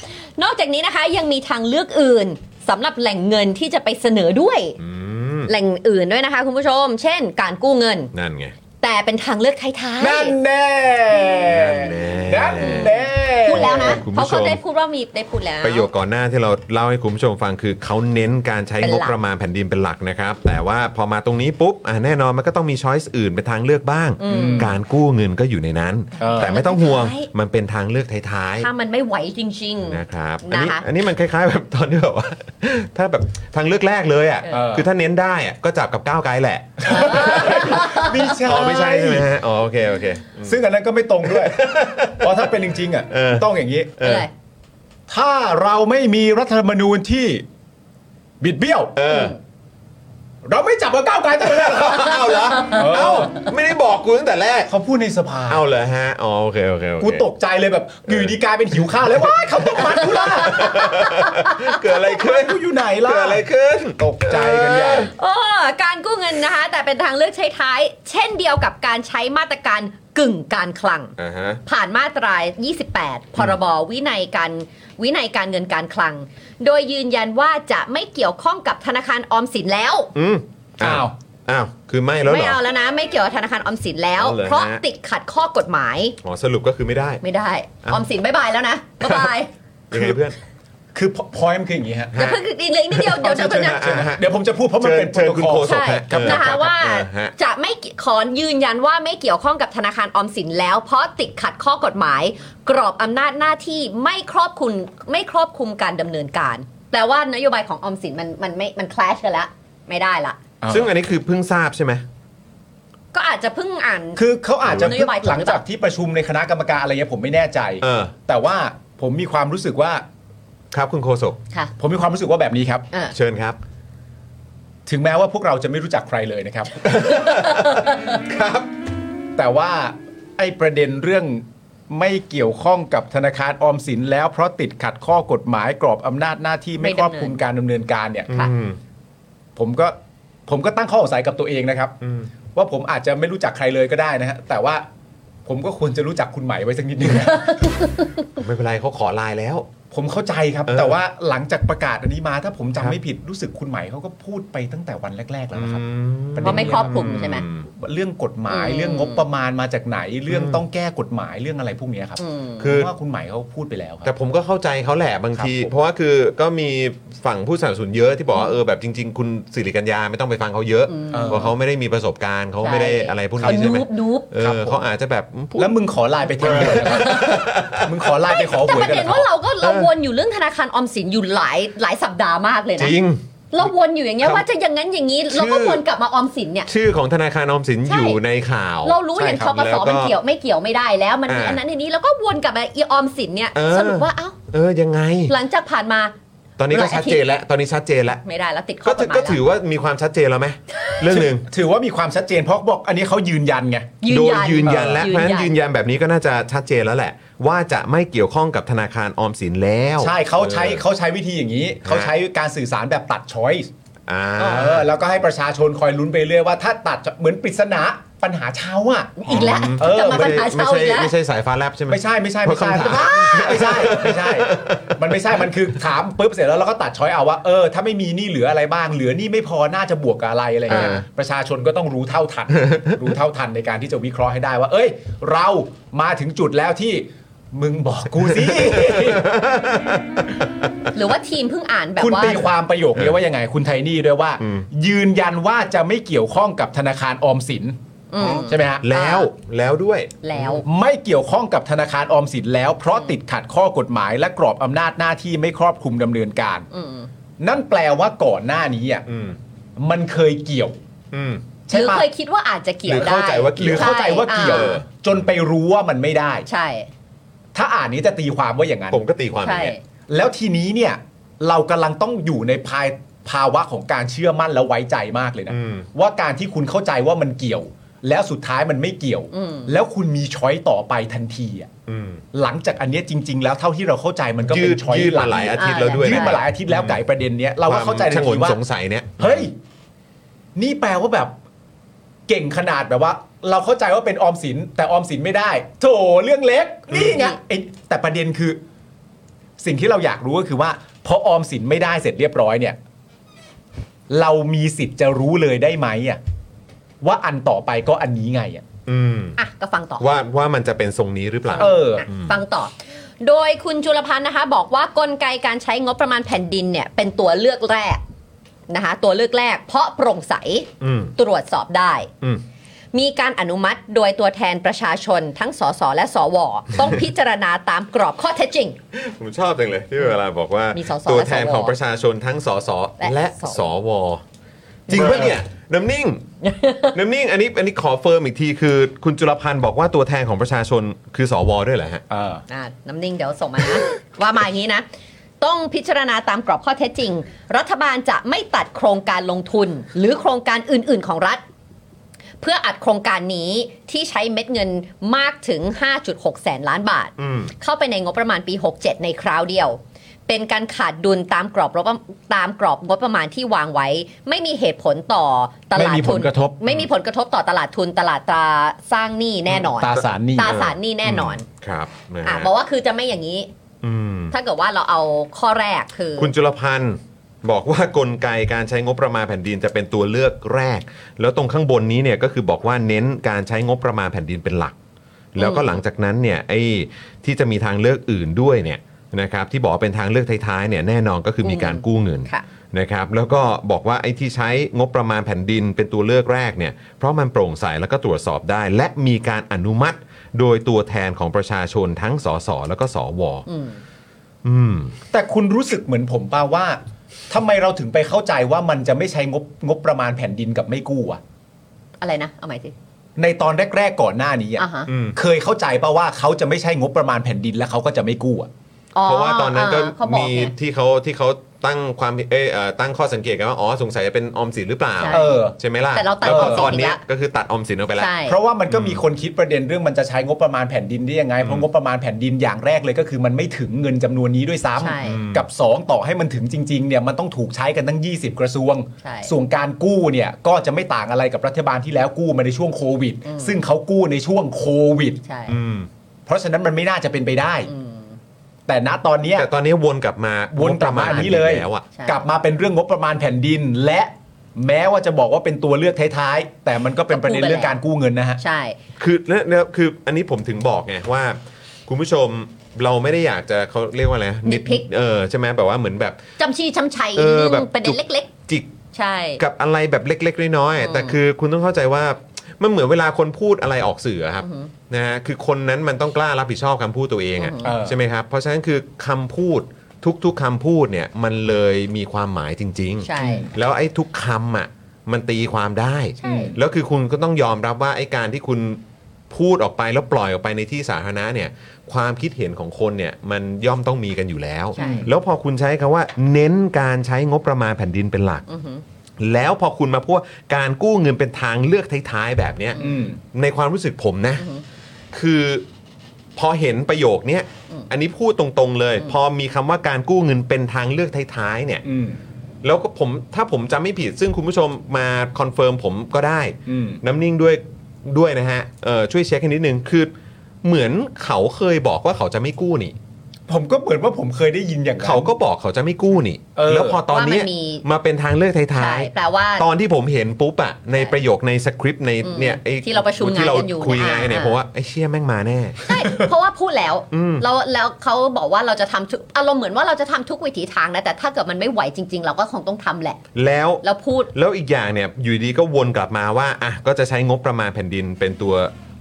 นอกจากนี้นะคะยังมีทางเลือกอื่นสำหรับแหล่งเงินที่จะไปเสนอด้วย อืม แหล่งอื่นด้วยนะคะคุณผู้ชม เช่น การกู้เงิน นั่นไง แต่เป็นทางเลือกท้าย นั่นแน่ นั่ นั่ น น แน่ แน่ ๆพูดแล้วนะ คุณผู้ชม เพราะเขาได้พูดว่ามีได้พูดแล้ว ประโยคก่อนหน้าที่เราเล่าให้คุณผู้ชมฟังคือเขาเน้นการใช้ เป็นห ง ลั บ ก ประมาณแผ่นดินเป็นหลักนะครับ แต่ว่าพอมาตรงนี้ปุ๊บอ่ะแน่นอนมันก็ต้องมีช้อยส์อื่นเป็นทางเลือกบ้าง การกู้เงินก็อยู่ในนั้น แต่ไม่ต้องห่วงมันเป็นทางเลือกท้าย ถ้ามันไม่ไหวจริง ๆนะครับอัน นะ นี้ คะ อันนี้มันคล้ายๆแบบตอนที่แบบว่า ถ้าแบบทางเลือกแรกเลยอ่ะ เออ คือถ้าเน้นได้อ่ะก็จับกับก้าวไกลแหละ ไม่ใช่ อ๋อไม่ใช่ใช่ไหมฮะอ๋อโอเคโอเค ซึ่งอันนั้นก็ไม่ตรง ด้วยเพราะถ้าเป็นจริงๆอ่ะ เออ ต้องอย่างนี้ ๆเลย ถ้าเราไม่มีรัฐธรรมนูญที่บิดเบี้ยว เออ เราไม่จับกับก้าวไกลตั้งแต่แรกหรอก เอาเหรอเอาไม่ได้บอกกูตั้งแต่แรก เขาพูดในสภา เอาเลยฮะอ๋อโอเคโอเคโอเค กูตกใจเลยแบบอยู่ดีกลายเป็นหิวข้าวเลยว้ายเขาตกมันกูล่ะ เกิดอะไรขึ้น กูอยู่ไหนล่ะ เกิดอะไรขึ้น ตกใจกันใหญ่ โอ้การกู้เงินนะคะ แต่เป็นทางเลือกใช้ท้าย เช่นเดียวกับการใช้มาตรการกึ่งการคลัง อ่าฮะ ผ่านมาตรา 28 พรบ วินัยการวินัยการเงินการคลัง โดยยืนยันว่าจะไม่เกี่ยวข้องกับธนาคารออมสินแล้ว อืม อ้าว อ้าว คือไม่แล้วเหรไม่อ เอาแล้วนะ ไม่เกี่ยวกับธนาคารออมสินแล้ว เอาเลย เพราะ ฮะ ติดขัดข้อกฎหมาย อ๋อสรุปก็คือไม่ได้ ไม่ได้ อ้าว ออมสินบายบายแล้วนะบาย บาย ยังไงเพื่อน คือพอยมันคืออย่างนี้ฮะ เดี๋ยวเพิ่งอีกเลยนิดเดียวเดี๋ยวเดี๋ยวเดี๋ยวนะ อ่าฮะ เดี๋ยวผมจะพูดเพราะมันเป็นโป เชิญรโต คุณ คอ โค ล ศ ใช่ กฮะเออ นะ ครั คะ บ ว่า เออฮะ จะไม่ขอยืนยันว่าไม่เกี่ยวข้องกับธนาคารออมสินแล้ว เพราะติดขัดข้อกฎหมาย กรอบอำนาจหน้าที่ไม่ครอบคลุมไม่ครอบคลุมการดำเนินการแปลว่านโยบายของออมสินมันมันไม่มันคลาชกันละไม่ได้ละ อ่า ซึ่งอันนี้คือเพิ่งทราบใช่ไหม ก็อาจจะเพิ่งอ่าน คือเขาอาจจะ นโยบาย หลังจากที่ประชุมในคณะกรรมการอะไรเงี้ยผมไม่แน่ใจ เออ แต่ว่าผมมีความรู้สึกว่า ครับคุณโคศก ค่ะ ผมมีความรู้สึกว่าแบบนี้ครับ เออ เชิญครับ ถึงแม้ว่าพวกเราจะไม่รู้จักใครเลยนะครับ ครับ แต่ว่าไอ้ประเด็นเรื่องไม่เกี่ยวข้องกับธนาคารออมสินแล้วเพราะติดขัดข้อกฎหมายกรอบอำนาจหน้าที่ไม่ครอบคลุมการดำเนินการเนี่ย ค่ะ อืม ผมก็ผมก็ตั้งข้อสงสัยกับตัวเองนะครับ อืม ว่าผมอาจจะไม่รู้จักใครเลยก็ได้นะฮะแต่ว่าผมก็ควรจะรู้จักคุณใหม่ไว้สักนิดนึงนะ ไม่เป็นไรเขาขอไลน์แล้ว ผมเข้าใจครับ เออ แต่ว่าหลังจากประกาศอันนี้มา ถ้าผมจำไม่ผิดรู้สึกคุณไหมเขาก็พูดไปตั้งแต่วันแรก ๆ แล้วนะครับ ประเด็น เพราะไม่ครอบคลุมใช่ไหม เรื่องกฎหมาย อืม เรื่องงบประมาณมาจากไหน เรื่องต้องแก้กฎหมายเรื่องอะไรพวกเนี้ยครับ อืม คือ ผมว่าคุณไหมายเขาพูดไปแล้วค แต่ รับ ผมก็เข้าใจเขาแหละบางที ครับผม เพราะว่าคือก็มีฝั่งผู้สนับสนุนเยอะที่บอกว่าเออแบบจริง ๆ คุณสิริกัญญาไม่ต้องไปฟังเขาเยอะเพราะเขาไม่ได้มีประสบการณ์เขาไม่ได้อะไรพวกนี้ใช่ไหม เขานูบนูบ เออเขาอาจจะแบบพูด แล้วมึงขอไลน์ไปทำเลย เหรอครับมึงขอไลน์ไปขอห แต่ วย ประ กัน เด็ เหร น อ ว่า ครับ เราก็เราวนอยู่เรื่องธนาคารออมสินอยู่หลายหลายสัปดาห์มากเลย จ นะ ริง เราวนอยู่อย่างเงี้ย ครับ ว่าจะอย่างนั้นอย่างนี้ เราก็ ชื่อ วนกลับมาออมสินเนี่ย ชื่อของธนาคารออมสิน ใช่ อยู่ในข่าว เรารู้อย่าง ใช่ ท ครับ กส แล้ว มันเกี่ยวไม่เกี่ยวไม่ได้แล้วมันมี อ่า อันนั้นอันนี้แล้วก็วนกลับมาอีออมสินเนี่ย เออ สรุปว่าเอ้า เออยังไง หลังจากผ่านมา ตอนนี้ก็ หลายอาชัทิตย์ดเจนแล้วตอนนี้ชัดเจนแล้ว ไม่ได้แล้วติดข้ ก็ อก ถือฎหมาย ก็ แล้ ถือ ว ว่ามีความชัดเจนแล้ว ไหมเรื่องหนึ่ง ถือว่ามีความชัดเจนเพราะบอก อันนี้เขายืนยันไง ยืน โดย ยัน ยืนยันแล้ว ยื เพ นยัราะฉะนั้นนยืนยันแบบนี้ก็น่าจะชัดเจนแล้วแหละ ว่าจะไม่เกี่ยวข้องกับธนาคารออมสินแล้ว ใช่เขาใช้ ออ เขาใช้วิธีอย่างนี้ เขา ฮะ ใช้การสื่อสารแบบตัดช้อยส์ อ่า แล้วก็ให้ประชาชนคอยลุ้นไปเรื่อยว่าถ้าตัดจะเหมือนปริศนาปัญหาเช้าอ่ะ อีกแล้ว เออ จะมาปัญหา ไม่ เช่า ใช่ อีกแล้ว ไม่ใช่สายฟ้าแลบใช่ไหม ไม่ใช่ไม่ใช่ไม่ใช่ เพราะคำถาม ไม่ใช่ไม่ใช่ มันไม่ใช่มันคือถามปุ๊บเสร็จแล้วเราก็ตัดช้อยเอาว่าเออถ้าไม่มีหนี้เหลืออะไรบ้างเหลือหนี้ไม่พอน่าจะบวกกับอะไรอะไรเงี้ย อ่า ประชาชนก็ต้องรู้เท่า ทัน รู้เท่าทันในการที่จะวิเคราะห์ให้ได้ว่า เอ้ย เรามาถึงจุดแล้วที่มึงบอกกู สิ หรือว่าทีมเพิ่งอ่านแบบ คุณ ว่า ตีความประโยคนี้ว่ายังไง คุณไทนี่ด้วยว่า ยืนยันว่าจะไม่เกี่ยวข้องกับธนาคารออมสิน อืม ใช่ไหมฮะ แล้วแล้วด้วย แล้ว ไม่เกี่ยวข้องกับธนาคารออมสินแล้ว เพราะติดขัดข้อกฎหมาย และกรอบอำนาจหน้าที่ไม่ครอบคลุมดำเนินการ อืม นั่นแปลว่าก่อนหน้านี้อ่ะ อืม มันเคยเกี่ยว อืม ห ใช่ รือ ปะ เคยคิดว่าอาจจะเกี่ยว หรือ ได้ เข้าใจว่าเกี่ยว หรือเข้าใจว่าเกี่ยว อ่ จนไปรู้ว่ามันไม่ได้ ใช่ ถ้าอ่านนี้จะตีความว่าอย่างนั้น ผมก็ตีความอ ใช่ ย่างเงี้ย แล้วทีนี้เนี่ยเรากำลังต้องอยู่ในภายภาวะของการเชื่อมั่นและไว้ใจมากเลยนะ อืม ว่าการที่คุณเข้าใจว่ามันเกี่ยว แล้วสุดท้ายมันไม่เกี่ยว อืม แล้วคุณมีช้อยต่อไปทันทีอะ อืม หลังจากอันเนี้ยจริง ๆ แล้วเท่าที่เราเข้าใจมันก็ ยื เป็น ด ช้อย ยืดมาหลายอาทิตย์แล้วด้วย ยืด นะ มาหลายอาทิตย์แล้วไก่ประเด็นเนี้ยเราก็เข้าใจ ค ทั วมชนที งน ว่า สงสัยเนี่ย เฮ้ย นี่แปลว่าแบบ เก่งขนาดแบบว่า เราเข้าใจว่าเป็นออมสิน แต่ออมสินไม่ได้ โถเรื่องเล็ก นี่ไงไอ้แต่ประเด็นคือ สิ่งที่เราอยากรู้ก็คือว่าพอออมสินไม่ได้เสร็จเรียบร้อยเนี่ย เรามีสิทธิ์จะรู้เลยได้ไหมอ่ะว่าอันต่อไปก็อันนี้ไงอ่ะ อืม อ่ะก็ฟังต่อ ว่าว่ามันจะเป็นทรงนี้หรือเปล่า เออ อ่ะฟังต่อ โดยคุณจุลพันธ์นะคะ บอกว่ากลไกการใช้งบประมาณแผ่นดินเนี่ย เป็นตัวเลือกแรกนะคะ ตัวเลือกแรก เพราะโปร่งใส อืม ตรวจสอบได้ อืม มีการอนุมัติโดยตัวแทนประชาชน ทั้งสสและสว ต้องพิจารณาตามกรอบข้อเท็จจริง ผมชอบจังเลยที่เวลาบอกว่า มีสส ตัว และสว แทนของประชาชนทั้งสส และ และ สว สว จริงปะเนี่ยน้ำ นิ่ง น้ำนิ่งอันนี้อันนี้ขอเฟิร์มอีกทีคือ คุณจุลพันธ์บอกว่าตัวแทนของประชาชนคือสวด้วยเหรอฮะ เออ อ่ะน้ำนิ่งเดี๋ยวส่งมานะ ว่ามาอย่างนี้นะ ต้องพิจารณาตามกรอบข้อเท็จจริง รัฐบาลจะไม่ตัดโครงการลงทุน หรือโครงการอื่น ๆ ของรัฐ เพื่ออัดโครงการนี้ที่ใช้เม็ดเงินมากถึง 5.6 แสนล้านบาท อืม เข้าไปในงบประมาณปี 67 ในคราวเดียว เป็นการขาดดุลตามกรอบรบตามกรอบงบประมาณที่วางไว้ ไม่มีเหตุผลต่อตลาด ไม่มีผ ทุน ลกระทบ ไม่มีผลกระทบต่อตลาดทุนตลาดตราสร้างหนี้แน่นอน ตาสารนี่ ตาสารหนี้แน่นอน ครับนะ อ่ะ ฮะ บอกว่าคือจะไม่อย่างนี้ อืม ถ้าเกิดว่าเราเอาข้อแรกคือ คุณจุลพันธ์บอกว่ากลไกการใช้งบประมาณแผ่นดินจะเป็นตัวเลือกแรก แล้วตรงข้างบนนี้เนี่ยก็คือบอกว่าเน้นการใช้งบประมาณแผ่นดินเป็นหลัก แล้วก็หลังจากนั้นเนี่ยไอ้ที่จะมีทางเลือกอื่นด้วยเนี่ยนะครับที่บอกว่าเป็นทางเลือกท้ายๆเนี่ยแน่นอนก็คือมีการกู้เงิน ค่ะ นะครับแล้วก็บอกว่าไอ้ที่ใช้งบประมาณแผ่นดินเป็นตัวเลือกแรกเนี่ยเพราะมันโปร่งใสแล้วก็ตรวจสอบได้ และมีการอนุมัติโดยตัวแทนของประชาชนทั้งสสแล้วก็สว อืม อืม แต่คุณรู้สึกเหมือนผมป่าว่าทำไมเราถึงไปเข้าใจว่ามันจะไม่ใช้งบงบประมาณแผ่นดินกับไม่กู้อะ อะไรนะ เอาใหม่สิ ในตอนแรก ๆ ก่อนหน้านี้อะ อ่าฮะ อืม เคยเข้าใจป่ะว่าเขาจะไม่ใช่งบประมาณแผ่นดินแล้วเขาก็จะไม่กู้อะ อ๋ เพราะว่าตอนนั้นก็ าเขาบอก มี ไง ที่เขาที่เขาตั้งความเอยเอ่อตั้งข้อสังเกตกันว่า อ๋อสงสัยจะเป็นออมสินหรือเปล่า ใช่ เออ ใช่ไหมล่ะ แต่เราตัด แล้ว อ ก็ อมสิน ตอนเนี้ย อีกละ ก็คือตัดออมสินออกไปแล้ว ใช่ เพราะว่ามันก็มีคนคิดประเด็นเรื่องมันจะใช้งบประมาณแผ่นดินได้ยังไงเพราะงบประมาณแผ่นดินอย่างแรกเลยก็คือมันไม่ถึงเงินจำนวนนี้ด้วยซ้ ใช่ ำกับ 2 ต่อให้มันถึงจริงๆเนี่ยมันต้องถูกใช้กันตั้ง 20 กระทรวง ใช่ ส่วนการกู้เนี่ยก็จะไม่ต่างอะไรกับรัฐบาลที่แล้วกู้มาในช่วงโควิด อืม ซึ่งเขากู้ในช่วงโควิด ใช่ อืม เพราะฉะนั้นมันไม่น่าจะเป็นไปได้ อืม แต่ณตอนเนี้ย แต่ตอนนี้วนกลับมา วนกลับมาอันนี้เลย แล้วอ่ะ ใช่ กลับมาเป็นเรื่องงบประมาณแผ่นดิน และแม้ว่าจะบอกว่าเป็นตัวเลือกท้ายๆ แต่มันก็เป็นประเด็นเรื่องการกู้เงินนะฮะ ใช่ คือเนี่ยเนี่ยคืออันนี้ผมถึงบอกไงว่า คุณผู้ชมเราไม่ได้อยากจะเขาเรียกว่าอะไร Nitpick เออใช่ไหมแบบว่าเหมือนแบบ จำชี้จำชัย เออ นิด แบ นึ บ งประเด็น จุก เล็ก จิก ๆ ใช่ กับอะไรแบบเล็กๆน้อย อื ๆ ม แต่คือคุณต้องเข้าใจว่ามันเหมือนเวลาคนพูดอะไรออกสื่ออะครับ อือหือ นะฮะคือคนนั้นมันต้องกล้ารับผิดชอบคำพูดตัวเองอะ อือหือ เออ ใช่ไหมครับเพราะฉะนั้นคือคำพูดทุกๆคำพูดเนี่ยมันเลยมีความหมายจริง ๆ ใช่ แล้วไอ้ทุกคำอ่ะมันตีความได้ ใช่ แล้วคือคุณก็ต้องยอมรับว่าไอ้การที่คุณพูดออกไปแล้วปล่อยออกไปในที่สาธารณะเนี่ย ความคิดเห็นของคนเนี่ยมันย่อมต้องมีกันอยู่แล้ว ใช่ แล้วพอคุณใช้คำว่า เน้นการใช้งบประมาณแผ่นดินเป็นหลัก อือหือ แล้วพอคุณมาพูดว่าการกู้เงินเป็นทางเลือกท้ายๆแบบเนี้ย อืม ในความรู้สึกผมนะ อือหือ คือพอเห็นประโยคเนี้ย อืม อันนี้พูดตรงๆเลย พอมีคำว่าการกู้เงินเป็นทางเลือกท้ายๆเนี่ย อืม แล้วก็ผมถ้าผมจำไม่ผิดซึ่งคุณผู้ชมมาคอนเฟิร์มผมก็ได้ อืม น้ำนิ่งด้วยด้วยนะฮะเอ่อช่วยเช็คให้นิดนึงคือเหมือนเขาเคยบอกว่าเขาจะไม่กู้นี่ ผมก็เหมือนว่าผมเคยได้ยินอย่างนั้น เขาก็บอกเขาจะไม่กู้นี่ เออ แล้วพอตอนเนี้ย ว่ามันมี มาเป็นทางเลือกท้า ใช่ ย แปลว่า ๆตอนที่ผมเห็นปุ๊บอะในประโยคในสคริปต์ใน อืม เนี่ยไอ้ ที่เราประชุมงาน ที่เรา กันอยู่ คุยงานกันเนี่ย อ่า ผมว่าไอ้เชี่ยแม่งมาแน่ ใช่ เพราะว่าพูดแล้ว อืม แล้วแล้วเขาบอกว่าเราจะทำทุกอารมณ์เหมือนว่าเราจะทำทุกวิถีทางนะ แต่ถ้าเกิดมันไม่ไหวจริง ๆ เราก็คงต้องทำแหละ แล้ว แล้วพูด แล้วอีกอย่างเนี่ยอยู่ดีก็วนกลับมาว่าอ่ะก็จะใช้งบประมาณแผ่นดินเป็นตัว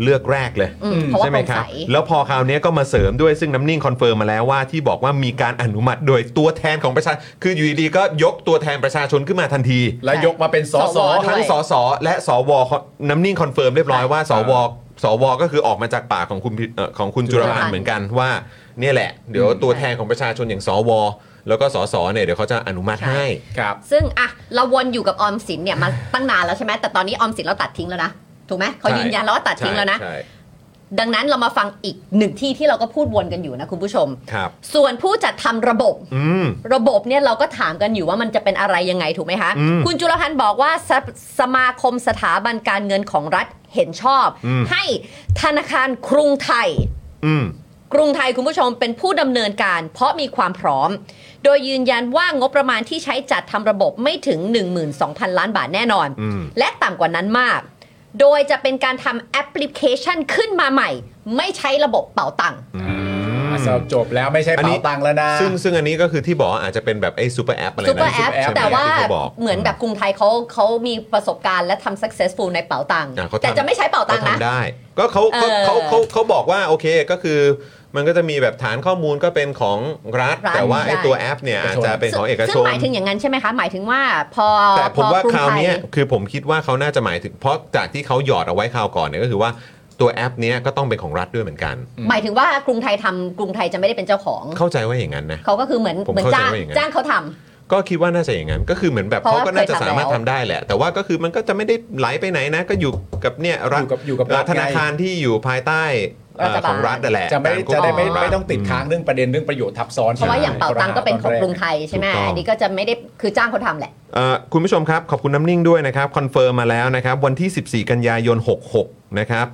เลือกแรกเลย อืมเพราะว่า ใช่ไหมโปร่ง ครั ใส บ แล้วพอคราวนี้ก็มาเสริมด้วยซึ่งน้ำนิ่งคอนเฟิร์มมาแล้วว่าที่บอกว่ามีการอนุมัติโดยตัวแทนของประชา คืออยู่ดีๆก็ยกตัวแทนประชาชนขึ้นมาทันที แล้วยกมาเป็นส ส ส ว ทั้งสสและสวน้ำนิ่งคอนเฟิร์มเรียบร้อยว่าสวสวก็คือออกมาจากปากของคุณพิเอ่อของคุณจุลพันธ์เหมือนกันว่าเนี่ยแหละ เดี๋ยวตัวแทนของประชาชนอย่างสว แล้วก็สสเนี่ยเดี๋ยวเขาจะอนุมัติให้ ครับ ซึ่งอะเราวนอยู่กับออมสินเนี่ยมาตั้งนานแล้วใช่ไหมแต่ตอนนี้ออมสินเราตัดทิ้งแล้วนะถูกไหมเขา ใช่ ยืนยันแล้วว่าตัดทิ้งแล้วนะ ใช่ใช่ ดังนั้นเรามาฟังอีกหนึ่งที่ที่เราก็พูดวนกันอยู่นะคุณผู้ชม ครับ ส่วนผู้จัดทำระบบ อืม ระบบเนี่ยเราก็ถามกันอยู่ว่ามันจะเป็นอะไรยังไงถูกไหมคะ อืม คุณจุลพันธ์บอกว่าสสมาคมสถาบันการเงินของรัฐเห็นชอบ อืม ให้ธนาคารกรุงไทย อืม กรุงไทยคุณผู้ชมเป็นผู้ดำเนินการ เพราะมีความพร้อม โดยยืนยันว่างบประมาณที่ใช้จัดทำระบบไม่ถึง 12,000 ล้านบาทแน่นอน อืม และต่ำกว่านั้นมาก โดยจะเป็นการทำแอปพลิเคชันขึ้นมาใหม่ ไม่ใช้ระบบเป๋าตังค์ อืม อ่ะสรุปจบแล้วไม่ใช่ อันนี้ เป๋าตังค์แล้วนะ ซึ่งซึ่งอันนี้ก็คือที่บอกว่าอาจจะเป็นแบบไอ้ซูเปอร์แอปอะไรนะ ซูเปอร์แอป ใช่ไหม แต่ว่า ที่ขบก เหมือนแบบกรุงไทยเขาเขามีประสบการณ์และทำ successful ในเป๋าตังค์ อ่ะเขาทำ แต่จะไม่ใช้เป๋าตังค์ เขา นะ ทำได้ก็เขา เอ เขา อ เขาเขาเขาบอกว่าโอเคก็คือ มันก็จะมีแบบฐานข้อมูลก็เป็นของรัฐ รัฐ แต่ว่า ใช่ ไอ้ตัวแอปเนี่ยอาจจะเป็นของเอก ซึ่ ช ง น หมายถึงอย่างนั้นใช่ไหมคะ หมายถึงว่าพอ แต่ผมว่า พอกง คราว ไทย เนี้ยคือผมคิดว่าเขาน่าจะหมายถึง เพราะจากที่เขาหยอดเอาไว้คราวก่อนเนี่ยก็คือว่าตัวแอปเนี้ยก็ต้องเป็นของรัฐด้วยเหมือนกัน อืม หมายถึงว่ากรุงไทยทำกรุงไทยจะไม่ได้เป็นเจ้าของ เข้าใจว่าอย่างนั้นนะ เขาก็คือเหมือน ผม เหมือน เข้าใจ จ้าง ว่าอย่างนั้น จ้างเขาทำ ก็คิดว่าน่าจะอย่างนั้น ก็คือเหมือนแบบ เพราะ เขา ว่า ก็น่าจะสามารถ เคย ทำ ทำแล้ว ได้แหละ แต่ว่าก็คือมันก็จะไม่ได้ไหลไปไหนนะ ก็อยู่กับเนี่ยรัฐ อยู่กับอยู่กับ เอ่อ รัฐไง ธนาคารที่อยู่ภายใต้เอ่อ รัฐบาล ของรัฐนั่นแหละ จะไม่ การควบคุ จะได้ไม่ ขรัฐ ไม่ต้องติดค้างเรื่องประเด็นเรื่องประโยชน์ทับซ้อน เพราะว่าอย่างเป๋าตังค์ก็เป็นของกรุงไทยใช่ไหม ถูกต้อง อันนี้ก็จะไม่ได้คือจ้างเขาทำแหละ เอ่อคุณผู้ชมครับ ขอบคุณน้ำนิ่งด้วยนะครับ คอนเฟิร์มมาแล้วนะครับ วันที่ 14 กันยายน 66 นะครับ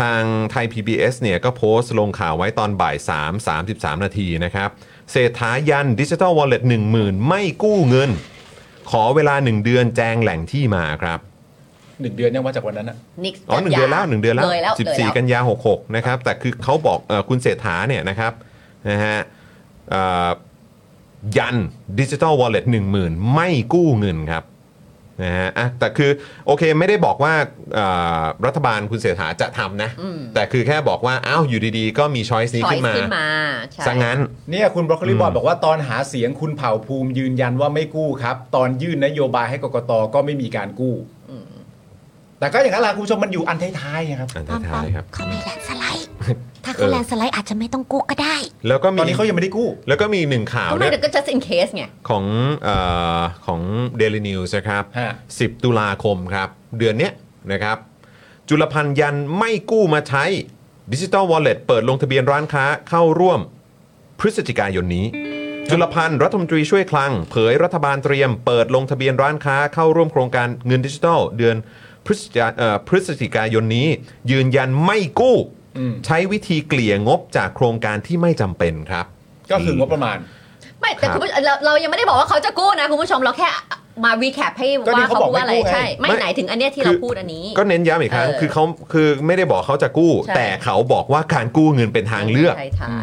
ทางไทย PBS เนี่ยก็โพสต์ลงข่าวไว้ตอนบ่าย 3 33 นาทีนะครับ เศรษฐายันดิจิ t a ลวอลเล็ต10,000 ไม่กู้เงิน ขอเวลา 1 เดือนแจงแหล่งที่มาครับ หนึ่งเดือนยังว่าจากวันนั้นอ่ะ นิก อ๋อหนึ่งเดือนแล้วหนึ่งเดือนแล้ว เลยแล้ว สิบ เลย สี่ แล้ว กันยาหกหกนะครับ แต่คือเขาบอกเออคุณเศรษฐาเนี่ยนะครับนะฮะเอ่อยันดิจิตอลวอลเล็ตหนึ่งหมื่นไม่กู้เงินครับนะฮะอ่ะแต่คือโอเคไม่ได้บอกว่าเอ่อรัฐบาลคุณเศรษฐาจะทำนะ อืม แต่คือแค่บอกว่า อ้าว อยู่ดีๆ ก็มีช้อยส์นี้ ช้อย ขึ้นมา ขึ้นมาใช่ ซะงั้น เนี่ยคุณบรอกโคลี อืม บอลบอกว่าตอนหาเสียงคุณเผ่าภูมิยืนยันว่าไม่กู้ครับ ตอนยื่นนโยบายให้กกตก็ไม่มีการกู้ แต่ก็อย่างนั้นแหละคุณผู้ชมมันอยู่อันท้ายๆอะครับ อัน ปอมป ท้า อม ยๆครับ เขาไม่แลนด์สไลด์ ถ้า เอ เขา อ แลนด์สไลด์อาจจะไม่ต้องกู้ก็ได้ แล้วก็ ต มี อนนี้เขายังไม่ได้กู้ แล้วก็มีหนึ่งข่าว ก็ไม่ เนี่ย เดี๋ยวก็ just in case ไง ของเออของ Daily News นะครับ ฮะ 10 ตุลาคมครับ เดือนเนี้ยนะครับ จุลพันธ์ยันไม่กู้มาใช้ดิจิตอลวอลเล็ตเปิดลงทะเบียนร้านค้าเข้าร่วมพฤศจิกายนนี้ จุลพันธ์รัฐมนตรีช่วยคลัง เผยรัฐบาลเตรียม เปิดลงทะเบียนร้านค้าเข้าร่วมโครงการเงินดิจิทัลเดือนพฤศจิกาเอ่อพฤศจิกายนนี้ ยืนยันไม่กู้ อืม ใช้วิธีเกลี่ยงบจากโครงการที่ไม่จำเป็นครับ ก็คืองบประมาณ ไม่แต่คุณผู้ชมเราเรายังไม่ได้บอกว่าเขาจะกู้นะคุณผู้ชมเราแค่มารีแคปให้ ก็นี่ ว่า เขา เขา บอก พูดว่าอะไร ไม่กู้ไง ใช่ ไม่ ไม่ ไหนถึงอันเนี้ยที่เราพูดอันนี้ ก็เน้นย้ำอีกครั้ง เออ คือเขาคือไม่ได้บอกเขาจะกู้ ใช่ แต่เขาบอกว่าการกู้เงินเป็นทางเลือก ใช่ใช่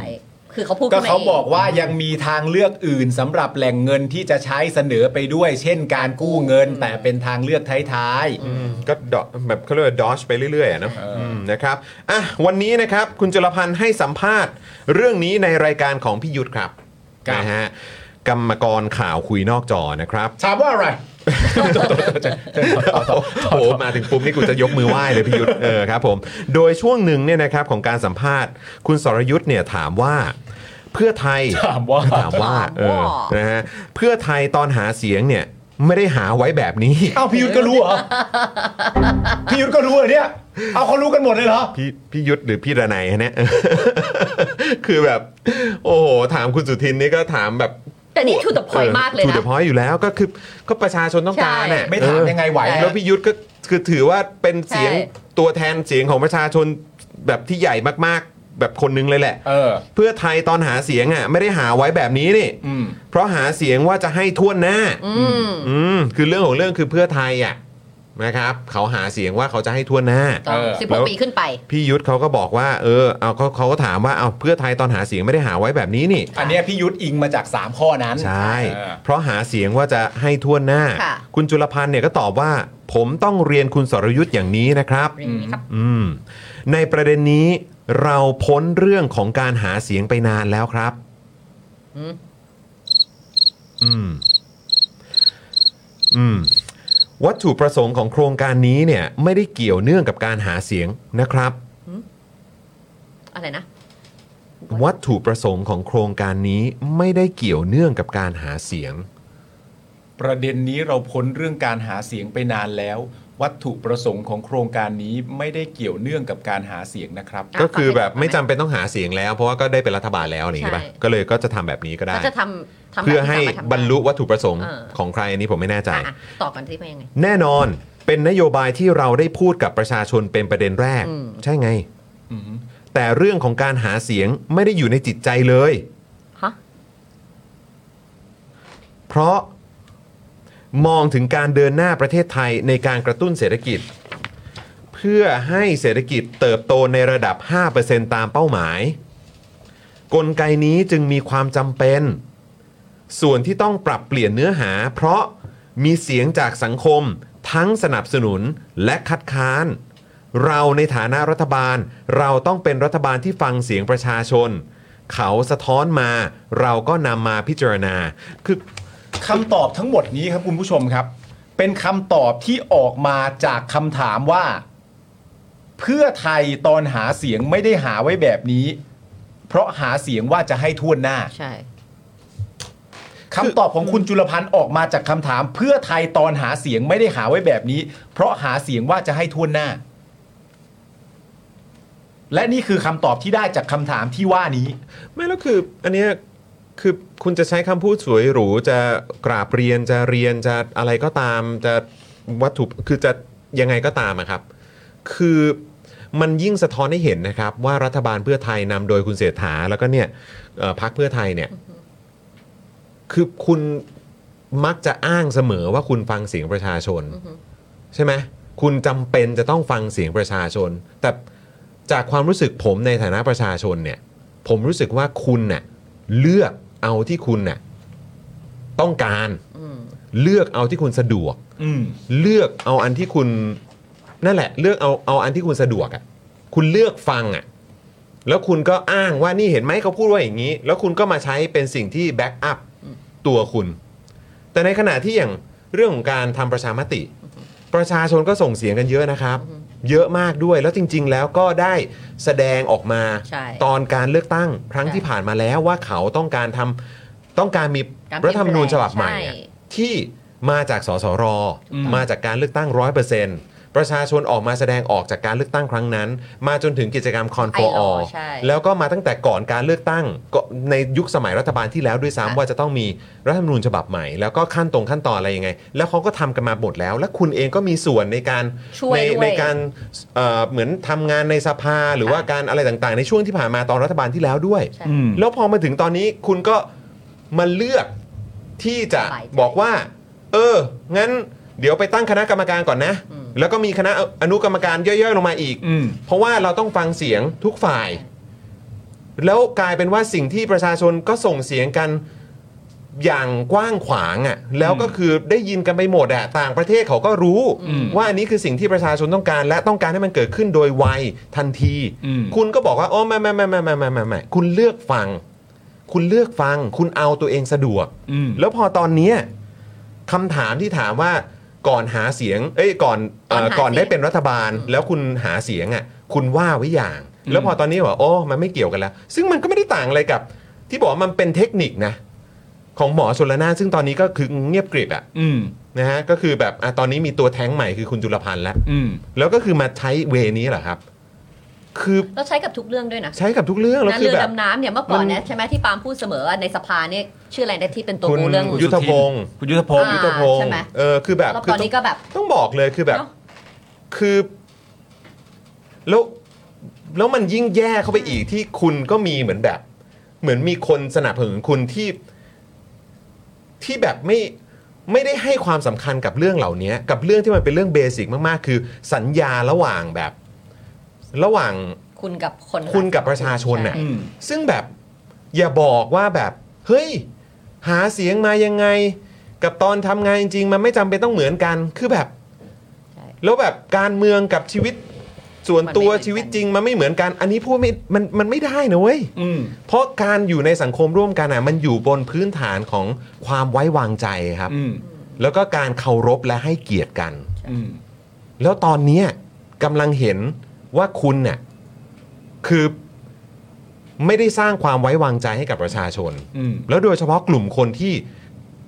คือเขาพูด ก็ นม เขา ง บอกว่ายังมีทางเลือกอื่นสำหรับแหล่งเงินที่จะใช้เสนอไปด้วย เช่นการกู้เงิน แต่เป็นทางเลือกท้าย ก็ดอแบบเขาเรียกว่าดอชไปเรื่อยๆอะเนอะ เอออื มนะครับอ่ะวันนี้นะครับคุณจุลพันธ์ให้สัมภาษณ์ เรื่องนี้ในรายการของพี่ยุทธครับนะฮะกรรมกรข่าวคุยนอกจอนะครับ ๆถามว่าอะไร โอ้โหมาถึงปุ๊บนี่กูจะยกมือไหว้เลยพี่ยุทธเออครับผมโดยช่วงหนึ่งเนี่ยนะครับของการสัมภาษณ์ คุณสรยุทธ์เนี่ยถามว่าเพื่อไทย ถามว่า ถามว่าเออ ถามว่า นะฮะเพื่อไทยตอนหาเสียงเนี่ยไม่ได้หาไว้แบบนี้ อ้าวพี่ยุทธก็รู้ เหรอพี่ยุทธก็รู้เหรอเนี่ยเอาเขารู้กันหมดเลยเหรอ พี่พี่ยุทธหรือพี่ระไนฮะเนี่ย คือแบบ โอ้โห ถามคุณสุทินนี่ก็ถามแบบ แต่นี่ to the point มากเลย ถู นะ เดพอยอยู่แล้วก็คือก็ประชาชนต้องการน่ะ ใช่ ไม่ถามยังไงไหว เออแล้วพี่ยุทธก็คือถือว่าเป็นเสียง ใช่ ตัวแทนเสียงของประชาชนแบบที่ใหญ่มากๆ แบบคนนึงเลยแหละ เออ เพื่อไทยตอนหาเสียงอ่ะไม่ได้หาไว้แบบนี้นี่ อืม เพราะหาเสียงว่าจะให้ทั่วหน้า อืม อืมคือเรื่องของเรื่องคือเพื่อไทยอ่ะนะครับเขาหาเสียงว่าเขาจะให้ทั่วหน้า ต้อง เออ สิบ แล้ หก ว ปีขึ้นไป พี่ยุทธเขาก็บอกว่า เออ เอาเขาเขาก็ถามว่า เอาเพื่อไทยตอนหาเสียงไม่ได้หาไว้แบบนี้นี่ อันเนี้ยพี่ยุทธอิงมาจาก 3 ข้อนั้น ใช่ เออ เพราะหาเสียงว่าจะให้ทั่วหน้า ค่ะ คุณจุลพันธ์เนี่ยก็ตอบว่า ผมต้องเรียนคุณสรยุทธ์อย่างนี้นะครับ อย่างนี้ครับ อืม ในประเด็นนี้เราพ้นเรื่องของการหาเสียงไปนานแล้วครับ อืม อืม อืม วัตถุประสงค์ของโครงการนี้เนี่ย ไม่ได้เกี่ยวเนื่องกับการหาเสียงนะครับ อะไรนะ วัตถุประสงค์ของโครงการนี้ไม่ได้เกี่ยวเนื่องกับการหาเสียง ประเด็นนี้เราพ้นเรื่องการหาเสียงไปนานแล้ว วัตถุประสงค์ของโครงการนี้ไม่ได้เกี่ยวเนื่องกับการหาเสียงนะครับ อ่ะ ก็คือแบบ ฟังให้ ไม่จำเป็นต้องหาเสียงแล้ว เพราะว่าก็ได้เป็นรัฐบาลแล้วอะไรอย่างงี้ป่ะ ใช่ ก็เลยก็จะทำแบบนี้ก็ได้ ก็จะทำทำแบบที่ เพื่อให้ สามารถทำได้ บรรลุวัตถุประสงค์ เออ ของใครอันนี้ผมไม่แน่ใจ อ่ะอ่ะต่อกันที่ว่ายังไง แน่นอนเป็นนโยบายที่เราได้พูดกับประชาชนเป็นประเด็นแรก อืม ใช่ไง อืม แต่เรื่องของการหาเสียงไม่ได้อยู่ในจิตใจเลย ฮะ เพราะมองถึงการเดินหน้าประเทศไทยในการกระตุ้นเศรษฐกิจ เพื่อให้เศรษฐกิจเติบโตในระดับ 5%ตามเป้าหมาย กลไกนี้จึงมีความจำเป็น ส่วนที่ต้องปรับเปลี่ยนเนื้อหา เพราะมีเสียงจากสังคมทั้งสนับสนุนและคัดค้าน เราในฐานะรัฐบาล เราต้องเป็นรัฐบาลที่ฟังเสียงประชาชน เขาสะท้อนมา เราก็นำมาพิจารณาคือ คำตอบทั้งหมดนี้ครับคุณผู้ชมครับ เป็นคำตอบที่ออกมาจากคำถามว่า เพื่อไทยตอนหาเสียงไม่ได้หาไว้แบบนี้ เพราะหาเสียงว่าจะให้ทั่วหน้า ใช่ คำตอบของคุณจุลพันธ์ออกมาจากคำถาม เพื่อไทยตอนหาเสียงไม่ได้หาไว้แบบนี้ เพราะหาเสียงว่าจะให้ทั่วหน้า และนี่คือคำตอบที่ได้จากคำถามที่ว่านี้ ไม่แล้วคืออันเนี้ยคือคุณจะใช้คำพูดสวยหรูจะกราบเรียนจะเรียนจะอะไรก็ตามจะวัตถุคือจะยังไงก็ตามอะครับ คือมันยิ่งสะท้อนให้เห็นนะครับ ว่ารัฐบาลเพื่อไทยนำโดยคุณเศรษฐาแล้วก็เนี่ยเอ่อพักเพื่อไทยเนี่ย คือคุณมักจะอ้างเสมอว่าคุณฟังเสียงประชาชน อือฮึ ใช่ไหมคุณจำเป็นจะต้องฟังเสียงประชาชน แต่จากความรู้สึกผมในฐานะประชาชนเนี่ย ผมรู้สึกว่าคุณเน่ะเลือกเอาที่คุณเน่ะต้องการ อืม เลือกเอาที่คุณสะดวก อืม เลือกเอาอันที่คุณนั่นแหละ เลือกเอาเอาอันที่คุณสะดวกอะ่ะคุณเลือกฟังอะ่ะแล้วคุณก็อ้างว่านี่เห็นไหมเขาพูดว่าอย่างนี้ แล้วคุณก็มาใช้เป็นสิ่งที่แบ็กอัพตัวคุณ แต่ในขณะที่อย่างเรื่องของการทำประชามติ ประชาชนก็ส่งเสียงกันเยอะนะครับ เยอะมากด้วยแล้วจริง ๆ แล้วก็ได้แสดงออกมา ใช่ ตอนการเลือกตั้งครั้ง ใช่ ที่ผ่านมาแล้วว่าเขาต้องการทำต้องการมี กา รัฐธรรมนูญฉบับใหม่ ช่ อะ ที่มาจากสสร อืม มาจากการเลือกตั้งร้อยเปอร์เซ็นต์ ประชาชนออกมาแสดงออกจากการเลือกตั้งครั้งนั้น มาจนถึงกิจกรรมคอนโฟอ ILO ใช่ แล้วก็มาตั้งแต่ก่อนการเลือกตั้งก็ในยุคสมัยรัฐบาลที่แล้วด้วยซ้ำว่าจะต้องมีรัฐธรรมนูญฉบับใหม่ แล้วก็ขั้นตรงขั้นตอนอะไรยังไง แล้วเขาก็ทำกันมาหมดแล้ว และคุณเองก็มีส่วนในการ ช่วย ใน ด้วย ในการเอ่อเหมือนทำงานในสภาหรือว่าการอะไรต่างๆ ในช่วงที่ผ่านมาตอนรัฐบาลที่แล้วด้วย ใช่ อืม แล้วพอมาถึงตอนนี้คุณก็มาเลือกที่จะ สบายใจ บอกว่า เออ งั้นเดี๋ยวไปตั้งคณะกรรมการก่อนนะ อืม แล้วก็มีคณะอนุกรรมการย่อยๆ ลงมาอีก อืม เพราะว่าเราต้องฟังเสียงทุกฝ่าย แล้วกลายเป็นว่าสิ่งที่ประชาชนก็ส่งเสียงกันอย่างกว้างขวางอะ่ะแล้วก็คือได้ยินกันไปหมดอะ่ะต่างประเทศเขาก็รู้ อืม ว่าอันนี้คือสิ่งที่ประชาชนต้องการ และต้องการให้มันเกิดขึ้นโดยไวทันที อืม คุณก็บอกว่าอ๋อไม่ไม่ไม่ไม่ไม่ไม่ไม่ไม่คุณเลือกฟัง คุณเลือกฟัง คุณเอาตัวเองสะดวก อืม แล้วพอตอนเนี้ยคำถามที่ถามว่าก่อนหาเสียง เอ้ยก่อนเอ่อ ก่ ก่อ อน นหาเสียง ได้เป็นรัฐบาลแล้วคุณหาเสียงอ่ะคุณว่าไว้อย่าง อืม แล้วพอตอนนี้ว่าโอ้มันไม่เกี่ยวกันแล้ว ซึ่งมันก็ไม่ได้ต่างอะไรกับ ที่บอกว่ามันเป็นเทคนิคนะ ของหมอชนละนานซึ่งตอนนี้ก็คือเงียบกริบอะ อืม นะฮะก็คือแบบอะตอนนี้มีตัวแท้งใหม่คือคุณจุลพันธ์แล้ว อืม แล้วก็คือมาใช้เวนี้เหรอครับ คือ เราใช้กับทุกเรื่องด้วยนะ ใช้กับทุกเรื่องแล้ว นะ คือ เรือ แบบ ดำน้ำเนี่ยเมื่อก่อน มัน เนี่ยใช่ไหมที่ปาล์มพูดเสมอว่าในสภาเนี่ยชื่ออะไรนะที่เป็นตัว คุณ กูเรื่อง ยุทธพงศ์ คุณยุทธพงศ์ ยุทธพงศ์ ใช่ไหม เออคือแบบ แล้ว คื ต อ อต้นอง นี้ก็แบบ ต้องบอกเลยคือแบบ เนอะ คือแล้วแล้วมันยิ่งแย่เข้าไปอีกที่คุณก็มีเหมือนแบบ เหมือนมีคนสนับสนุนคุณที่ ที่แบบไม่ไม่ได้ให้ความสำคัญกับเรื่องเหล่านี้กับเรื่องที่มันเป็นเรื่องเบสิกมากๆ คือสัญญาระหว่างแบบ ระหว่าง คุณกับคน คุณกับประชาชนน่ะ ใ อืม ซึ่งแบบอย่าบอกว่าแบบ เฮ้ย หาเสียงมายังไง กับตอนทำงานจริงๆ มันไม่จำเป็นต้องเหมือนกันคือแบบ ใช่ แล้วแบบการเมืองกับชีวิตส่วนตัว มันไม่เหมือนกัน ชีวิตจริง มันไม่เหมือนกัน อันนี้พูดไม่มันมันไม่ได้นะเว้ย อืม เพราะการอยู่ในสังคมร่วมกันอ่ะมันอยู่บนพื้นฐานของความไว้วางใจครับ อืม แล้วก็การเคารพและให้เกียรติกัน อืม แล้วตอนเนี้ยกำลังเห็นว่าคุณเนี่ยคือไม่ได้สร้างความไว้วางใจให้กับประชาชน อืม แล้วโดยเฉพาะกลุ่มคนที่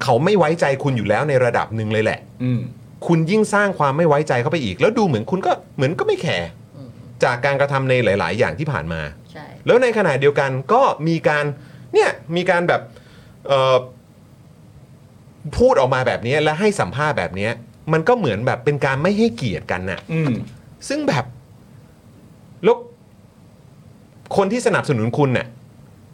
เขาไม่ไว้ใจคุณอยู่แล้วในระดับหนึ่งเลยแหละ อืม คุณยิ่งสร้างความไม่ไว้ใจเข้าไปอีก แล้วดูเหมือนคุณก็เหมือนก็ไม่แคร์ อืม จากการกระทำในหลาย ๆ อย่างที่ผ่านมา ใช่ แล้วในขณะเดียวกันก็มีการเนี่ยมีการแบบเอ่อพูดออกมาแบบนี้และให้สัมภาษณ์แบบนี้มันก็เหมือนแบบเป็นการไม่ให้เกียรติกันน่ะ อืม ซึ่งแบบแล้วคนที่สนับสนุนคุณเนี่ย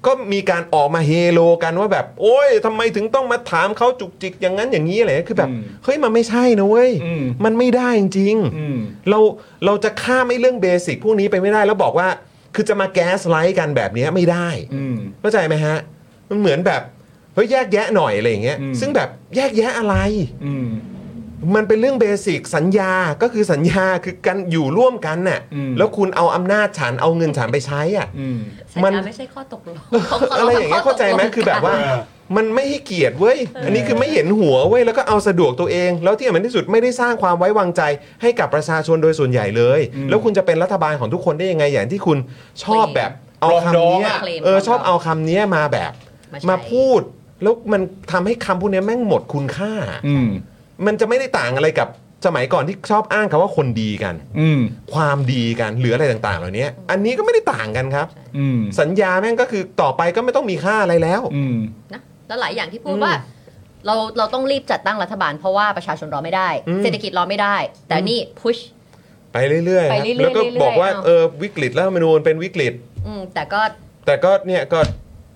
ก็มีการออกมาเฮโลกันว่าแบบ โอ้ยทำไมถึงต้องมาถามเขาจุกจิกอย่างนั้นอย่างนี้อะไรเงี้ยคือแบบ อืม เฮ้ยมันไม่ใช่นะเว้ย อืม มันไม่ได้จริงๆ อืม เราเราจะข้ามไอ้เรื่องเบสิกพวกนี้ไปไม่ได้แล้วบอกว่า คือจะมาแก๊สไลท์กันแบบเนี้ยไม่ได้ อืม เข้าใจไหมฮะ มันเหมือนแบบเฮ้ยแยกแยะหน่อยอะไรอย่างเงี้ย อืม ซึ่งแบบแยกแยะอะไร อืม มันเป็นเรื่องเบสิกสัญญาก็คือสัญญาคือการอยู่ร่วมกันน่ะ อืม แล้วคุณเอาอำนาจฉันเอาเงินฉันไปใช้อ่ะ อืม สัญ มัน ญาไม่ใช่ข้อตกลง อะไรอย่างเงี้ยเข้าใจไหมคือแบบว่า เออ มันไม่ให้เกียรติเว้ยอันนี้คือไม่เห็นหัวเว้ยแล้วก็เอาสะดวกตัวเอง แล้วที่สำคัญที่สุดไม่ได้สร้างความไว้วางใจให้กับประชาชนโดยส่วนใหญ่เลย อืม แล้วคุณจะเป็นรัฐบาลของทุกคนได้ยังไงอย่างที่คุณชอบแบบเอาคำเนี้ย ปรองดองอะ เออชอบเอาคำเนี้ยมาแบบ มาพูด แล้วมันทำให้คำพวกเนี้ยแม่งหมดคุณค่า อืม มันจะไม่ได้ต่างอะไรกับสมัยก่อนที่ชอบอ้างคำว่าคนดีกัน อืม ความดีกันหรืออะไรต่างๆ เหล่านี้อันนี้ก็ไม่ได้ต่างกันครับ อืม สัญญาแม่งก็คือต่อไปก็ไม่ต้องมีค่าอะไรแล้ว อืม นะแล้วหลายอย่างที่พู อืมดว่า เราเราต้องรีบจัดตั้งรัฐบาลเพราะว่าประชาชนรอไม่ได้ อืม เศรษฐกิจรอไม่ได้ แต่นี่พุช ไปเรื่อยๆครับไปเรื่อยๆ แล้วก็บอกว่า เรื่อยๆเอา เออวิกฤตรัฐธรรมนูญเป็นวิกฤต อืมแต่ก็ แต่ก็เนี่ยก็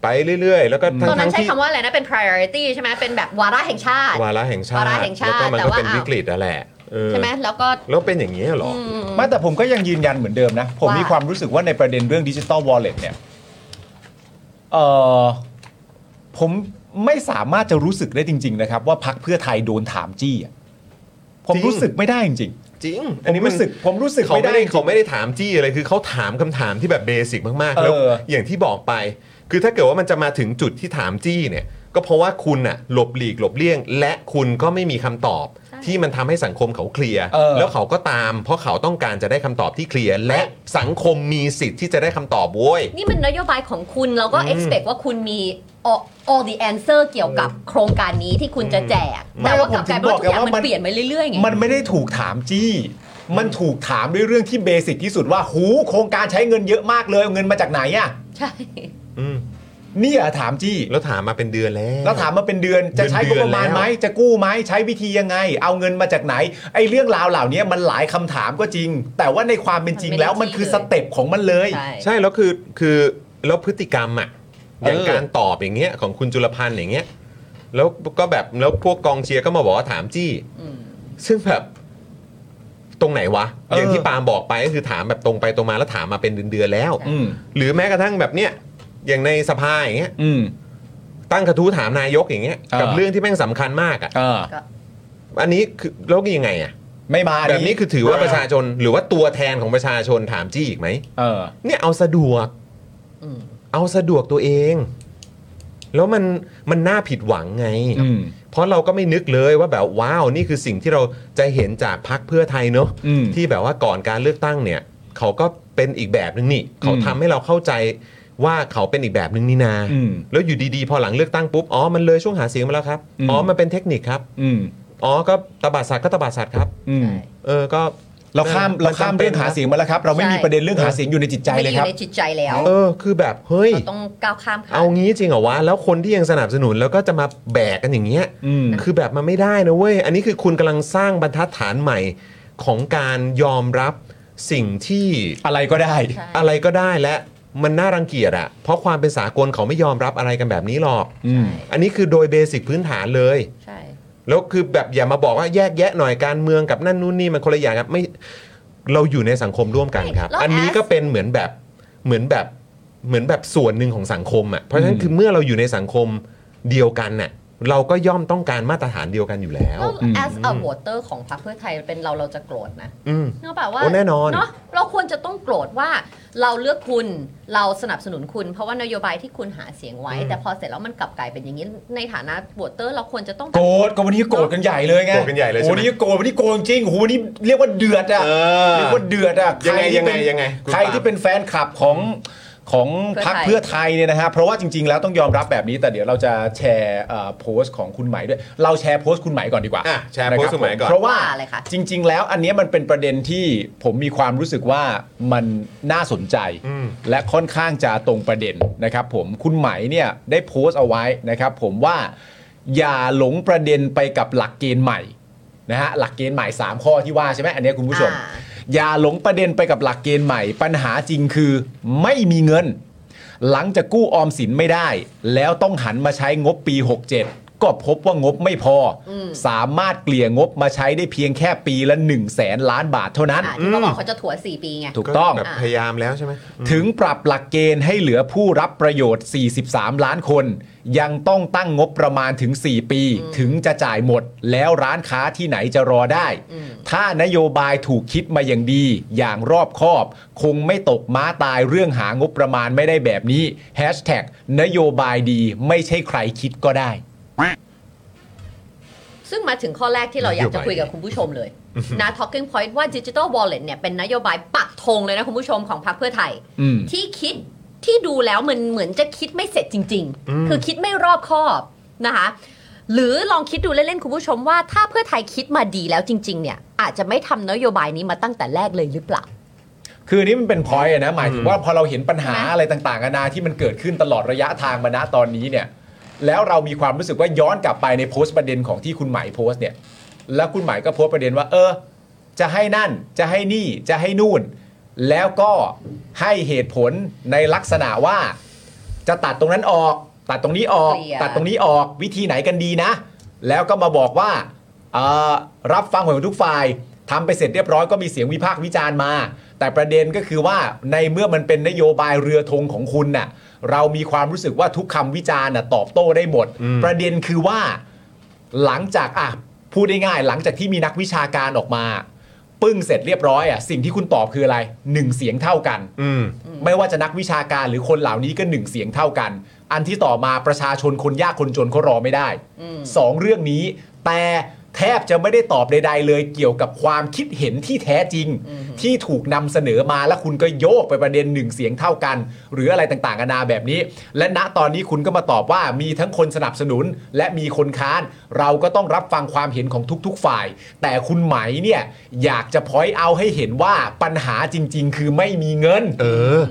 ไปเรื่อยๆ แล้วก็ ตอนนั้ ทั้งๆนใช้ ที่ คำว่าอะไรนะ เป็น priority ใช่ไหมเป็นแบบวาระแห่งชาติ วาระแห่งชาติ วาระแห่งชาติ แล้วก็มันก็ แต่ว่า เป็นวิกฤตอะแหละเออ ใช่ไหมแล้วก็ แล้วเป็นอย่างนี้ยเหรอ อืม ไม่แต่ผมก็ยังยืนยันเหมือนเดิมนะ ผมมี ว่า ความรู้สึกว่าในประเด็นเรื่องดิจิ t a ลวอลเล็ตเนี่ยเออผมไม่สามารถจะรู้สึกได้จริง ๆ นะครับ ว่าพักเพื่อไทยโดนถามจี้อะผม จริง รู้สึกไม่ได้จริง จริง ๆ อันนี้ ผม มัน รู้สึก ผมรู้สึก เขา ไม่ ไม่ ได้ ได้ จริง เขาไม่ได้ถามจี้อะไรคือเขาถามคำถามที่แบบเบสิกมากๆแล้ว เออ อย่างที่บอกไป คือถ้าเกิดว่ามันจะมาถึงจุดที่ถามจี้เนี่ย ก็เพราะว่าคุณน่ะหลบหลีกหลบเลี่ยง และคุณก็ไม่มีคำตอบ ใช่ ที่มันทำให้สังคมเขาเคลียร์ เออ แล้วเขาก็ตาม เพราะเขาต้องการจะได้คำตอบที่เคลียร์และสังคมมีสิทธิ์ที่จะได้คำตอบโว้ย นี่มันนโยบายของคุณเราก็ อืม expect ว่าคุณมี all all the answer เกี่ยวกับโครงการนี้ที่คุณจะแจก อืม แต่ว่ากลับกลายเป็นว่าทุกอย่าง ไม่ มัน ผมถึงบอกไงว่ามัน เปลี่ยนไปเรื่อยๆไง มันไม่ได้ถูกถามจี้ มันถูกถามด้วยเรื่องที่เบสิกที่สุดว่าหูโครงการใช้เงินเยอะมากเลยเอาเงินมาจากไหนอะ ใช่ อืม เนี่ยถามจี้ แล้วถามมาเป็นเดือนแล้ว แล้วถามมาเป็นเดือนจะใช้งบประมาณไหมจะกู้ไหมใช้วิธียังไง เอาเงินมาจากไหนไอ้เรื่องราวเหล่านี้มันหลายคำถามก็จริง แต่ว่าในความเป็นจริงแล้วมันคือสเต็ปของมันเลย ใช่ ใช่แล้วคือคือแล้วพฤติกรรมอ่ะอย่าง เออ การตอบอย่างเงี้ยของคุณจุลพันธ์อย่างเงี้ยแล้วก็แบบแล้วพวกกองเชียร์ก็มาบอกว่าถามจี้ อืม ซึ่งแบบตรงไหนวะ อย่างที่ปาล์มบอกไปก็คือถามแบบตรงไปตรงมาแล้วถามมาเป็นเดือนๆแล้ว อืม หรือแม้กระทั่งแบบเนี้ยอย่างในสภาอย่างเงี้ย อืม ตั้งกระทู้ถามนายกอย่างเงี้ย เออ กับเรื่องที่แม่งสำคัญมากอ่ะ เออ อันนี้คือแล้วยังไงอ่ะ ไม่มาดิ แบบนี้คือถือว่าประชาชนหรือว่าตัวแทนของประชาชนถามจี้อีกไหม เออ เนี่ยเอาสะดวก อืม เอาสะดวกตัวเอง แล้วมันมันน่าผิดหวังไง อืม เพราะเราก็ไม่นึกเลยว่าแบบว้าวนี่คือสิ่งที่เราจะเห็นจากพักเพื่อไทยเนอะ อืม ที่แบบว่าก่อนการเลือกตั้งเนี่ย เขาก็เป็นอีกแบบนึงนี่ เขา อืม ทำให้เราเข้าใจว่าเขาเป็นอีกแบบนึงนี่นา อืม แล้วอยู่ดีๆ พอหลังเลือกตั้งปุ๊บ อ๋อมันเลยช่วงหาเสียงมาแล้วครับ อืม อ๋อมันเป็นเทคนิคครับ อืม อ๋อก็ตบาดสัตว์ก็ตบาดสัตว์ครับ อืม ใช่ เออก็ เราข้ามเราข้ามเรื่องหาเสียงมาแล้วครับ เราไม่มีประเด็นเรื่องหาเสียงอยู่ในจิตใจ ไม่ เลย อ ค ยู่ รับ ในจิตใจแล้ว เออคือแบบเฮ้ย เราต้องก้าวข้ามค่ะ เอางี้จริงเหรอวะ แล้วคนที่ยังสนับสนุนแล้วก็จะมาแบกกันอย่างเงี้ย อืม คือแบบมันไม่ได้นะเว้ย อันนี้คือคุณกำลังสร้างบรรทัดฐานใหม่ของการยอมรับสิ่งที่ อะไรก็ได้ ใช่ อะไรก็ได้และมันน่ารังเกียจอะเพราะความเป็นสากลเขาไม่ยอมรับอะไรกันแบบนี้หรอก อืม อันนี้คือโดยเบสิกพื้นฐานเลย ใช่ แล้วคือแบบอย่ามาบอกว่าแยกแยะหน่อยการเมืองกับนั่นนู่นนี่มันคนละอย่างครับไม่เราอยู่ในสังคมร่วมกันครับ แล้ว อันนี้ as ก็เป็นเหมือนแบบเหมือนแบบเหมือนแบบส่วนหนึ่งของสังคมอ่ะเพราะฉะนั้น อืม คือเมื่อเราอยู่ในสังคมเดียวกันน่ะเราก็ย่อมต้องการมาตรฐานเดียวกันอยู่แล้ว แล้ว อืม as a voter ของพรรคเพื่อไทยเป็นเราเราจะโกรธนะ อืม เนาะแบบว่า โอ้แน่นอน เนาะเราควรจะต้องโกรธว่าเราเลือกคุณเราสนับสนุนคุณ เพราะว่านโยบายที่คุณหาเสียงไว้ แต่พอเสร็จแล้วมันกลับกลายเป็นอย่างนี้ในฐานะบวตเตอร์เราควรจะต้อง โกรธก็วันนี้โกรธกันใหญ่เลยไง โกรธกันใหญ่เลยใช่ไหม โอ้วันนี้โกรธวันนี้โกรธจริงโอ้โหวันนี้เรียกว่าเดือดอะ เออ เรียกว่าเดือดอ่ะ ยังไง ใครที่เป็น ยังไงยังไงคุณ ใคร ปาล์ม ที่เป็นแฟนคลับของของพรรคเพื่อไทยเนี่ยนะฮะเพราะว่าจริง ๆ แล้วต้องยอมรับแบบนี้แต่เดี๋ยวเราจะแชร์เอ่อโพสต์ของคุณไหมด้วย เราแชร์โพสต์คุณไหมก่อนดีกว่า อ่ะแชร์โพสต์คุณไหมก่อน เพราะว่า อะไรคะ จริง ๆ แล้วอันเนี้ยมันเป็นประเด็นที่ผมมีความรู้สึกว่ามันน่าสนใจ และค่อนข้างจะตรงประเด็นนะครับ ผมคุณไหมเนี่ยได้โพสต์เอาไว้นะครับ ผมว่าอย่าหลงประเด็นไปกับหลักเกณฑ์ใหม่นะฮะหลักเกณฑ์ใหม่ 3 ข้อที่ว่าใช่ไหมอันเนี้ยคุณผู้ชม อ่า อย่าหลงประเด็นไปกับหลักเกณฑ์ใหม่ ปัญหาจริงคือไม่มีเงิน หลังจากกู้ออมสินไม่ได้ แล้วต้องหันมาใช้งบปี 67 ก็พบว่างบไม่พออสามารถเกลี่ยงบมาใช้ได้เพียงแค่ปีละ1 0 0 0 0แสนล้านบาทเท่านั้น อ่ะที่เขาบอกเขาจะถั่ว4 ปีไง ถูกต้อง แบบพยายามแล้วใช่ไหม ถึงปรับหลักเกณฑ์ให้เหลือผู้รับประโยชน์ 43 ล้านคน ยังต้องตั้งงบประมาณถึง 4 ปี ถึงจะจ่ายหมด แล้วร้านค้าที่ไหนจะรอได้ ถ้านโยบายถูกคิดมาอย่างดี อย่างรอบคอบ คงไม่ตกม้าตายเรื่องหางบประมาณไม่ได้แบบนี้แฮชแท็กนโยบายดีไม่ใช่ใครคิดก็ได้ ซึ่งมาถึงข้อแรกที่เราอยากจะ นโยบาย คุยกับคุณผู้ชมเลยนะ Talking Point ว่า Digital Wallet เนี่ยเป็นนโยบายปักธงเลยนะคุณผู้ชมของพรรคเพื่อไทย อืม ที่คิดที่ดูแล้วมันเหมือนจะคิดไม่เสร็จจริง ๆ คือคิดไม่รอบคอบนะคะ หรือลองคิดดูเล่น ๆ คุณผู้ชมว่าถ้าเพื่อไทยคิดมาดีแล้วจริง ๆ เนี่ย อาจจะไม่ทำนโยบายนี้มาตั้งแต่แรกเลยหรือเปล่า คืออนนี้มันเป็นพอยต์นะหมายถึงว่าพอเราเห็นปัญหาอะไรต่างๆนานาที่มันเกิดขึ้นตลอดระยะทางมาณตอนนี้เนี่ย แล้วเรามีความรู้สึกว่าย้อนกลับไปในโพสต์ประเด็นของที่คุณหมายโพสต์เนี่ย แล้วคุณหมายก็โพสต์ประเด็นว่า เออ จะให้นั่นจะให้นี่จะให้นู่น แล้วก็ให้เหตุผลในลักษณะว่า จะตัดตรงนั้นออก ตัดตรงนี้ออก เคลียร์ ตัดตรงนี้ออกวิธีไหนกันดีนะ แล้วก็มาบอกว่าเอ่อรับฟังความเห็นของทุกฝ่ายทำไปเสร็จเรียบร้อยก็มีเสียงวิพากษ์วิจารณ์มา แต่ประเด็นก็คือว่าในเมื่อมันเป็นนโยบายเรือธงของคุณน่ะเรามีความรู้สึกว่าทุกคำวิจารณ์น่ะตอบโต้ได้หมด ประเด็นคือว่า หลังจากอ่ะพูดง่ายๆหลังจากที่มีนักวิชาการออกมา ปึ้งเสร็จเรียบร้อยอ่ะสิ่งที่คุณตอบคืออะไรหนึ่งเสียงเท่ากัน อืม ไม่ว่าจะนักวิชาการหรือคนเหล่านี้ก็หนึ่งเสียงเท่ากัน อันที่ต่อมาประชาชนคนยากคนจนเขารอไม่ได้สองเรื่องนี้ แต่ แทบจะไม่ได้ตอบใดๆเลยเกี่ยวกับความคิดเห็นที่แท้จริง ที่ถูกนำเสนอมาแล้วคุณก็โยกไปประเด็นหนึ่งเสียงเท่ากัน หรืออะไรต่างๆนานาแบบนี้ และณตอนนี้คุณก็มาตอบว่ามีทั้งคนสนับสนุนและมีคนค้าน เราก็ต้องรับฟังความเห็นของทุกๆฝ่าย แต่คุณไหมเนี่ยอยากจะพอยเอาให้เห็นว่าปัญหาจริง ๆ คือไม่มีเงิน เออ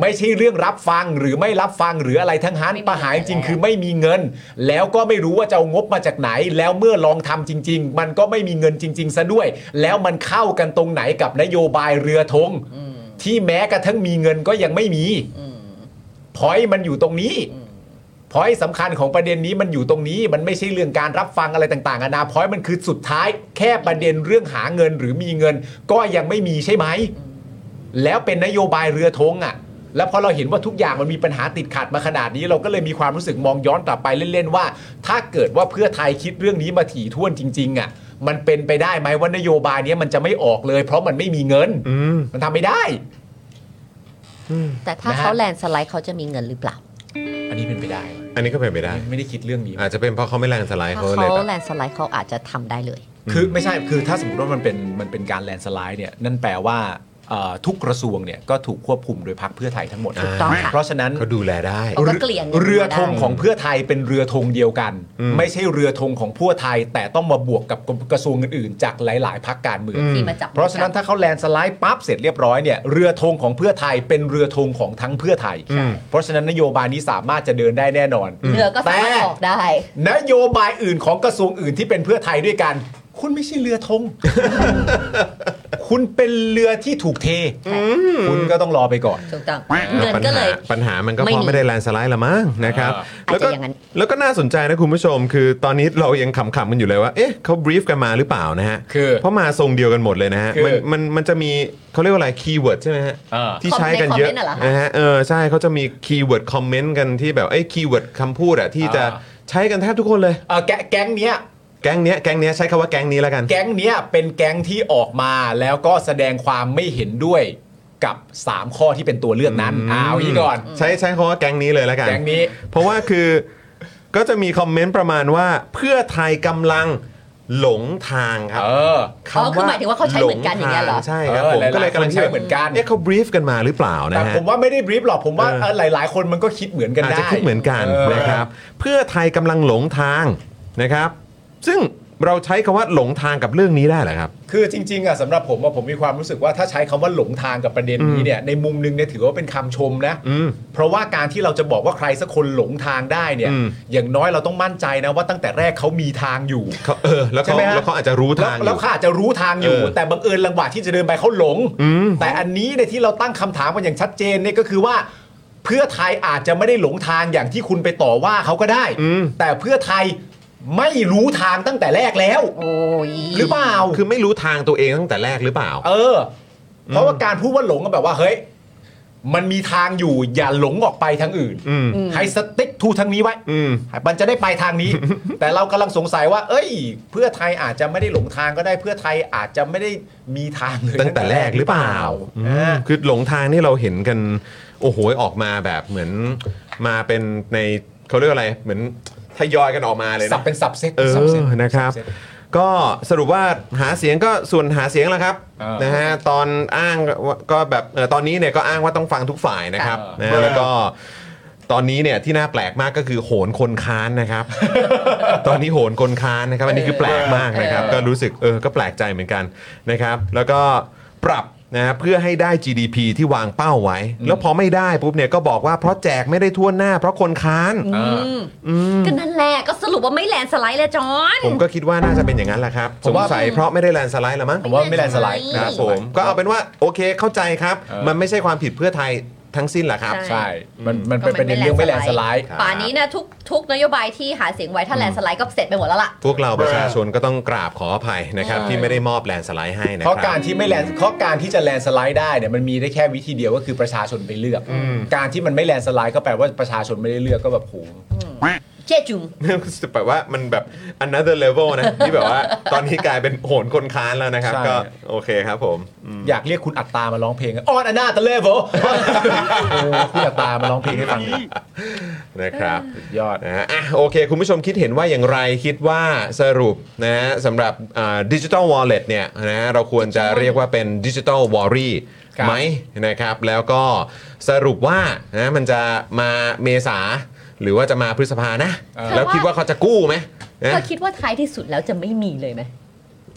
ไม่ใช่เรื่องรับฟังหรือไม่รับฟังหรืออะไรทั้งนั้น ไม่มี ปัญหาจริง แล้ว ๆคือไม่มีเงิน แล้วก็ไม่รู้ว่าจะเอางบมาจากไหน แล้วเมื่อลองทำจริง ๆ มันก็ไม่มีเงินจริง ๆ ซะด้วย แล้วมันเข้ากันตรงไหนกับนโยบายเรือธงที่แม้กระทั่งมีเงินก็ยังไม่มีพอยมันอยู่ตรงนี้พอยสำคัญของประเด็นนี้มันอยู่ตรงนี้ มันไม่ใช่เรื่องการรับฟังอะไรต่างๆนานาพอยมันคือสุดท้าย แค่ประเด็นเรื่องหาเงินหรือมีเงิน ก็ยังไม่มีใช่ไหม แล้วเป็นนโยบายเรือธงอะ่ะ แล้วพอเราเห็นว่าทุกอย่างมันมีปัญหาติดขัดมาขนาดนี้ เราก็เลยมีความรู้สึกมองย้อนกลับไปเล่นๆว่า ถ้าเกิดว่าเพื่อไทยคิดเรื่องนี้มาถี่ถ้วนจริงๆอะ่ะ มันเป็นไปได้ไหมว่านโยบายเนี้ยมันจะไม่ออกเลย เพราะมันไม่มีเงิน อืม มันทำไม่ได้ แต่ถ้า นะฮะ เขาแลนด์สไลด์เขาจะมีเงินหรือเปล่า อันนี้เป็นไปได้ อันนี้ก็เป็นไปได้ ไม่ได้คิดเรื่องนี้ อาจจะเป็นเพราะเขาไม่แรงสไลด์ ถ้า เขาเลยแบเขาแล บ นด์สไลด์เขาอาจจะทำได้เลย คือไม่ใช่คือถ้าสมมติว่ามันเป็นมันเป็นการแลนด์สไลด์เนี่ยนั่นแปลว่าเอ่อทุกกระทรวงเนี่ยก็ถูกควบคุมโดยพรรคเพื่อไทยทั้งหมด ถูกต้องค่ะ เพราะฉะนั้น เขาดูแลได้ เขาก็เกลี่ยเงิน เรือธง ได้ ของเพื่อไทยเป็นเรือธงเดียวกัน อืม ไม่ใช่เรือธงของเพื่อไทย แต่ต้องมาบวกกับกระทรวงอื่นๆจากหลายๆพักการเมือง ที่มาจับ เพราะฉะนั้นถ้าเขาแลนด์สไลด์ปั๊บเสร็จเรียบร้อยเนี่ยเรือธงของเพื่อไทยเป็นเรือธงของทั้งเพื่อไทย อืม เพราะฉะนั้นนโยบายนี้สามารถจะเดินได้แน่นอน เรือก็สา แต่ มารถออกได้ นโยบายอื่นของกระทรวงอื่นที่เป็นเพื่อไทยด้วยกัน คุณไม่ใช่เรือธง คุณเป็นเรือที่ถูกเท คุณก็ต้องรอไปก่อน ถูกต้อง อ่ะ เงิน ปัญ ก็ หา เลย ปัญหามันก็เพไม่ราะ มี ไม่ได้แลนด์สไลด์ละมั้งนะครับ อาจแล้วจะก็ อย่างนั้น แล้วก็น่าสนใจนะคุณผู้ชม คือตอนนี้เรายังขำๆกันอยู่เลยว่าเอ๊ะเขาบรีฟกันมาหรือเปล่านะฮะ คือ เพราะมาทรงเดียวกันหมดเลยนะฮะ คือ มันมันมันจะมีเขาเรียกว่าอะไรคีย์เวิร์ดใช่ไหมฮะ อ่า ที่ใช้กันเยอะ คอมเมนต์น่ะเหรอคะ นะฮะเออใช่เขาจะมีคีย์เวิร์ดคอมเมนต์กันที่แบบไอ้คีย์เวิร์ดคำพูดอะที่จะใช้กันแทบทุกคนเลย เอ่อแก๊งแก๊งเนี้ย แก๊งเนี้ยแก๊งเนี้ยใช้คำว่าแก๊งนี้แล้วกัน แก๊งเนี้ยเป็นแก๊งที่ออกมาแล้วก็แสดงความไม่เห็นด้วยกับ 3 ข้อที่เป็นตัวเลือกนั้นอ้าวอีกก่อน ใช้ใช้คำว่าแก๊งนี้เลยแล้วกัน แก๊งนี้ เพราะว่าคือก็จะมีคอมเมนต์ประมาณว่าเพื่อไทยกำลังหลงทางครับ เออ อ๋อคือหมายถึงว่าเขาใช้เหมือนกันอย่างเงี้ยเหรอ ลทใช่ครับ เออ ผม หลายๆ ก็เลยกำลัง คนใช้เหมือนกัน เอ๊ะเขาบรีฟกันมาหรือเปล่า แต่ นะฮะ ผมว่าไม่ได้บรีฟหรอกผมว่า เออ เอ่อหลาย ๆ คนมันก็คิดเหมือนกัน อาจ ได้ จะคิดเหมือนกัน เออ นะครับ เพื่อไทยกำลังหลงทางนะครับ ซึ่งเราใช้คำว่าหลงทางกับเรื่องนี้ได้เหรอครับ คือจริงๆอะสำหรับผมอะผมมีความรู้สึกว่าถ้าใช้คำว่าหลงทางกับประเด็นนี้เนี่ยในมุมหนึงเนี่ยถือว่าเป็นคำชมนะ อืม เพราะว่าการที่เราจะบอกว่าใครสักคนหลงทางได้เนี่ย อืม อย่างน้อยเราต้องมั่นใจนะว่าตั้งแต่แรกเขามีทางอยู่ เขาเออแล้ว ใช่ เขา ไหมฮะ แล้วเขาอาจจะรู้ แล้ว ทางอ แล้ ยู่ วเขาอาจจะรู้ทางอยู่ เออ แต่บังเอิญลังหวะที่จะเดินไปเขาหลง อืม แต่อันนี้เนี่ยที่เราตั้งคำถามกันอย่างชัดเจนเนี่ยก็คือว่า เพื่อไทยอาจจะไม่ได้หลงทางอย่างที่คุณไปต่อว่าเขาก็ได้ แต่เพื่อไทยไม่รู้ทางตั้งแต่แรกแล้ว โอ้ย หรือเปล่า คือไม่รู้ทางตัวเองตั้งแต่แรกหรือเปล่า เออ เพราะว่าการพูดว่าหลงก็แบบว่าเฮ้ยมันมีทางอยู่อย่าหลงออกไปทางอื่น อืม ให้สติ๊กทูทางนี้ไว้ อืม มันจะได้ไปทาง นี้ แต่เรากำลังสงสัยว่า เอ้ย เพื่อไทยอาจจะไม่ได้หลงทางก็ได้เพื่อไทยอาจจะไม่ได้มีทางเลย ตั้งแต่แรกหรือเปล่าอืม อ่า คือหลงทางนี่เราเห็นกัน โอ้โหออกมาแบบเหมือนมาเป็นในเขาเรียกอะไร เหมือนทยอยกันออกมาเลย สับ นะ เป็นสับเซต เอ สับเซต อนะครับ สับเซ็ต ก็สรุปว่าหาเสียงก็ส่วนหาเสียงแล้วครับ เออ นะฮะตอนอ้างว่าก็แบบเอ่อตอนนี้เนี่ยก็อ้างว่าต้องฟังทุกฝ่ายนะครับ ค่ะ นะฮะแล้วก็ตอนนี้เนี่ยที่น่าแปลกมากก็คือโหนคนค้านนะครับ ตอนนี้โหนคนค้านนะครับอันนี้คือแปลกมากนะครับ เออ ก็รู้สึกเออก็แปลกใจเหมือนกันนะครับ แล้วก็ปรับนะฮะเพื่อให้ได้ GDP ที่วางเป้าไว้ แล้วพอไม่ได้ปุ๊บเนี่ยก็บอกว่าเพราะแจกไม่ได้ทั่วหน้า เพราะคนค้าน อืมก็นั่นแหละก็สรุปว่าไม่แลนด์สไลด์เลยจอน ผมก็คิดว่าน่าจะเป็นอย่างนั้นแหละครับ ผ ส ม ง ว่า สัยเพราะไม่ได้แลนด์สไลด์ละมั้ง ผมว่าไม่แลนด์สไลด์คไม่แล รับ นด์ส ผ ไลด์ มก็เอาเป็นว่าโอเคเข้าใจครับ เออ มันไม่ใช่ความผิดเพื่อไทยทั้งสิ้นแหละครับ ใช่ ใช่ มันมันเป็น ก็ ประเด็นเรื่องไม่แลนด์สไลด์ ครับ ป่านนี้นะทุกทุกนโยบายที่หาเสียงไว้ถ้าแลนด์สไลด์ก็เสร็จไปหมดแล้วล่ะ พวกเราประชาชนก็ต้องกราบขออภัยนะครับ ใช่ ที่ไม่ได้มอบแลนด์สไลด์ให้นะ เพ ครั ราะ บ การที่ไม่แลนด์เพราะการที่จะแลนด์สไลด์ได้เนี่ยมันมีได้แค่วิธีเดียวก็คือประชาชนไปเลือก การที่มันไม่แลนด์สไลด์ก็แปลว่าประชาชนไม่ได้เลือกก็แบบโห เจ๊จุง แปลว่ามันแบบ another level นะ ที่แบบว่าตอนนี้กลายเป็นโหนคนค้านแล้วนะครับ ใช่ ก็โอเคครับผมอืม อยากเรียกคุณอัตตามาร้องเพลงออนอนาตะเลโบ คุณอัตตามาร้องเพลงให้ฟังหน่อย นะครับ ยอด นะฮะอ่ะโอเค คุณผู้ชมคิดเห็นว่าอย่างไรคิดว่าสรุปนะฮะสำหรับดิจิ t a ลวอลเล็ตเนี่ยนะฮะเราควรจะเรียกว่าเป็นดิจิ t a ลวอร r ี่ ครับ ไหมนะครับ แล้วก็สรุปว่านะมันจะมาเมษา หรือว่าจะมาพฤษภานะ แล้วคิดว่าเขาจะกู้ไหมนะ เธอคิดว่าท้ายที่สุดแล้วจะไม่มีเลยไหม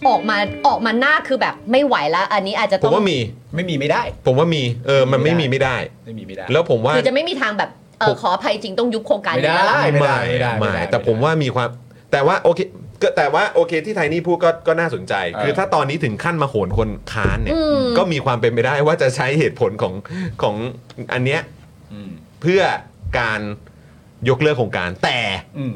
ออกมาออกมาหน้าคือแบบไม่ไหวแล้ว อันนี้อาจจะ ผ ต้อ ม ง ว่ามี ไม่มีไม่ได้ ผมว่ามีเออมันไม่มีไม่ได้ ไม่มีไม่ได้ แล้วผมว่า คือจะไม่มีทางแบบเอ ผ อ ม ขออภัยจริงต้องยุบโครงการ ไม่ได้ นี้แล้วล่ะ ไม่ได้ไม่ได้ไม่ได้ ไม่ ไม่ได้ แต่ผมว่ามีความแต่ว่าโอเคก็แต่ว่าโอเคที่ไทนี่พูดก็ก็น่าสนใจ เออ คือถ้าตอนนี้ถึงขั้นมาโหนคนค้านเนี่ย ก็มีความเป็นไปได้ว่าจะใช้เหตุผลของของอันเนี้ย อืม เพื่อการยกเลิกโครงการ แต่ อืม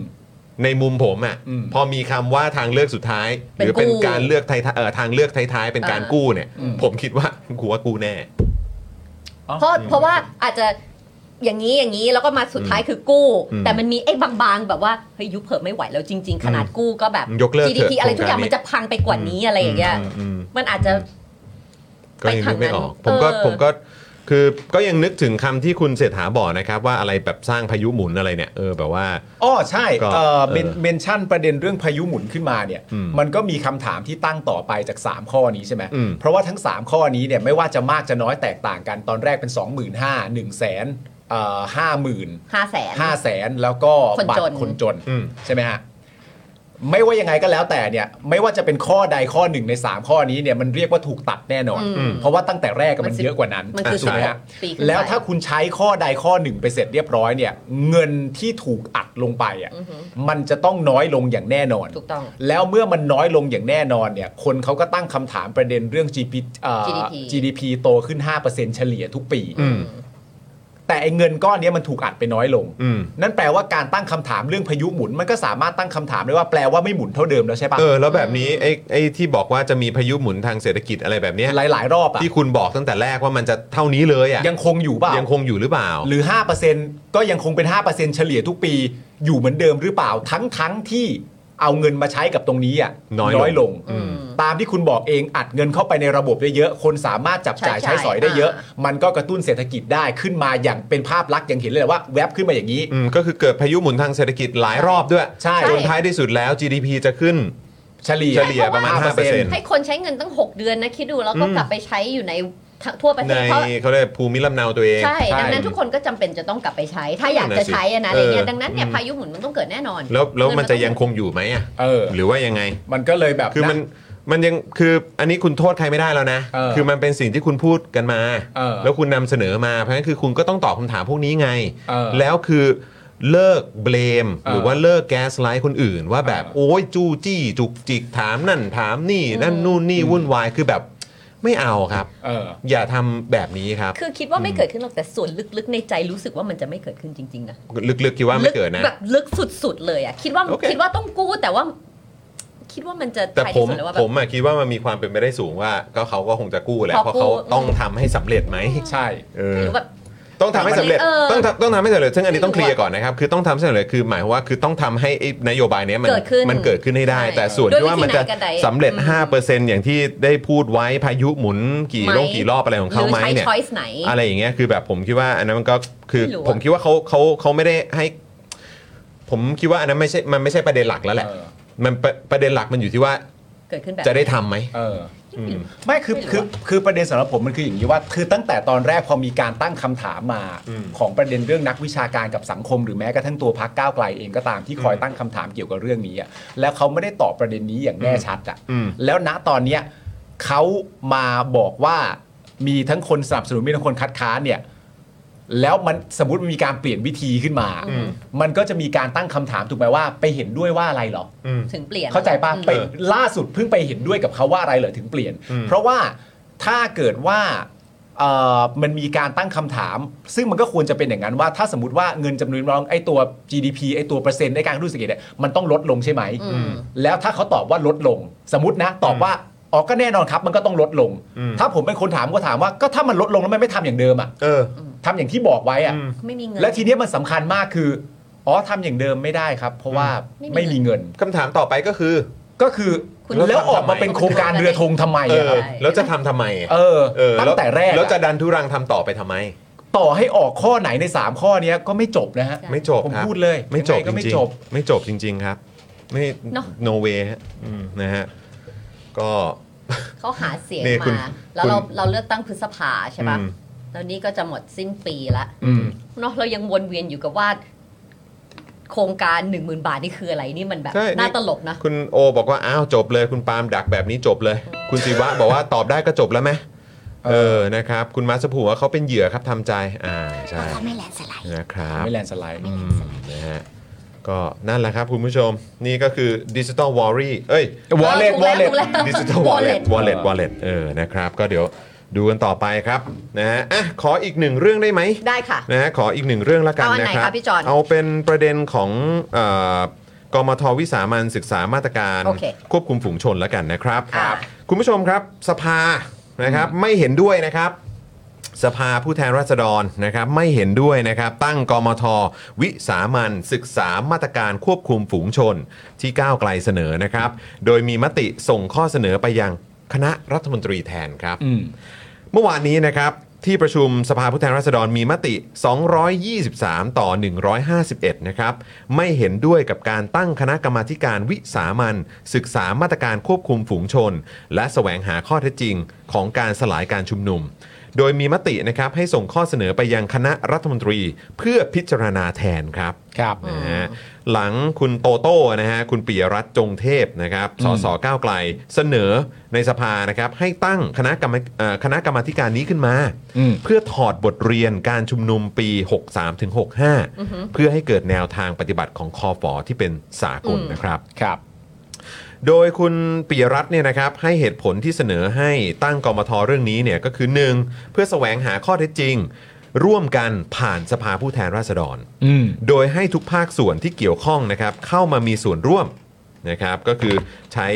ในมุมผมอะ่ะ อืม พอมีคำว่าทางเลือกสุดท้าย หรือเป็นการเลือกไทยเอ่อทางเลือกท้ายๆเป็นการกู้เนี่ย อืม ผมคิดว่ากูว่ากูแน่ เพราะเพราะว่าอาจจะอย่างนี้อย่างนี้แล้วก็มาสุดท้ายคือกู้ อืม แต่มันมีไอ้บางๆ แบบว่าเฮ้ยยุบเผิ่ไม่ไหวแล้วจริง ๆ ขนาดกู้ก็แบบ ยกเลิกเถอะ GDP อะไรทุกอย่างมันจะพังไปกว่านี้อะไรอย่างเงี้ย มอืม มันอาจจะ ก็ยังนึกไม่ออก ไป ผ ทางมนั้นก็ เออ ผมก็คือก็ยังนึกถึงคำที่คุณเศรษฐาบอกนะครับ ว่าอะไรแบบสร้างพายุหมุนอะไรเนี่ยเออแบบว่า อ๋อใช่ ก็ เอ่อเมน เออ เมนชั่นประเด็นเรื่องพายุหมุนขึ้นมาเนี่ย อืม มันก็มีคำถามที่ตั้งต่อไปจาก 3 ข้อนี้ใช่ไหม อืม เพราะว่าทั้ง 3 ข้อนี้เนี่ยไม่ว่าจะมากจะน้อยแตกต่างกันตอนแรกเป็น 2 5 0 0 0 0 1 0 0 0 0 0แสนห้าหมื่น ห้าแสน ห้าแสนแล้วก็บัต คนจ ร น คนจน อืม ใช่ไหมฮะไม่ว่ายังไงก็แล้วแต่เนี่ยไม่ว่าจะเป็นข้อใดข้อหนึ่งใน 3 ข้อนี้เนี่ยมันเรียกว่าถูกตัดแน่นอน อืม เพราะว่าตั้งแต่แรกอะมันเยอะกว่านั้น มันคือ ถูกไหม สิบห ฮะ กปีขึ้นไป แล้วถ้าคุณใช้ข้อใดข้อหนึ่งไปเสร็จเรียบร้อยเนี่ย เงินที่ถูกอัดลงไปอ่ะ อือฮึ มันจะต้องน้อยลงอย่างแน่นอน ถูกต้อง แล้วเมื่อมันน้อยลงอย่างแน่นอนเนี่ย คนเขาก็ตั้งคำถามประเด็นเรื่อง GDP เอ่อ GDP GDP โตขึ้น 5%เฉลี่ยทุกปี อืม แต่ไอ้เงินก้อนเนี้ยมันถูกอัดไปน้อยลง อืม นั่นแปลว่าการตั้งคำถามเรื่องพายุหมุน มันก็สามารถตั้งคำถามได้ว่าแปลว่าไม่หมุนเท่าเดิมแล้วใช่ปะ เออ แล้วแบบนี้ไอ้ไอ้ที่บอกว่าจะมีพายุหมุนทางเศรษฐกิจอะไรแบบเนี้ย หลาย ๆ รอบอ่ะ ที่คุณบอกตั้งแต่แรกว่ามันจะเท่านี้เลยอ่ะ ยังคงอยู่เปล่า ยังคงอยู่หรือเปล่า หรือ 5%ก็ยังคงเป็น 5%เฉลี่ยทุกปี อยู่เหมือนเดิมหรือเปล่า ทั้งทั้งที่เอาเงินมาใช้กับตรงนี้อ่ะ น้อยลง ลง ตามที่คุณบอกเองอัดเงินเข้าไปในระบบได้เยอะ คนสามารถจับจ่าย ใช้จ่าใช้ย สอยได้เยอะ อ่า มันก็กระตุ้นเศรษฐกิจได้ขึ้นมาอย่างเป็นภาพลักษณ์อย่างเห็นเลยแหละว่าแวบขึ้นมาอย่างนี้ อืมก็คือเกิดพายุหมุนทางเศรษฐกิจหลายรอบด้วย ใช่ จนท้ายที่สุดแล้ว GDP จะขึ้น เฉลี่ย เฉลี่ยประมาณ 5% 5% ให้คนใช้เงินตั้ง 6 เดือนนะ คิดดูแล้วก็ อืม กลับไปใช้อยู่ในทั่วประเท ใน ศเพราะ เขาเรียกภูมิลำเนาตัวเอง ใช่ ใช่ ดังนั้นทุกคนก็จำเป็นจะต้องกลับไปใช้ ถ้าอยาก นั่นน่ะ จะ สิ ใช้อะนะอะไรเงี้ เอย อ ดังนั้นเนี่ย อืม พายุหมุนมันต้องเกิดแน่นอน แล้วแล้วมันจะ ต้อง ยังคงอยู่ไหมอ่ะ เออ หรือว่ายังไง มันก็เลยแบบ คือมัน นะ มันยังคืออันนี้คุณโทษใครไม่ได้แล้วนะ เออ คือมันเป็นสิ่งที่คุณพูดกันมา เออ แล้วคุณนำเสนอมาเพราะฉะนั้นคือคุณก็ต้องตอบคำถามพวกนี้ไง เออ แล้วคือเลิกเบลม เออ หรือว่าเลิกแก๊สไลท์คนอื่น ว่าแบบ เออ โอ้ยจู้จี้จุกจิกถามนั่นถามนี่นั่นนู่นนี่วุ่นวายคือแบบไม่เอาครับ เออ อย่าทำแบบนี้ครับ คือคิดว่าไม่เกิดขึ้นหรอกแต่ส่วนลึกๆในใจรู้สึกว่ามันจะไม่เกิดขึ้นจริงๆนะ ลึกๆคิดว่าไม่เกิดนะ แบบลึกสุดๆเลยอะคิดว่า โอเค คิดว่าต้องกู้แต่ว่า คิดว่ามันจะ แต่ ท้าย ผ ที่ ม สุดแล้วว่า ผ แบบ มอะคิดว่ามันมีความเป็นไปได้สูงว่า ก็เขาก็คงจะกู้แหละ พอ เพราะเขา กู้ ต้องทำให้สำเร็จไหม ใช่ เออ หรือแบบ ต้องทำให้สำเร็จ เออ ต้องทำต้องทำให้สำเร็จซึ่งอันนี้ ไม่รู้ ต้องเคลียร์ก่อนนะครับ คือต้องทำให้สำเร็จคือหมายความว่าคือต้องทำให้ไอ้นโยบายเนี้ยมั เกิดขึ้น มันเกิดขึ้นให้ได้ ใช่ แต่ส่วน ด้ที่วยว่ามันจะ วิธีไหนก็ได้ สำเร็จ อืม 5%อย่างที่ได้พูดไว้พายุหมุนกี่ ไหม โรคกี่รอบอะไรของเขาไหม รือใช้ เนี่ย choice ไหน อะไรอย่างเงี้ยคือแบบผมคิดว่าอันนั้นมันก็คือ ไม่รู้อะ ผมคิดว่าเขาเขาเขาไม่ได้ให้ ผมคิดว่าอันนั้นไม่ใช่มันไม่ใช่ประเด็นหลักแล้วแหละ เออ มันประประเด็นหลักมันอยู่ที่ว่า เกิดขึ้นแบบ จะได้ทำไหม เออ ไม่รู้ ไม่คือ ไม่รู้ คือ อะ คือประเด็นสำหรับผมมันคืออย่างนี้ว่า คือตั้งแต่ตอนแรกพอมีการตั้งคำถามมา อืม ของประเด็นเรื่องนักวิชาการกับสังคม หรือแม้กระทั่งตัวพักก้าวไกลเองก็ตามที่คอย อืม ตั้งคำถามเกี่ยวกับเรื่องนี้อะแล้วเขาไม่ได้ตอบประเด็นนี้อย่างแน่ชัดอ่ะ อืม แล้วณตอนเนี้ยเขามาบอกว่ามีทั้งคนสนับสนุนมีทั้งคนคัดค้านเนี่ย แล้วมันสมมติมันมีการเปลี่ยนวิธีขึ้นมา อืม มันก็จะมีการตั้งคำถามถูกไหมว่า ไปเห็นด้วยว่าอะไรเหรอ อืม ถึงเปลี่ยน เข้าใจป่ะ อืม ไปล่าสุดเพิ่งไปเห็นด้วยกับเขาว่าอะไรเหรอถึงเปลี่ยน อืม เพราะว่าถ้าเกิดว่าเอ่อมันมีการตั้งคำถาม ซึ่งมันก็ควรจะเป็นอย่างนั้นว่าถ้าสมมติว่าเงินจำนวนรองไอ้ตัว GDP ไอ้ตัวเปอร์เซ็นต์ในการกระตุ้นเศรษฐกิจเนี่ยมันต้องลดลงใช่ไหม อืม แล้วถ้าเขาตอบว่าลดลง สมมตินะ ตอบว่าอ๋อก็แน่นอนครับ มันก็ต้องลดลง อืม ถ้าผมเป็นคนถามก็ถามว่าก็ถ้ามันลดลงแล้วมันไม่ทำอย่างเดิมอะ เออ ทำอย่างที่บอกไว้อะ อืม ไม่มีเงิน และทีเนี้ยมันสำคัญมากคือ อ๋อทำอย่างเดิมไม่ได้ครับ เพราะว่า ไม่ ไม่ มี มี เงิ เงิ น น คำถามต่อไปก็คือ ก็คือ คุณ แล้วออกมาเป็นโครงการเรือธงทำไม เอ อะ อ ครับ แล้วจะทำทำไมอะ เออ เออ ตั้งแต่แรกอะ แล้วจะดันทุรังทำต่อไปทำไม ต่อให้ออกข้อไหนใน 3 ข้อเนี้ยก็ไม่จบนะฮะ ไม่จบ ผม ครับ พูดเลย ไม่จบ ยังไงก็ จ ไม่ ริง จบ ๆไม่จบจริง ๆครับ ไม่ เนอะ no way ฮะอืมนะฮะก็ เขาหาเสียง นี่คุ มา ณ แล้วเรา คุณ เราเลือกตั้งพฤษภาใช่ปะ อืม แล้วนี่ก็จะหมดสิ้นปีละ อืม เนาะเรายังวนเวียนอยู่กับว่า โครงการ 1 0,000 บาทนี่คืออะไรนี่มันแบบ ใช่ น่า นี่ ตลกนะ คุณโอบอกว่า อ้าว จบเลย คุณปาล์มดักแบบนี้จบเลย คุณศิวะบอกว่าตอบได้ก็จบแล้วไหมเออนะครับ คุณมาสผูว่าเขาเป็นเหยื่อครับทำใจ อ่าใช่ เขาไม่แลนสไลด์ นะครับ ไม่แลนด์สไลด์ อืมนะฮะก็นั่นแหละครับคุณผู้ชมนี่ก็คือดิจิตอลวอรี่ เอ้ย wallet เออถูกแว wallet ถูกแว ดิจิตอลวอลเล็ตวอลเล็ตวอลเล็ตเออนะครับ ก็เดี๋ยวดูกันต่อไปครับนะฮะอ่ะขออีกหนึ่งเรื่องได้ไหม ได้ค่ะ นะฮะขออีกหนึ่งเรื่องละกัน เอาอัน นะ ไหน ค คะ รับ พี่จอน เอาเป็นประเด็นของเอ่อกมทวิสามันศึกษามาตรการ โอเค ควบคุมฝูงชนละกันนะครับ ครับ คุณผู้ชมครับสภานะครับไม่เห็นด้วยนะครับ สภาผู้แทนราษฎรนะครับไม่เห็นด้วยนะครับตั้งกมท วิสามันศึกษามาตรการควบคุมฝูงชนที่ก้าวไกลเสนอนะครับ โดยมีมติส่งข้อเสนอไปยังคณะรัฐมนตรีแทนครับ อืม เมื่อวานนี้นะครับที่ประชุมสภาผู้แทนราษฎรมีมติ 223 ต่อ 151 นะครับไม่เห็นด้วยกับการตั้งคณะกรรมาธิการวิสามันศึกษามาตรการควบคุมฝูงชน และแสวงหาข้อเท็จจริงของการสลายการชุมนุม โดยมีมตินะครับให้ส่งข้อเสนอไปยังคณะรัฐมนตรีเพื่อพิจารณาแทนครับ ครับ นะฮะหลังคุณโตโต้นะฮะคุณปิยรัตน์จงเทพนะครับสสก้าวไกลเสนอในสภานะครับให้ตั้งคณะกรรมเอ่อคณะกรรมาธิการนี้ขึ้นมา อืม เพื่อถอดบทเรียนการชุมนุมปี 63-65ถึงเพื่อให้เกิดแนวทางปฏิบัติของคอฟอที่เป็นสากล อืม นะครับ ครับ โดยคุณปิยรัตน์เนี่ยนะครับให้เหตุผลที่เสนอให้ตั้งกมทเรื่องนี้เนี่ยก็คือ 1. เพื่อแสวงหาข้อเท็จจริง ร่วมกันผ่านสภาผู้แทนราษฎร อืม โดยให้ทุกภาคส่วนที่เกี่ยวข้องนะครับเข้ามามีส่วนร่วมนะครับก็คือใช้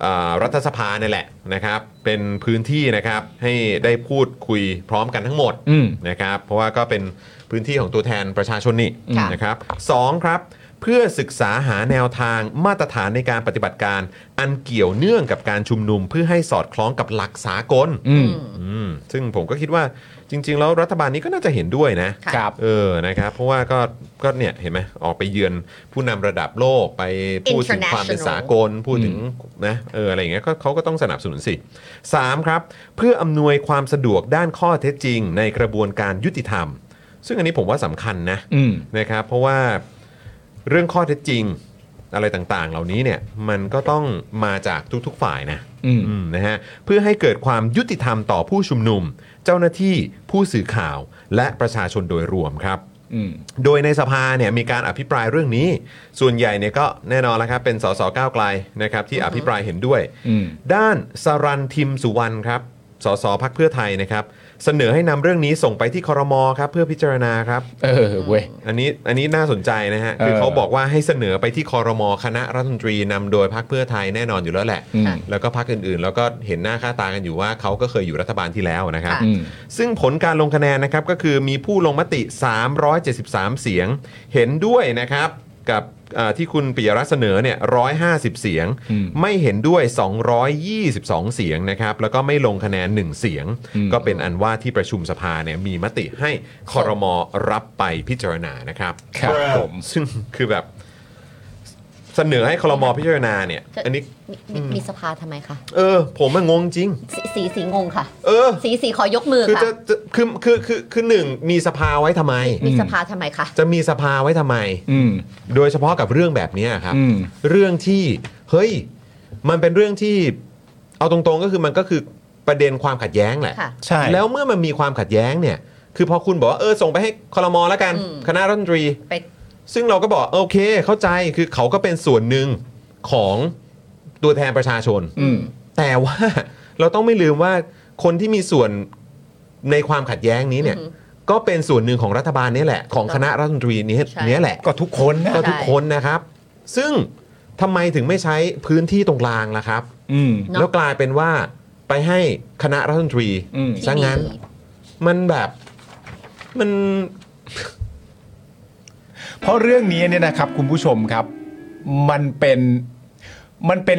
เอ่อรัฐสภาเนี่ยแหละนะครับเป็นพื้นที่นะครับให้ได้พูดคุยพร้อมกันทั้งหมด อืม นะครับเพราะว่าก็เป็นพื้นที่ของตัวแทนประชาชนนี่ ค่ะ นะครับสองครับ เพื่อศึกษาหาแนวทางมาตรฐานในการปฏิบัติการ อันเกี่ยวเนื่องกับการชุมนุม เพื่อให้สอดคล้องกับหลักสากล อืม อืมซึ่งผมก็คิดว่าจริง ๆ แล้วรัฐบาลนี้ก็น่าจะเห็นด้วยนะ ค่ะ ครับ เออ นะครับ เพราะว่าก็ ก็เนี่ยเห็นไหมออกไปเยือนผู้นำระดับโลกไปพูดถึงความเป็นสากล พูดถึงนะเอออะไรอย่างเงี้ยก็เขาก็ต้องสนับสนุนสิ 3. ครับ เพื่ออำนวยความสะดวกด้านข้อเท็จจริง ในกระบวนการยุติธรรม ซึ่งอันนี้ผมว่าสำคัญนะ อืม นะครับ เพราะว่าเรื่องข้อเท็จจริงอะไรต่างๆ เหล่านี้เนี่ยมันก็ต้องมาจากทุกๆฝ่ายนะ อืม อืมนะฮะเพื่อให้เกิดความยุติธรรมต่อผู้ชุมนุม เจ้าหน้าที่ผู้สื่อข่าวและประชาชนโดยรวมครับ อืม โดยในสภาเนี่ยมีการอภิปรายเรื่องนี้ ส่วนใหญ่เนี่ยก็แน่นอนแล้วครับเป็นสสก้าวไกลนะครับที่อภิปรายเห็นด้วย อืม ด้านสรันทิมสุวรรณครับสสพักเพื่อไทยนะครับเสนอให้นำเรื่องนี้ส่งไปที่คอรมอครับเพื่อพิจารณาครับ เออเว้ย อันนี้อันนี้น่าสนใจนะฮะ คือ เออ เขาบอกว่าให้เสนอไปที่คอรมอคณะรัฐมนตรีนำโดยพรรคเพื่อไทยแน่นอนอยู่แล้วแหละ อืม แล้วก็พรรคอื่นๆ แล้วก็เห็นหน้าค่าตากันอยู่ว่าเขาก็เคยอยู่รัฐบาลที่แล้วนะครับ ค่ะ อืม ซึ่งผลการลงคะแนนนะครับก็คือมีผู้ลงมติ 373 เสียง เห็นด้วยนะครับกับเอ่อที่คุณปิยรัตน์เสนอเนี่ย150 เสียง อืม ไม่เห็นด้วย 222 เสียงนะครับแล้วก็ไม่ลงคะแนน 1 เสียง อืม ก็เป็นอันว่าที่ประชุมสภาเนี่ยมีมติให้คอรมอรับไปพิจารณานะครับ ครับผม ซึ่งคือแบบเสนอให้คอรมอพิจารณาเนี่ย อันนี้ มีมีมีสภาทำไมคะ เออ ผมมันงงจริง สสีสีงงค่ะ เออ สีสีขอยกมือ คือ ค่ะ จะจะคือคือคือคือหนึ่งมีสภาไว้ทำไม มีสภาทำไมคะ จะมีสภาไว้ทำไม อืม โดยเฉพาะกับเรื่องแบบเนี้ยครับ อืม เรื่องที่เฮ้ยมันเป็นเรื่องที่เอาตรงๆก็คือมันก็คือประเด็นความขัดแย้งแหละ ค่ะ ใช่ แล้วเมื่อมันมีความขัดแย้งเนี่ย คือพอคุณบอกว่าเออส่งไปให้คอรมอแล้วกัน อืม คณะรัฐมนตรี ไป ซึ่งเราก็บอกโอเคเข้าใจคือเขาก็เป็นส่วนหนึ่งของตัวแทนประชาชน อืม แต่ว่า เราต้องไม่ลืมว่าคนที่มีส่วนในความขัดแย้งนี้เนี่ย อือหือ ก็เป็นส่วนหนึ่งของรัฐบาลนี่แหละ ของคณะรัฐมนตรีนี้ ใช่ เนี้แหละ ก็ทุกคนนะ ก็ทุกคนนะครับ ซึ่งทำไมถึงไม่ใช้พื้นที่ตรงกลางล่ะครับ อืม เนอะ แล้วกลายเป็นว่าไปให้คณะรัฐมนตรี อืม ที่ ซะงั้น มี มันแบบมัน เพราะเรื่องนี้เนี่ยนะครับคุณผู้ชมครับ มันเป็นมันเป็น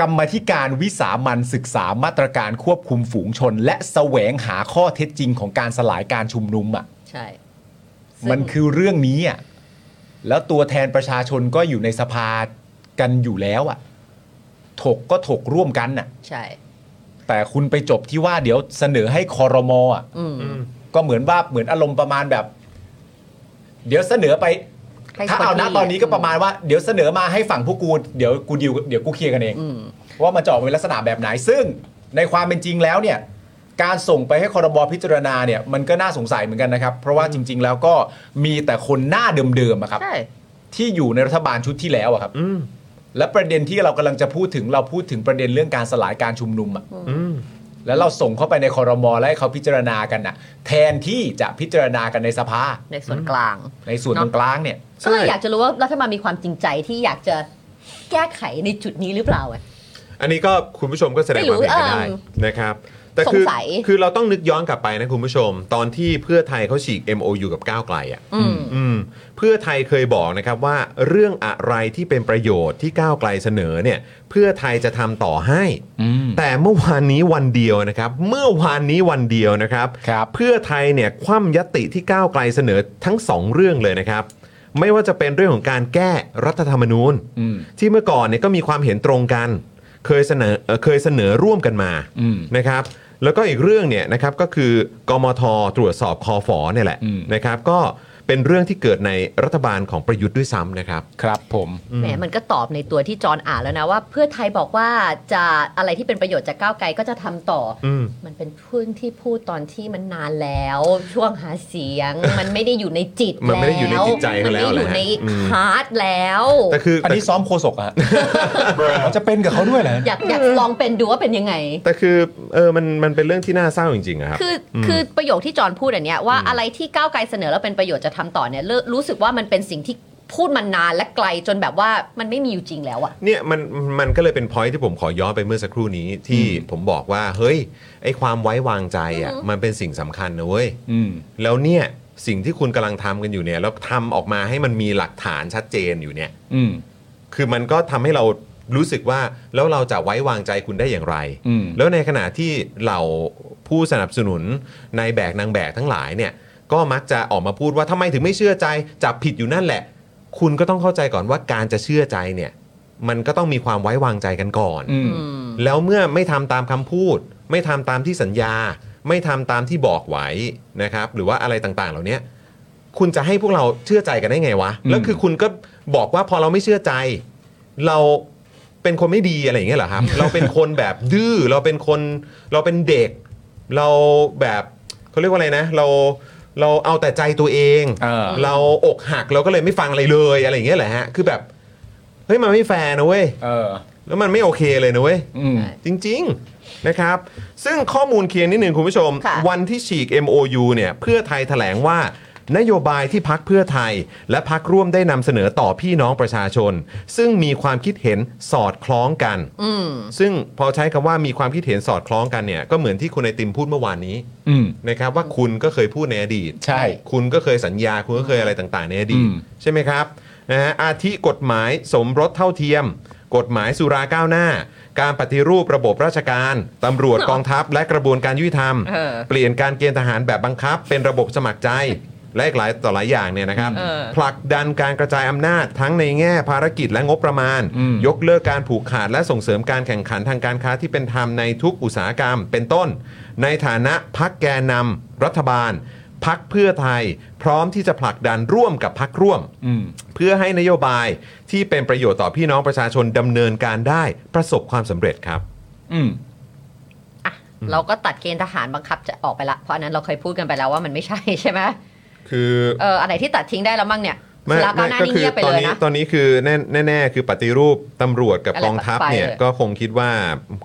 กรรมาธิการวิสามันศึกษามาตรการควบคุมฝูงชน และแสวงหาข้อเท็จจริงของการสลายการชุมนุมอ่ะ ใช่ มันคือเรื่องนี้อ่ะ แล้วตัวแทนประชาชนก็อยู่ในสภากันอยู่แล้วอ่ะ ถกก็ถกร่วมกันน่ะ ใช่ แต่คุณไปจบที่ว่าเดี๋ยวเสนอให้คอรมออ่ะ อืม ก็เหมือนว่าเหมือนอารมณ์ประมาณแบบ เดี๋ยวเสนอไป ให้ ถ้าเอานะ คนที่ ตอนนี้ก็ประมาณว่าเดี๋ยวเสนอมาให้ฝั่งผู้กูเดี๋ยวกูดิวเดี๋ยวกูเคลียร์กันเอง อืม ว่ามันจะออกมาเป็นลักษณะแบบไหน ซึ่งในความเป็นจริงแล้วเนี่ย การส่งไปให้คอรบพิจารณาเนี่ย มันก็น่าสงสัยเหมือนกันนะครับ เพราะว่าจริง ๆ แล้วก็มีแต่คนหน้าเดิมๆอะครับ ใช่ ที่อยู่ในรัฐบาลชุดที่แล้วอะครับ อืม และประเด็นที่เรากำลังจะพูดถึงเราพูดถึงประเด็นเรื่องการสลายการชุมนุมอะ อืม แล้วเราส่งเข้าไปในคอรมอและให้เขาพิจารณากันน่ะ แทนที่จะพิจารณากันในสภา ในส่วนกลาง ในส่วนตรงกลางเนี่ย ก็เลยอยากจะรู้ว่ารัฐบาลมีความจริงใจที่อยากจะแก้ไขในจุดนี้หรือเปล่าอะ อันนี้ก็คุณผู้ชมก็แสดงความเห็นกันได้ ไม่รู้ นะครับ แต่คือ สงสัย คือเราต้องนึกย้อนกลับไปนะคุณผู้ชม ตอนที่เพื่อไทยเขาฉีก MOU กับก้าวไกลอ่ะ อืม อืมเพื่อไทยเคยบอกนะครับว่าเรื่องอะไรที่เป็นประโยชน์ที่ก้าวไกลเสนอเนี่ย เพื่อไทยจะทำต่อให้ แต่เมื่อวานนี้วันเดียวนะครับ เมื่อวานนี้วันเดียวนะครับ ครับ เพื่อไทยเนี่ยคว่ำยติที่ก้าวไกลเสนอทั้งสองเรื่องเลยนะครับ ไม่ว่าจะเป็นเรื่องของการแก้รัฐธรรมนูญ อืม ที่เมื่อก่อนเนี่ยก็มีความเห็นตรงกัน เคยเสนอเอ่อเคยเสนอร่วมกันมา อืม นะครับ แล้วก็อีกเรื่องเนี่ยนะครับก็คือกมทตรวจสอบคอฟอเนี่ยแหละ อืม นะครับ ก็เป็นเรื่องที่เกิดในรัฐบาลของประยุทธ์ด้วยซ้ำนะครับ ครับผม แหมมันก็ตอบในตัวที่จอห์นอ่านแล้วนะว่า เพื่อไทยบอกว่าจะอะไรที่เป็นประโยชน์จากก้าวไกลก็จะทำต่ออ ม มันเป็นพื้นที่พูดตอนที่มันนานแล้ว ช่วงหาเสียง มันไม่ได้อยู่ในจิต มันไม่ได้อยู่ในจิตใจ มั เขา ไม่ แล้ว ได้อยู่ใน อืม ฮาร์ดแล้ว แต่คือ อัน แต่ นี้ซ้อมโคศก อะฮะ เขาจะเป็นกับเขาด้วยเหรอ อยากอยากลองเป็นดูว่าเป็นยังไง แต่คือเออมันมันเป็นเรื่องที่น่าเศร้าจริงๆอะครับ คือ อืม คือประโยคที่จอห์นพูดอันเนี้ยว่าอะไรที่ก้าวไกลเสนอแล้วเป็นประโยชน์จะทำต่อเนี่ยเลิรู้สึกว่ามันเป็นสิ่งที่พูดมานานและไกลจนแบบว่ามันไม่มีอยู่จริงแล้วอะ เนี่ยมันมันก็เลยเป็นพอยที่ผมขอย้อนไปเมื่อสักครู่นี้ที่ผมบอกว่าเฮ้ยไอ้ความไว้วางใจอ่ะ อือฮึ มันเป็นสิ่งสำคัญนะเว้ย อืม แล้วเนี่ยสิ่งที่คุณกำลังทำกันอยู่เนี่ยแล้วทำออกมาให้มันมีหลักฐานชัดเจนอยู่เนี่ย อืม คือมันก็ทำให้เรารู้สึกว่าแล้วเราจะไว้วางใจคุณได้อย่างไร อืม แล้วในขณะที่เหล่าผู้สนับสนุนนายแบกนางแบกทั้งหลายเนี่ย ก็มักจะออกมาพูดว่าทำไมถึงไม่เชื่อใจจับผิดอยู่นั่นแหละ คุณก็ต้องเข้าใจก่อนว่าการจะเชื่อใจเนี่ย มันก็ต้องมีความไว้วางใจกันก่อน อืม แล้วเมื่อไม่ทำตามคำพูด ไม่ทำตามที่สัญญา ไม่ทำตามที่บอกไว้นะครับ หรือว่าอะไรต่างๆ เหล่านี้คุณจะให้พวกเราเชื่อใจกันได้ไงวะ อืม แล้วคือคุณก็บอกว่าพอเราไม่เชื่อใจ เราเป็นคนไม่ดีอะไรอย่างเงี้ยเหรอครับ เราเป็นคนแบบดื้อเราเป็นคนเราเป็นเด็ก เราแบบเขาเรียกว่าอะไรนะ เราเราเอาแต่ใจตัวเอง เออ เราอกหักเราก็เลยไม่ฟังอะไรเลยอะไรอย่างเงี้ยเหรอฮะคือแบบเฮ้ยมันไม่แฟร์นะเว้ย เออ แล้วมันไม่โอเคเลยนะเว้ย อืม จริง ๆ นะครับ ซึ่งข้อมูลเคลียร์นิดหนึ่งคุณผู้ชม ค่ะ วันที่ฉีก MOU เนี่ยเพื่อไทยแถลงว่า นโยบายที่พักเพื่อไทย และพักร่วมได้นำเสนอต่อพี่น้องประชาชน ซึ่งมีความคิดเห็นสอดคล้องกัน อืม ซึ่งพอใช้คำว่ามีความคิดเห็นสอดคล้องกันเนี่ยก็เหมือนที่คุณไอติมพูดเมื่อวานนี้ อืม นะครับว่าคุณก็เคยพูดในอดีต ใช่ คุณก็เคยสัญญาคุณก็เคยอะไรต่างๆในอดีต อืม ใช่ไหมครับนะฮะอาทิกฎหมายสมรสเท่าเทียม กฎหมายสุราก้าวหน้า การปฏิรูประบบราชการตำรวจกองทัพ และกระบวนการยุติธรรม เออ เปลี่ยนการเกณฑ์ทหารแบบบังคับ เป็นระบบสมัครใจ และอีกหลายต่อหลายอย่างเนี่ยนะครับ เออ ผลักดันการกระจายอำนาจทั้งในแง่ภารกิจและงบประมาณ อืม ยกเลิกการผูกขาดและส่งเสริมการแข่งขันทางการค้าที่เป็นธรรมในทุกอุตสาหกรรมเป็นต้น ในฐานะพักแกนนำรัฐบาล พักเพื่อไทย พร้อมที่จะผลักดันร่วมกับพักร่วม อืม เพื่อให้นโยบายที่เป็นประโยชน์ต่อพี่น้องประชาชนดำเนินการได้ประสบความสำเร็จครับ อืม อ่ะเราก็ตัดเกณฑ์ทหารบังคับจะออกไปละ เพราะอันนั้นเราเคยพูดกันไปแล้วว่ามันไม่ใช่ ใช่ไหม คือ เอออะไรที่ตัดทิ้งได้แล้วมั่งเนี่ย ไม่ สุราก้าวหน้า ก็ นี่ คื เงียบไป ตอ เล น ย นี้ นะ ตอนนี้คือแน่แน่ๆคือปฏิรูปตำรวจกับ อะกไรองทัพเนี่ย ไปเลย ก็คงคิดว่า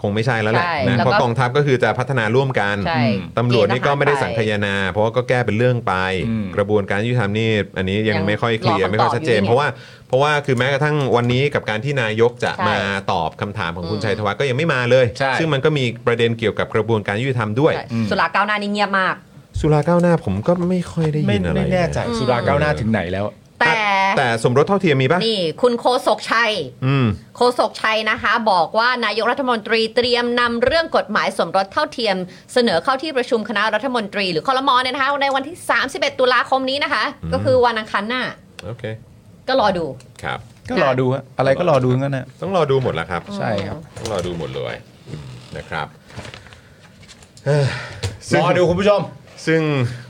คงไม่ใช่แล้วแหละ ใช่ นะ แล้วเพก็ราะกองทัพก็คือจะพัฒนาร่วมกัน ใช่ ตำรวจนี่ก็ไม่ได้ เกณฑ์ทสัหารไปงคายนา เพราะว่าก็แก้เป็นเรื่องไป อืม กระบวนการยุติธรรมนี่อันนี้ยัง ยัง ไม่ค่อยเคลีย รอ ร์ คำ ไม่ค่อย ตอบ ชัดเจน อยู่ เพราะว่าเพราะว่าคือแม้กระทั่งวันนี้กับการที่นายกจะ ใช่ มาตอบคำถามของคุณ อืม ชัยธวัฒน์ก็ยังไม่มาเลย ใช่ ซึ่งมันก็มีประเด็นเกี่ยวกับกระบวนการยุติธรรมด้วย ใช่สุราก้าวหน้านี่เงียบมาก สุราก้าวหน้าผมก็ไม่ค่อยได้ ไม่ ยินอะไร ไม่แน่ใจ ะ สุราก้าวหน้าถึงไหนแล้ว แต่ แต่สมรสเท่าเทียมมีป่ะ นี่คุณโคศกชัย อืม โฆษกชัยนะคะ บอกว่านายกรัฐมนตรีเตรียมนำเรื่องกฎหมายสมรสเท่าเทียม เสนอเข้าที่ประชุมคณะรัฐมนตรีหรือคอรมอเนี่ยนะคะในวันที่ 31 ตุลาคมนี้นะคะ อืม ก็คือวันอังคารหน้า โอเค ก็รอดู ครับ ก็รอดูฮะอะไรก็รอดูงั้นนะ ต้องรอดูหมดแล้วครับ ใช่ครับ ต้องรอดูหมดเลยอืมนะครับ รอดูคุณผู้ชม ซึ่ง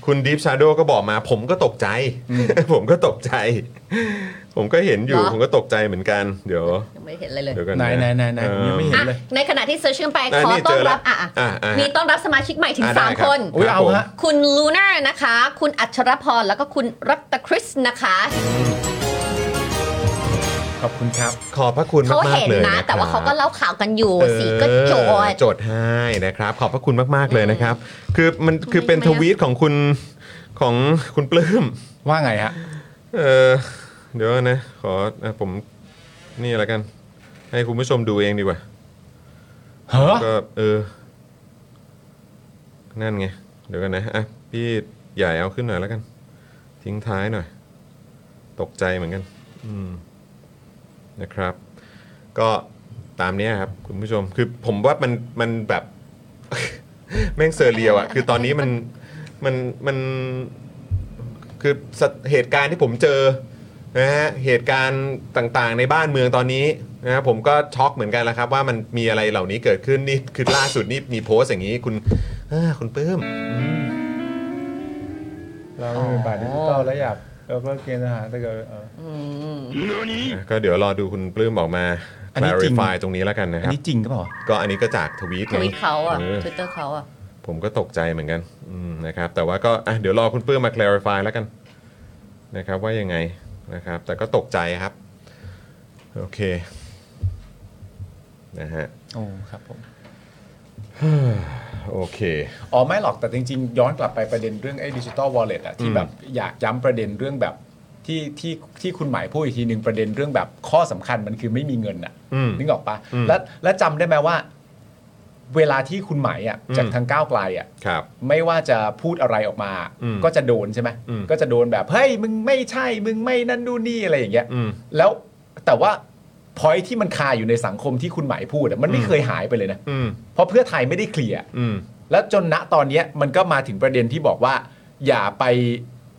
คุณดีฟชาโดก็บอกมา ผมก็ตกใจ ผมก็ตกใจ ผมก็เห็นอยู่ เหรอ ผมก็ตกใจเหมือนกัน เดี๋ยว ยังไม่เห็นอะไรเลย เดี๋ยวกันะ ไหนไหนไหนไหนผมยังไม่เห็น อ่ะ เลย ในขณะที่เซิร์ชขึ้นไป ะ ขอ นี่ ต้ เจ อน อแล้ว รับอ่ะอ่ะ อ่ะอ่ะ มีต้อนรับสมาชิกใหม่ถึง อ่ะ สาม ได้รับ คน อุ๊ย รับ เอา ผม ฮะ คุณลูน่านะคะ คุณอัชรพรแล้วก็คุณรัตคริสนะคะ ขอบคุณครับ ขอบพระคุณ เขา มากๆเห็น เลย นะ ครับ แต่ว่าเขาก็เล่าข่าวกันอยู่ เออ สีก็โจด โจทย์ให้นะครับ ขอบพระคุณมากๆเลยนะครับ คือมันคือ ทำไม เป็น ทำไม ท อะ วีตของคุณของคุณปลื้ม ว่าไงฮะ เออเดี๋ยวนะ ขอเอ่อผมนี่ละกัน ให้คุณผู้ชมดูเองดีกว่า เฮ้อ ก็เออ นั่นไง เดี๋ยวกันนะอ่ะพี่ใหญ่เอาขึ้นหน่อยแล้วกัน ทิ้งท้ายหน่อย ตกใจเหมือนกัน อืมนะครับ ก็ตามเนี้ยครับ คุณผู้ชม คือผมว่ามันมันแบบ แม่งเซอร์เรียลอะคือตอนนี้มันมันมัน คือสถเหตุการณ์ที่ผมเจอนะฮะเหตุการณ์ต่างๆ ในบ้านเมืองตอนนี้นะฮะผมก็ช็อกเหมือนกันแล้วครับ ว่ามันมีอะไรเหล่านี้เกิดขึ้นนี่คือล่าสุดนี่มีโพสต์อย่างนี้คุณเอ้อคุณปื้ม เราไม่มีบัตรดิจิตอลแล้วอยากเออเพื่อเกณฑ์ทหารถ้าเกิดเออ ก็เดี๋ยวรอดูคุณปลื้มออกมา อันนี้จริง clarify ตรงนี้แล้วกันนะคนอัรับ นี้จริงก็เปล่าวะ ก็อันนี้ก็จากทวีต ทวิตเขาอ่ะ เ ทวิตเตอร์เขาอ่ะ ผมก็ตกใจเหมือนกันอืมนะครับ แต่ว่าก็อ่ะเดี๋ยวรอคุณปื้มมา clarify แล้วกันนะครับ ว่ายังไงนะครับ แต่ก็ตกใจครับ โอเคนะฮะ โอ้ครับผม โอเค อ๋อไม่หรอกแต่จริง ๆ ย้อนกลับไปประเด็นเรื่องไอ้ดิจิตอลวอลเล็ตอะที่แบบอยากย้ำประเด็นเรื่องแบบที่ที่ที่คุณหมายพูดอีกทีหนึ่งประเด็นเรื่องแบบข้อสำคัญมันคือไม่มีเงินอะ อืม นึกออกปะ อืม และและจำได้ไหมว่า เวลาที่คุณหมายอะ อืม จากทางก้าวไกลอะ ครับ ไม่ว่าจะพูดอะไรออกมา อืม ก็จะโดนใช่ไหม อืม ก็จะโดนแบบเฮ้ยมึงไม่ใช่มึงไม่นั่นนู่นนี่อะไรอย่างเงี้ย อืม แล้วแต่ว่าพอยที่มันคาอยู่ในสังคมที่คุณหมายพูดอะมันไม่ อืม เคยหายไปเลยนะ อืม เพราะเพื่อไทยไม่ได้เคลียร์ อืม แล้วจนณตอนเนี้ยมันก็มาถึงประเด็นที่บอกว่า อย่าไป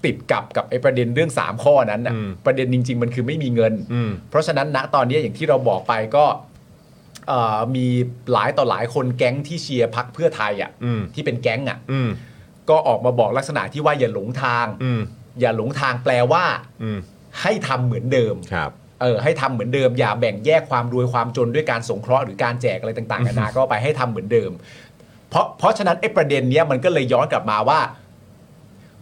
ติดกับกับไอ้ประเด็นเรื่อง 3 ข้อนั้นน่ะ อืม ประเด็นจริง ๆ มันคือไม่มีเงิน อืม เพราะฉะนั้นณตอนนี้อย่างที่เราบอกไปก็เอ่อมีหลายต่อหลายคนแก๊งที่เชียร์พักเพื่อไทยอ่ะ อืม ที่เป็นแก๊งอ่ะ อืม ก็ออกมาบอกลักษณะที่ว่าอย่าหลงทาง อืม อย่าหลงทางแปลว่า อืม ให้ทำเหมือนเดิม ครับ เออให้ทำเหมือนเดิม อย่าแบ่งแยกความรวยความจนด้วยการสงเคราะห์หรือการแจกอะไรต่างๆนานาก็ไปให้ทำเหมือนเดิม เพราะเพราะฉะนั้นไอ้ประเด็นเนี้ยมันก็เลยย้อนกลับมาว่า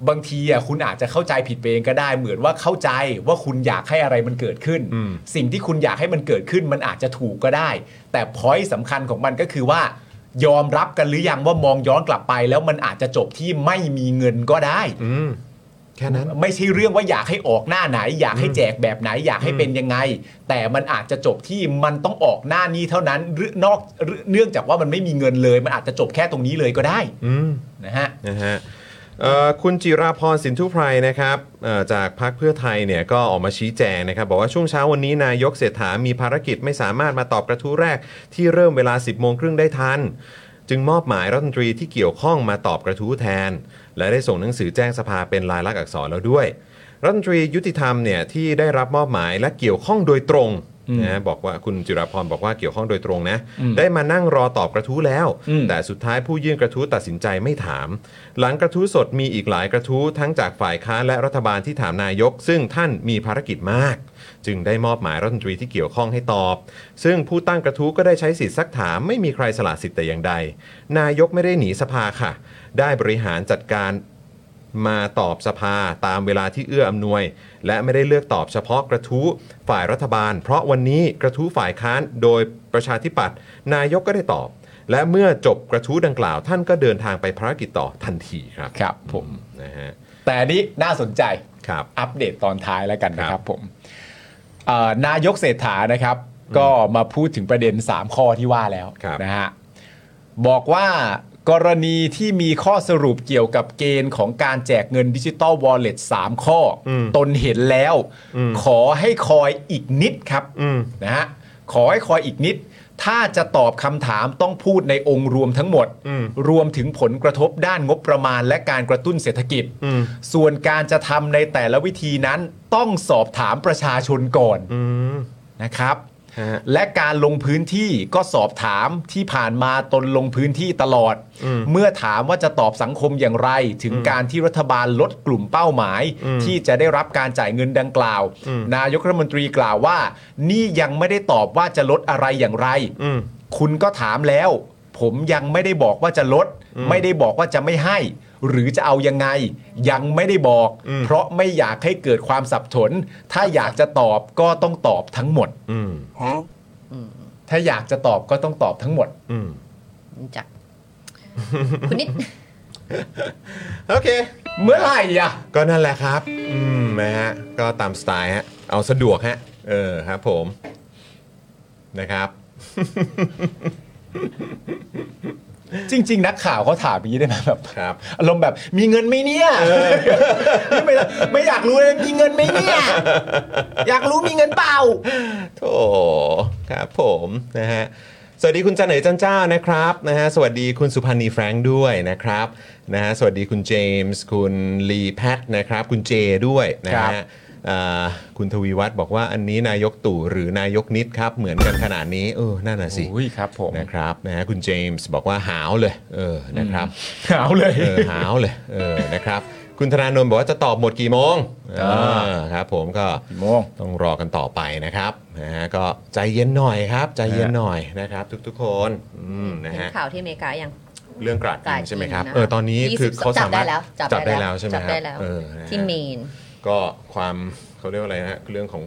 บางทีอ่ะคุณอาจจะเข้าใจผิดไปเองก็ได้ เหมือนว่าเข้าใจว่าคุณอยากให้อะไรมันเกิดขึ้น อืม สิ่งที่คุณอยากให้มันเกิดขึ้นมันอาจจะถูกก็ได้ แต่พอยต์สำคัญของมันก็คือว่า ยอมรับกันหรือยังว่ามองย้อนกลับไป แล้วมันอาจจะจบที่ไม่มีเงินก็ได้ อืมแค่นั้น ไม่ใช่เรื่องว่าอยากให้ออกหน้าไหน อยากให้แจกแบบไหน อยากให้เป็นยังไง แต่มันอาจจะจบที่มันต้องออกหน้านี้เท่านั้นหรือนอกหรือเนื่องจากว่ามันไม่มีเงินเลย มันอาจจะจบแค่ตรงนี้เลยก็ได้ อืม นะฮะ นะฮะเอ่อคุณจิราพรสินทุไพรนะครับเอ่อจากพรรคเพื่อไทยเนี่ยก็ออกมาชี้แจงนะครับ บอกว่าช่วงเช้าวันนี้นายกเศรษฐามีภารกิจไม่สามารถมาตอบกระทู้แรกที่เริ่มเวลา 10 โมงครึ่งได้ทัน จึงมอบหมายรัฐมนตรีที่เกี่ยวข้องมาตอบกระทู้แทน และได้ส่งหนังสือแจ้งสภาเป็นลายลักษณ์อักษรแล้วด้วย รัฐมนตรียุติธรรมเนี่ยที่ได้รับมอบหมายและเกี่ยวข้องโดยตรงนะบอกว่าคุณจิราพรบอกว่าเกี่ยวข้องโดยตรงนะ ได้มานั่งรอตอบกระทู้แล้ว อืม แต่สุดท้ายผู้ยื่นกระทู้ตัดสินใจไม่ถาม หลังกระทู้สดมีอีกหลายกระทู้ทั้งจากฝ่ายค้านและรัฐบาลที่ถามนายก ซึ่งท่านมีภารกิจมาก จึงได้มอบหมายรัฐมนตรีที่เกี่ยวข้องให้ตอบ ซึ่งผู้ตั้งกระทู้ก็ได้ใช้สิทธิ์ซักถามไม่มีใครสละสิทธิ์แต่อย่างใด นายกไม่ได้หนีสภาค่ะ ได้บริหารจัดการ มาตอบสภาตามเวลาที่เอื้ออำนวย และไม่ได้เลือกตอบเฉพาะกระทู้ฝ่ายรัฐบาล เพราะวันนี้กระทู้ฝ่ายค้านโดยประชาธิปัตย์นายกก็ได้ตอบ และเมื่อจบกระทู้ดังกล่าว ท่านก็เดินทางไปภารกิจต่อทันทีครับ ครับผม นะฮะ แต่อันนี้น่าสนใจ ครับ อัปเดตตอนท้ายแล้วกันนะค ครั รับบ ผมเอ่อนายกเศรษฐานะครับ ก็มาพูดถึงประเด็น 3 ข้อที่ว่าแล้ว ครับ นะฮะบอกว่า กรณีที่มีข้อสรุปเกี่ยวกับเกณฑ์ของการแจกเงินดิจิตอลวอลเล็ต3ข้ออ ม ตนเห็นแล้ว อืม ขอให้คอยอีกนิดครับ อืม นะฮะขอให้คอยอีกนิด ถ้าจะตอบคำถามต้องพูดในองค์รวมทั้งหมด อืม รวมถึงผลกระทบด้านงบประมาณและการกระตุ้นเศรษฐกิจ อืม ส่วนการจะทำในแต่ละวิธีนั้นต้องสอบถามประชาชนก่อน อืม นะครับ ฮะ และการลงพื้นที่ก็สอบถามที่ผ่านมาตนลงพื้นที่ตลอด อืม เมื่อถามว่าจะตอบสังคมอย่างไร ถึงการที่รัฐบาลลดกลุ่มเป้าหมาย อืม ที่จะได้รับการจ่ายเงินดังกล่าว อืม นายกรัฐมนตรีกล่าวว่า นี่ยังไม่ได้ตอบว่าจะลดอะไรอย่างไร อืม คุณก็ถามแล้ว ผมยังไม่ได้บอกว่าจะลด อืม ไม่ได้บอกว่าจะไม่ให้ หรือจะเอายังไง ยังไม่ได้บอก อืม เพราะไม่อยากให้เกิดความสับสนถ้าอยากจะตอบก็ต้องตอบทั้งหมด อืม ถ้าอยากจะตอบก็ต้องตอบทั้งหมด อืม จากคุณ นิด โอเค เมื่อไหร่อ่ะ ก็นั่นแหละครับ อืมนะฮะ ก็ตามสไตล์ฮะ เอาสะดวกฮะ เออครับผม นะครับ จริง ๆ นักข่าวเขาถามอย่างนี้ได้ไหมแบบ ครับ อารมณ์แบบมีเงินไหมเนี่ยนี่ไม่ไม่อยากรู้เลยมีเงินไหมเนี่ย อยากรู้มีเงินเปล่า โถครับผมนะฮะสวัสดีคุณจันเหนือจันเจ้านะครับนะฮะสวัสดีคุณสุพันธ์นีแฟรงค์ด้วยนะครับนะฮะสวัสดีคุณเจมส์คุณลีแพทนะครับ คุณเจด้วยนะ ครั ฮะ บ อ่าคุณทวีวัฒน์บอกว่าอันนี้นายกตู่หรือนายกนิดครับ เหมือนกันขนาดนี้เออนั่นน่ะสิ โอ้ยครับผม นะครับนะฮะคุณเจมส์บอกว่าหาวเลยเออนะครับ เอาเลย เออหาวเลยเออนะครับ คุณธนาโนนบอกว่าจะตอบหมดกี่โมง อ่า เออครับผมก็ โมง ต้องรอกันต่อไปนะครับนะฮะก็ใจเย็นหน่อยครับ ใจเย็นหน่อยนะครับ ทุกๆคนอืมนะ เห็น ฮะ ข่าวที่อเมริกายัง เรื่องกราดยิงใช่ไหมครับเออตอนนี้ ยี่สิบ คือเขา จั สา บมาได้รถ แล้วจั บบ ได้ ได้ แล้ว แล้วใช่ไหม จับ ครั ได้ บ แล้ว เออนะฮะ ที่เมน ก็ความเขาเรียกว่าอะไรนะฮะเรื่องของ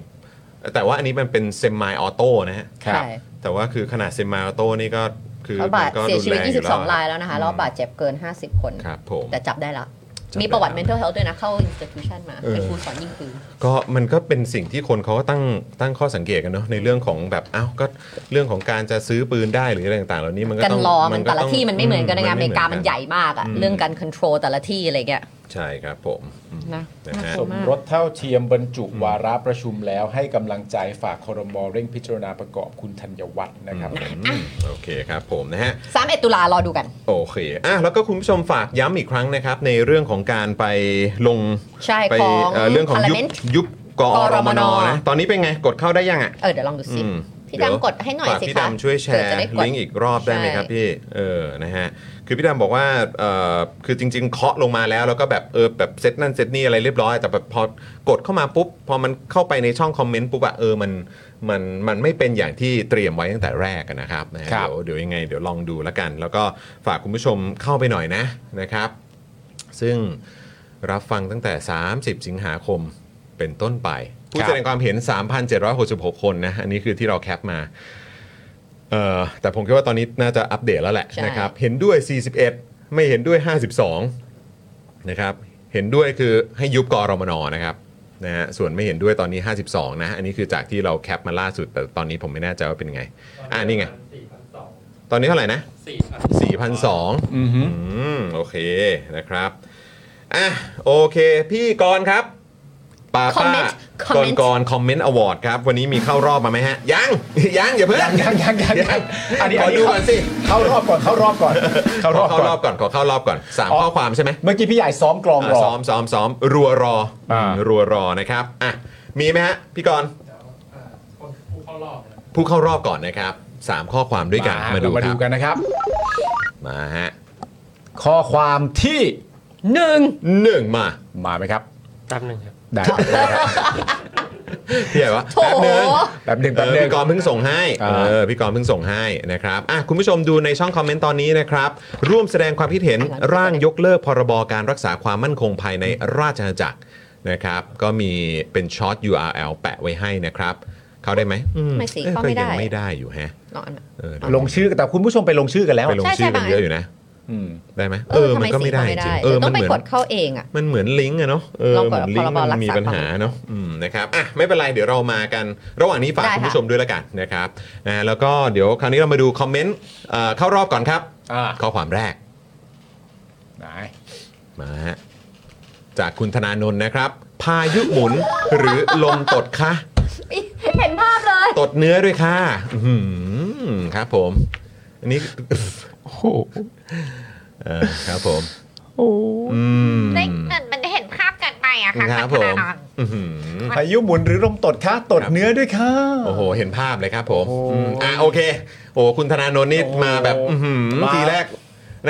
แต่ว่าอันนี้มันเป็นเซมิออโต้นะฮะ ครับ แต่ว่าคือขนาดเซมิออโต้นี่ก็คือ เขาบาด ก็ เสียชีวิต รุนแรงอ 22 แล้ รายแล้วนะคะแล้วบาดเจ็บเกิน 50 คน ครับผม แต่จับได้ละ จับ มีประวัติ ได้ละ mental health ด้วยนะ เข้า institution มา เออ เป็นครูสอนยิงปืน ก็มันก็เป็นสิ่งที่คนเขาก็ตั้งตั้งข้อสังเกตกันเนาะในเรื่องของแบบอ้าวก็เรื่องของการจะซื้อปืนได้หรืออะไรต่างๆ เหล่านี้มันก็ กัน ต้อง รอมันแต่ละ อง ที่มันไม่เหมือนกันในงานอเมริกา มัน ไเหอ ใหญ่มากอะ อืม เรื่องการ control แต่ละที่อะไรเงี้ย ใช่ครับผมอืม นะ นะฮะ น่า ส กลัว ม มาก รสเท่าเทียมบรรจุวาระประชุมแล้วให้กำลังใจฝากครมเร่งพิจารณาประกอบคุณธัญวัฒน์นะครับ อืมโอเคครับผมนะฮะ สามเอ็ดตุลารอดูกัน โอเคอ่ะแล้วก็คุณผู้ชมฝากย้ำอีกครั้งนะครับ ในเรื่องของการไปลง ใช่ ไป ของ เอ่อเรื่องของยุบ Parliament ยุบกอรมน กอรมน นะ ตอนนี้เป็นไงกดเข้าได้ยังอ่ะ เออเดี๋ยวลองดูสิ อืม พี่ เยว ดำกดให้หน่อย ฝาก สิคะ พี่ดำช่วยแช เผื่อ ร์ จะได้กด ลิงก์อีกรอบได้ไหมครับ ใช่ พี่เออนะฮะคือพี่ดำบอกว่าเอ่อคือจริง ๆ เคาะลงมาแล้วแล้วก็แบบเออแบบเซตนั่นเซตนี่อะไรเรียบร้อย แต่แบบพอกดเข้ามาปุ๊บ พอมันเข้าไปในช่องคอมเมนต์ปุ๊บอะเออมันมันมันไม่เป็นอย่างที่เตรียมไว้ตั้งแต่แรกอะนะครับนะฮะ ครับ เดี๋ยวเดี๋ยวยังไงเดี๋ยวลองดูแล้วกัน แล้วก็ฝากคุณผู้ชมเข้าไปหน่อยนะนะครับ ซึ่งรับฟังตั้งแต่ 30 สิงหาคมเป็นต้นไป ผู้ ครับ แสดงความเห็น 3,766 คนนะ อันนี้คือที่เราแคปมาเอ่อแต่ผมคิดว่าตอนนี้น่าจะอัปเดตแล้วแหละ ใช่ นะครับ เห็นด้วย 41 ไม่เห็นด้วย 52 นะครับ เห็นด้วยคือให้ยุบกอรมนนะครับนะฮะส่วนไม่เห็นด้วยตอนนี้ 52 นะ อันนี้คือจากที่เราแคปมาล่าสุด แต่ตอนนี้ผมไม่แน่ใจว่าเป็นไง อ่านี่ไง ตอนนี้เท่าไหร่นะ4,200 อือหือ อืมโอเคนะครับ อ่ะโอเค พี่กรณ์ครับป้าป้า Comment กร Comment ณ์กรณ์คอมเมนต์อวอร์ดครับ วันนี้มีเข้ารอบมาไหมฮะ ยัง ยังอย่าเพิ่ง ยังยังยังยังยังอันนี้ ข อั อน นี้ ดูก่อนสิ เข้ารอบก่อนเข้ารอบก่อน ขอ เข้ารอบ เข้า ก่อน รอบก่อนขอเข้ารอบก่อนสาม อ๋อ ข้อความใช่ไหม เมื่อกี้พี่ใหญ่ซ้อมกลองร อ่ะ อ ซ้อมซ้อมซ้อมรัวรออา รัวรอนะครับอ่ะมีไหมฮะพี่กรณ์ผู้เข้ารอบก่อนนะครับสามข้อความด้วยกัน มา มา ดู ดู มา ค ดู รับ กันนะครับ มาฮะ ข้อความที่ หนึ่ง หนึ่งมา มาไหมครับ แป๊บหนึงครับ ได้ ครับ พี่ใหญ่วะ โถ แป๊บนึง แป๊บหเออนึ่งแป๊บหนึ่ง พี่กรณ์เพิ่งส่งให้ อ่า เออพี่กรณ์เพิ่งส่งให้นะครับอ่ะคุณผู้ชมดูในช่องคอมเมนต์ตอนนี้นะครับ ร่วมแสดงความคิดเห็นร่างยกเลิกพรบการรักษาความมั่นคงภายในราชอาณาจักรนะครับ ก็มีเป็นช็อต URL แปะไว้ให้นะครับ เข้าได้ไหมอื ไม่สิ ออ เข้าไม่ได้ ยังไม่ได้อยู่แฮะ ลองอันใหม่ เออ ลงชื่อแต่คุณผู้ชมไปลงชื่อกันแล้ว ไปลง ใช่ ชื่อกัน ใช่ เยอะอยู่นะ อืม ได้ไหม เออทำไม ก็ สี ไม่ได้จริเข้าไม่ได้ งเออ ต้อ มัน งไป เหมือกนดเข้าเองอะ มันเหมือนลิงก์อะเนาะเออ ลอง เห ก มื ด อนลิงก์ พรบ มันมี รักษา ปัญหาเนาะอืมนะครับอ่ะไม่เป็นไรเดี๋ยวเรามากัน ระหว่างนี้ฝาก ได้ค่ะ คุณผู้ชมด้วยละกันนะครับนะแล้วก็เดี๋ยวคราวนี้เรามาดูคอมเมนต์เอ่อเข้ารอบก่อนครับ อ่า ข้อความแรก ไหน มาฮะจากคุณธนาโนนนะครับ พายุหมุนหรือลมตดคะ เห็นภาพเลย ตดเนื้อด้วยค่ะอื้อหือครับผม อันนี้ โอ้โห เออครับผม โอ้ อืม ได้มันมันเห็นภาพเกันไปอะค่ะ ครับ ณ ผ ธนาม ธร อื้อหือ พายุหมุนหรือลมตดค่ะตด ครับ เนื้อด้วยค่ะ โอ้โห เห็นภาพเลยครับผม โอ้ อืมอ่ะโอเค โอ้คุณธนาโนนนี่ โอ้ มาแบบอื้อหือ มา ทีแรก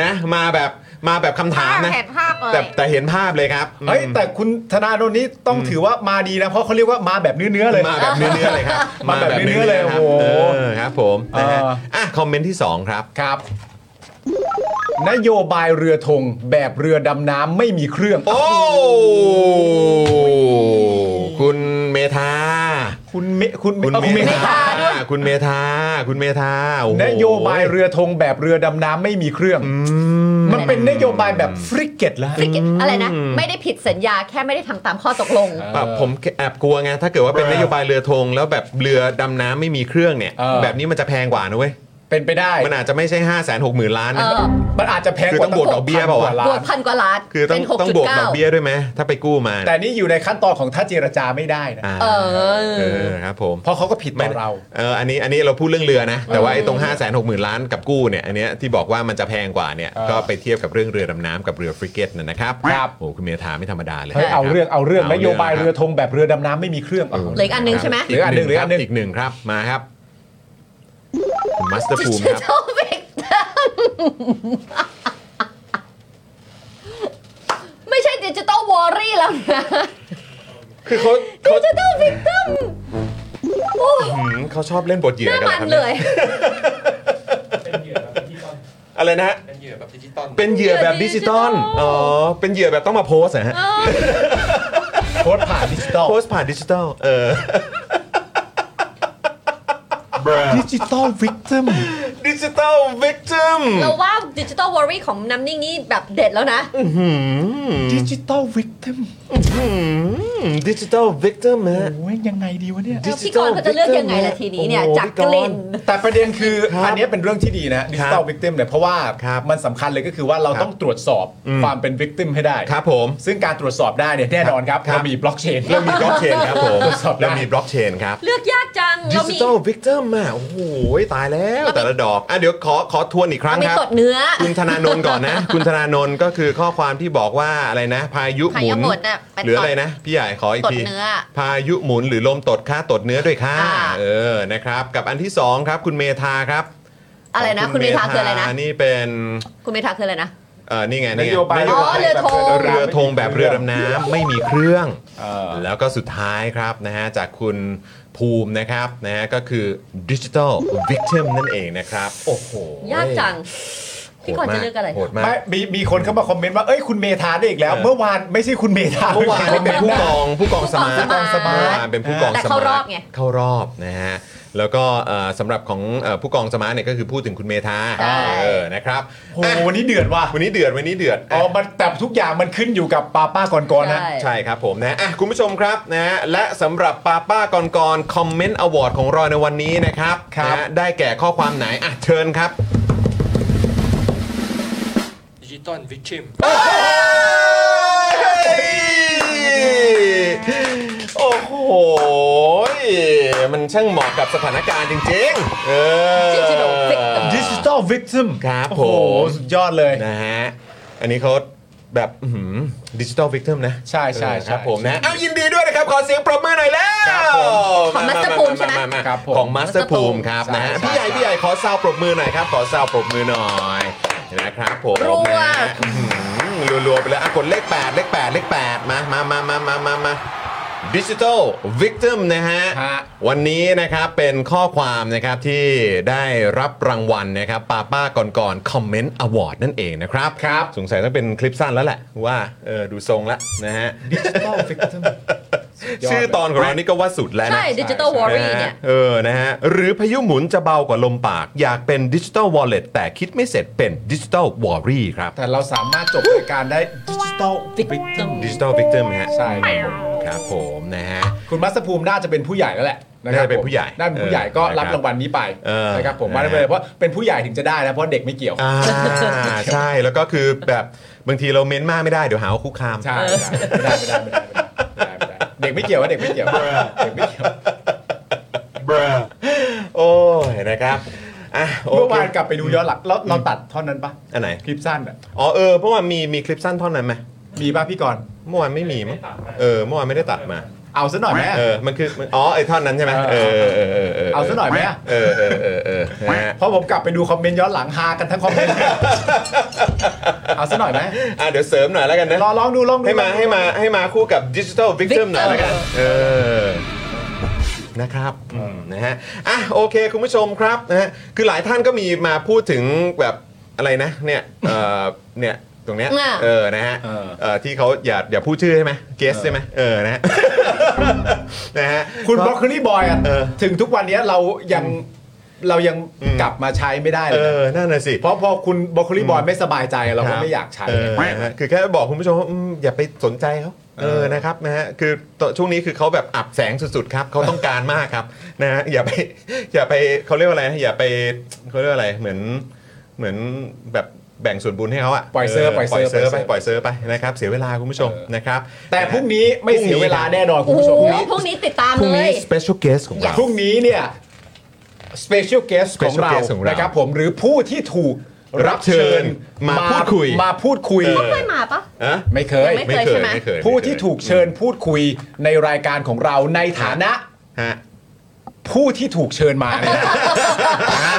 นะ มาแบบมาแบบคำถามนะ เห็นภาพเลย แต่แต่เห็นภาพเลยครับ เฮ้ย อืม แต่คุณธนาโนนนี้ต้องถือว่ามาดีนะ เพราะเขาเรียกว่ามาแบบเนื้อๆเลย มาแบบเนื้อๆเลยครับ มาแบบเนื้อๆเลย มาแบบ โอ้โห เนื้ๆครับเออครับผมนะฮะ เออ อ่ะคอมเมนต์ที่สองครับ ครับ นโยบายเรือธงแบบเรือดำน้ำไม่มีเครื่อง โอ้ คุณเมธา คุณเมคุณ คุณ เอ้า เม คุณเม ธา คุณเมธา คุณเมธาโอ้โห นโยบายเรือธงแบบเรือดำน้ำไม่มีเครื่อง อืม มันเป็นนโยบายแบบฟริกเก็ตแล้ว อะไรนะ ไม่ได้ผิดสัญญาแค่ไม่ได้ทำตามข้อตกลง แบบผมแอบกลัวไงถ้าเกิดว่าเป็นนโยบายเรือธงแล้วแบบเรือดำน้ำไม่มีเครื่องเนี่ย เออ แบบนี้มันจะแพงกว่านะเว้ย เป็นไปได้ มันอาจจะไม่ใช่ 5 6 0 0 0 0 ล้าน เอ นะ อ มันอาจจะแพง คือกต้ว่าองบวกดอกเบี้ยเปล่าวะ กว่าล้า บวก น พันกว่าล้าน คือต้อง เป็นหก ต้อง จุด บวกด เก้า อกเบี้ยด้วยไหมถ้าไปกู้มา แต่นี่อยู่ในขั้นตอนของถ้าเจรจาไม่ได้นะ อ่า เออ เออครับผม เพราะเขาก็ผิดต่อเรา เอออันนี้อันนี้เราพูดเรื่องเรือนะ แต่ว่าไอ้ตรง 5 6 0 0 0 0 ล้านกับกู้เนี่ยอันเนี้ยที่บอกว่ามันจะแพงกว่าเนี่ย เออ ก็ไปเทียบกับเรื่องเรือดำน้ำกับเรือฟริเกตน่ะนะครับ ครับ โอ้คุณเมธาไม่ธรรมดาเลย เฮ้ยเอาเรื่องเอาเรื่องนโยบาย ะค เรือธงแบบเรือดำน้ำไม่มีเครื่องเอา หลืออีกอันหนึ่งใช่ไหม เหลืออันหนึ่งเหลืออันหนึ่ง อีกหนึ่งครับมาครับคุณมัสเตอร์ภูมิครับ ชอบเบกตัม ไม่ใช่ดิจิตอลวอรี่แล้ว นะ คือเขา ดิจิตอลวิกตัมโอ้ย อืมเขาชอบเล่นบทเหยื่ ห อ น้า กัน มั เหรอน ครับ เล เนี่ย ย อะไรนะฮะเป็นเหยื่อแบบดิจิตอล เหยื่อดิจิตอล อ๋อ เป็นเหยื่อแบบต้องมาโพสต์นะฮะ โพสต์ผ่านดิจิตอล โพสต์ผ่านดิจิตอล เออ ดิจิตอลวิกติม ดิจิตอลวิกติม เราว่าดิจิตอลวอรี่ของน้ำนิ่งนี่แบบเด็ดแล้วนะ ดิจิตอลวิกติม ดิจิตอลวิกติมฮะ โอ้ยยังไงดีวะเนี่ย พิธีกรเขาจะเลือกยังไงล่ะทีนี้เนี่ย โอ้โห จาก พี่ ก รณ์ ลิ่น แต่ประเด็นคือ ครับ อันเนี้ยเป็นเรื่องที่ดีนะดิจิตอลวิกติมเนี่ยเพราะว่า ครับ มันสำคัญเลยก็คือว่าเราต้องตรวจสอบ อืม ความเป็นวิกติมให้ได้ ครับผม ซึ่งการตรวจสอบได้เนี่ยแน่นอนครับ ครับ เรามีบล็อกเชน เรามีบล็อกเชนครับผม ตรวจสอบได้ เรามีบล็อกเชนครับ เลือกยากจัง ดิ เรา จิ มี ตอลวิกติมอ่ะ โอ้โห ตายแล้ว แต่ละดอก อ่ะ เดี๋ยวขอขอทวนอีกครั้ เรา ง มี ครับ ตดเนื้อ คุณธนาโนนก่อน นะ คุณธนาโนนก็คือข้อความที่บอกว่าอะไรนะ พายุหมุ พายุ น หมุนน่ะเป็น หรืออะไรนะ พี่ใหญ่ขออีก ตด ที เนื้อ พายุหมุนหรือลมตดค่าตดเนื้อด้วยค่ะ อ่า เออนะครับ กับอันที่สองครับ คุณเมธาครับ อะไรนะ ขง คุณเมธาคืออะไรนะ นี่เป็น คุณเมธาคืออะไรนะ เออนี่ไงนี่ไง นโยบาย นโ อ๋อเรือธบงายเรือธงแบบเรือดำน้ำไม่มีเครื่อง เออ แล้วก็สุดท้ายครับนะฮะจากคุณภูมินะครับนะฮะก็คือดิจิ t a ลวิก t i m นั่นเองนะครับโอ้โห ยากจัง พี่กรณ์จะเลือกอะไร โหดมาก ไม่มีมีคนเข้ามาคอมเมนต์ว่าเอ้ยคุณเมธาได้อีกแล้ว เออ เมื่อวานไม่ใช่คุณเมธา เมื่อวาน คุณ เป็น ธ ผู้กองผู้กองสมาร์ท ผู้กองสมาร์ท เอวานเป็นผู้กอง แต่ ส เข้าร มา อ ร์ บ ท ไง เข้ารอบนะฮะแล้วก็เอ่อสำหรับของเอ่อผู้กองสมาร์ทเนี่ยก็คือพูดถึงคุณเมธา ใช่ เออนะครับ โอ้โหวันนี้เดือดว่ะ อ่ะวันนี้เดือดวันนี้เดือด อ๋ อ่ะ อมันแต่ทุกอย่างมันขึ้นอยู่กับป้าป้าก่อนๆนะ ใช่ ใช่ครับผมนะอ่ะคุณผู้ชมครับนะฮะและสำหรับป้าป้ากรกรคอมเมนต์อวอร์ดของเราในวันนี้นะครับ ครับ นะฮะได้แก่ข้อความไหนอ่ะเชิญครับ ดิจิตอลวิกชิม โอ้โห มันช่างเหมาะกับสถานการณ์จริงๆ เออ Digital victim ดิจิตอลวิกติม ครับ โอ้โห ผม สุดยอดเลย นะฮะ อันนี้เขาแบบดิจิตอลวิกเตอมนะ ใช่ใช่คใช่รับผมนะเอายินดีด้วยนะครับ ขอเสียงปรบมือหน่อยแล้ว ครับผม ของ Master าาาา Boom ใช่ไหม าา ครับผม ของมาสเตอร์ภูมิครับนะฮะ ใช่ พี่ใหญ่ ใช่ พี่ใหญ่ขอซาวปรบมือหน่อยครับ ขอซาวปรบมือหน่อยนะครับผม รัว นะฮะอื้อหือรัวๆไปเลยอ่ะกดเลข 8 เลข 8 เลข 8 มามามามามามามาดิจิทัลวิกติมนะฮะ ฮะ วันนี้นะครับเป็นข้อความนะครับที่ได้รับรางวัลนะครับป้าป้าก่อนก่อนคอมเมนต์อวอร์ดนั่นเองนะครับ ครับ สงสัยต้องเป็นคลิปสั้นแล้วแหละว่าเออดูทรงแล้วนะฮะ ดิจิตอลวิกติม ยอด ชื่อตอนของเรานี่ก็ว่าสุดแล้วนะ ใช่ดิจิตอลวอรี่ นะ เนี่ ฮะ ย เออนะฮะหรือพายุหมุนจะเบากว่าลมปาก อยากเป็นดิจิตอลวอลเล็ตแต่คิดไม่เสร็จเป็นดิจิตอลวอรี่ครับ แต่เราสามารถจบรายการได้ดิจิตอลวิกติม ดิจิตอลวิกเตอร์ฮะ ใช่ครับ ครับผมนะฮะ คุณมัสภูมิน่าจะเป็นผู้ใหญ่แล้วแหละ นะครั น่าจะเป็นผู้ใหญ่ น่าเป็นผู้ใหญ่ก็ เออ รับ นะครับ รางวัลนี้ไป เออ นะครับผม นะฮะ มาได้ไปเลยเพราะเป็นผู้ใหญ่ถึงจะได้นะเพราะเด็กไม่เกี่ยว อ่าใช่แล้วก็คือแบบบางทีเราเม้นมากไม่ได้เดี๋ยวหาว่าคุกคาม ใช่ไม่ได้ไม่ได้ไม่ได้ไม่ได้ไม่ได้ไม่ได้เด็กไม่เกี่ยวว่าเด็กไม่เกี่ยวเด็กไม่เกี่ยว โอ้ยนะครับอ่ะโอเคเมื่วอานกลับไปดูย้อนหลังเราเราตัดท่อนนั้นปะ อันไหน คลิปสั้นอะ อ๋อเออเมื่อวานมีมีคลิปสั้นท่อนนั้นไหม มีป่ะพี่กรณ์ เมื่อวานไม่มีมั้งเออเมื่อวานไม่ได้ตัดมา เอาซะหน่อยไหม เออมันคือมันอ๋อไอ้ท่อนนั้นใช่ไหมเอ เอ อ อ เออเออเออ เอาซะหน่อยไหมอะ เออเออเออเออนะฮะ เพราะผมกลับไปดูคอมเมนต์ย้อนหลังฮากันทั้งคอมเมนต์เอาซะหน่อยไหม อ่ะเดี๋ยวเสริมหน่อยแล้วกันนะ รอลองดูลองดู ให้มาให้มาให้มาคู่กับดิจิทัลวิกเตอ Victim มหน่อยแล้วกันเออนะครับอืมนะฮะอ่ะโอเคคุณผู้ชมครับนะฮะคือหลายท่านก็มีมาพูดถึงแบบอะไรนะเนี่ยเออเนี่ยตรงเนี้ย อ่ะ เออนะฮะเออที่เขาอย่าอย่าพูดชื่อใช่ไหมเกสใช่ไหมเออนะฮะ นะฮะ คุณบล็อกคลี่บอยอะ เออ ถึงทุกวันเนี้ยเรายังเรายัง อืม กลับมาใช้ไม่ได้เล เอย นะ อนั่นน่ะสิ เพราะพอคุณบล็อกคลี่บอยไม่สบายใจเรา ค ก็ รับ ไม่อยากใช้ เออนะฮะคือแค่บอกคุณผู้ชมว่าอืมอย่าไปสนใจเขาเอ เอ อ อ นะครับนะฮะคือตอนช่วงนี้คือเขาแบบอับแสงสุดๆครับเขาต้องการมากครับนะฮะอย่าไป อย่าไปเขาเรียกว่าอะไรนะอย่าไปเขาเรียกว่าอะไรเหมือนเหมือนแบบแบ่งส่วนบุญให้เขาอะ ปล่อยเซอร์ปล่อยเซอร์ ปล่อยเซอร์ไปป ปล่ล่อ อย ย เซ เซ อ อร์ ร์ไปนะครับเสียเวลาคุณผู้ชมนะครับ แต่พรุ่งนี้ไม่เสียเวลาแน่นอนคุ โอ้ ณ โห ผู้ชม พรุ่งนี้ติดตาม พรุ่ง เล นี้ ย special guest ของเรา พรุ่งนี้เนี่ย special guest ของ Special เรา guest ของเรา นะครับผมหรือผู้ที่ถูก รับเชิญมาพูดคุย มาพูดคุย เออ เคยมาปะ อะ ไม่เคย ยัง ไม่เคยใช่ไหม ไม่เคย ผู้ที่ถูกเชิญพูดคุยในรายการของเราในฐานะ ฮะ ผู้ที่ถูกเชิญมาเนี่ยนะนะฮะ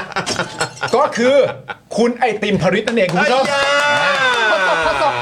ก็คือคุณไอติมพริตนั่นเองคุณผู้ชม อ้ยยา ขอศพขอศพ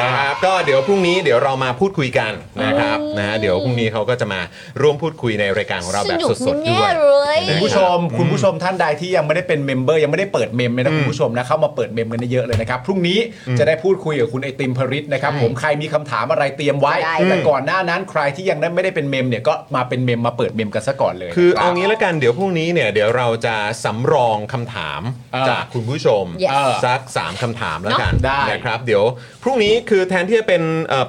นะครับก็เดี๋ยวพรุ่งนี้เดี๋ยวเรามาพูดคุยกันนะครับนะเดี๋ยวพรุ่งนี้เขาก็จะมาร่วมพูดคุยในรายการของเราแบบสดๆด้วย เลย คุณผู้ชมคุณผู้ชมท่านใดที่ยังไม่ได้เป็นเมมเบอร์ยังไม่ได้เปิดเมมเลยนะคุณผู้ชมนะเข้ามาเปิดเมมกันเยอะเลยนะครับ พรุ่งนี้จะได้พูดคุยกับคุณไอติมพริตนะครับผมใครมีคำถามอะไรเตรียมไว้ ได้ แต่ก่อนหน้านั้นใครที่ยังไม่ได้เป็นเมมเนี่ยก็มาเป็นเมมมาเปิดเมมกันซะก่อนเลย คือ นะรับ เอางี้ละกันเดี๋ยวพรุ่งนี้เนี่ยเดี๋ยวเราจะสำรองคำถาม เออ จากคุณผู้ชม Yes สัก 3คำถามแล้วกัน เนอะได้ นะครับเดี๋ยวพรุ่งนี้คือแทนที่จะเป็น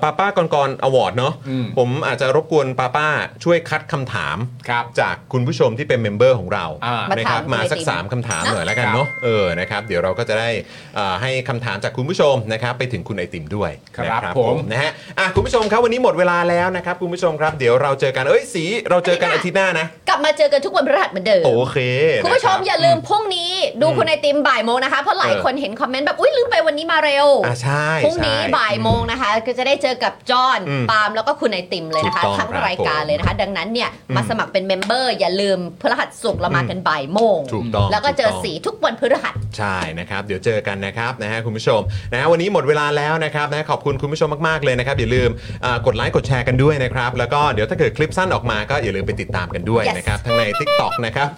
ป้าป้ากรกรอวอร์ดเนาะ อืม ผมอาจจะรบกวนป้าป้าช่วยคัดคำถาม ครับ จากคุณผู้ชมที่เป็นเมมเบอร์ของเรา อ่า นะครั มาถาม มาสัก ในทีม 3คำถามหน่อยแล้วกัน ครับ เนาะเออนะครับเดี๋ยวเราก็จะได้เอ่อให้คำถามจากคุณผู้ชมนะครับไปถึงคุณไอติมด้วย ครับ นะ ผม นะฮะอ่ะคุณผู้ชมครับวันนี้หมดเวลาแล้วนะครับคุณผู้ชมครับ เดี๋ยวเราเจอกันเอ้ยสีเราเจอ กันอาทิตย์หน้านะ กลับมาเจอกันทุกวันพฤหัสเหมือนเดิม โอเค คุณผู้ชม นะรัอบ ย่าลืมพรุ่งนี้ดูคุณไอติมบ่ายโมงนะคะ เพราะหลาย เออ คนเห็นคอมเมนต์แบบ อุ้ยลืมไปวันนี้มาเร็ว อ่ะใช่ พรุ่งนี้ ใช่ บ่ายโมงนะคะ ก็จะได้เจอกับจอห์น อืม ปาล์มแล้วก็คุณไอติมเลยนะคะ ถูกต้อง ทั้ง ครับ รายการเลยนะคะ ดังนั้นเนี่ยมาสมัครเป็นเมมเบอร์อย่าลืมพฤหัสสุกร์เรามากันบ่ายโมง ถูกต้อง แล้วก็เจ ถู อก ต้อง สีทุกวันพฤหัส ใช่นะครับ เดี๋ยวเจอกันนะครับนะฮะคุณผู้ชมนะฮะวันนี้หมดเวลาแล้วนะครับนะขอบคุณคุณผู้ชมมากๆเลยนะครับ อย่าลืมอ่ากดไลค์กดแชร์กันด้วยนะครับ แล้วก็เดี๋ยวถ้าเกิดคลิปสั้นออกมาก็อย่าลืมไปติดตามกันด้วย Yes นะครับทั้งใน TikTok นะครับ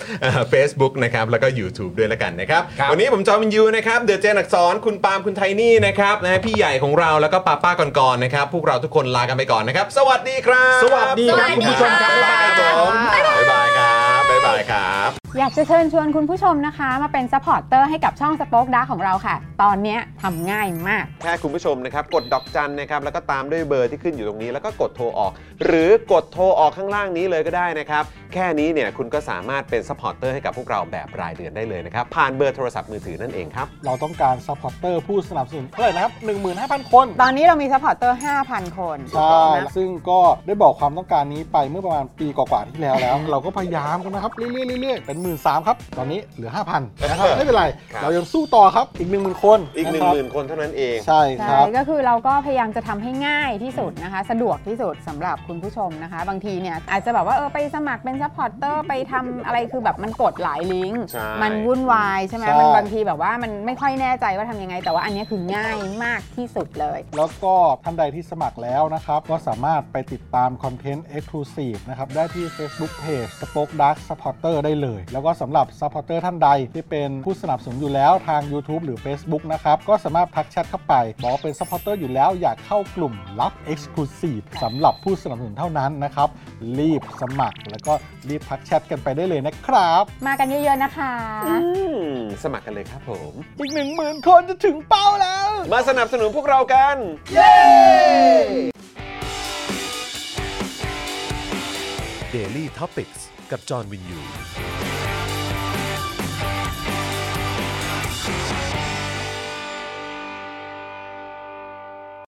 เฟซบุ๊กนะครับแล้วก็ YouTube ด้วยละกันนะครับ ครับ วันนี้ผมจอมินยูนะครับเดอะเจนอักสอนคุณปาล์มคุณไทนี่นะครับนะฮะพี่ใหญ่ของเราแล้วก็ป้าป้าก่อนๆนะครับพวกเราทุกคนลากันไปก่อนนะครับ สวัสดีครับ สวัสดีคสรับวัสดี คุณผู้ชมครับ ค่ะ บ๊ายบายครับผม บ๊ายบายครับบ๊ายบายครับ อยากจะเชิญชวนคุณผู้ชมนะคะ มาเป็นซัพพอร์ตเตอร์ให้กับช่องสป็อคดาของเราค่ะ ตอนเนี้ยทำง่ายมาก แค่คุณผู้ชมนะครับ กดดอกจันนะครับ แล้วก็ตามด้วยเบอร์ที่ขึ้นอยู่ตรงนี้ แล้วก็กดโทรออก หรือกดโทรออกข้างล่างนี้เลยก็ได้นะครับ แค่นี้เนี่ยคุณก็สามารถเป็นซัพพอร์ตเตอร์ให้กับพวกเราแบบรายเดือนได้เลยนะครับ ผ่านเบอร์โทรศัพท์มือถือนั่นเองครับ เราต้องการซัพพอร์ตเตอร์ผู้สนับสนุนเท่าไหร่นะครับ 15,000 คน ตอนนี้เรามีซัพพอร์ตเตอร์ 5,000 คน ใช่ นะ ซึ่งก็ได้บอกความต้องการนี้ไปเมื่อประมาณปีกว่าๆที่แล้วแล้ว เราก็พยายามกันนะครับ เรื่อยๆเรื่อยๆเป็น 1 3ื่นครับ ตอนนี้เหลือ 5,000นะครับไม่เป็นไร ครับ เรายังสู้ต่อครับอีก 1 0,000 คน อีก 1 ะครับ 0,000 คนเท่านั้นเอง ใช่ค ใช่ รับ ก็คือเราก็พยายามจะทำให้ง่ายที่สุดนะคะ สะดวกที่สุดสำหรับคุณผู้ชมนะคะ บางทีเนี่ยอาจจะแบบว่าเออไปสมัครเป็นซัพพอร์ตเตอร์ไปทำอะไรคือแบบมันกดหลายลิงก์ ใช่ มันวุ่นวายใช่ไหม ใช่ มันบางทีแบบว่ามันไม่ค่อยแน่ใจว่าทำยังไง แต่ว่าอันเนี้ยคือง่ายมากที่สุดเลย แล้วก็ท่านใดที่สมัครแล้วนะครับ ก็สามารถไปติดตามคอนเทนต์ Exclusive นะครับ ได้ที่ Facebook Page Spoke Dark Supporter ได้เลย แล้วก็สำหรับ Supporter ท่านใดที่เป็นผู้สนับสนุนอยู่แล้วทาง YouTube หรือ Facebook นะครับ ก็สามารถทักแชทเข้าไป บอกว่าเป็น Supporter อยู่แล้วอยากเข้ากลุ่มลับ Exclusive สำหรับผู้สนับสนุนเท่านั้นนะครับ รีบสมัคร แล้วก็รีบทักแชทกันไปได้เลยนะครับ มากันเยอะๆนะคะ อืมสมัครกันเลยครับผม อีก 1 0,000 คนจะถึงเป้าแล้ว มาสนับสนุนพวกเรากัน เย้ Daily Topics กับจอห์นวินยู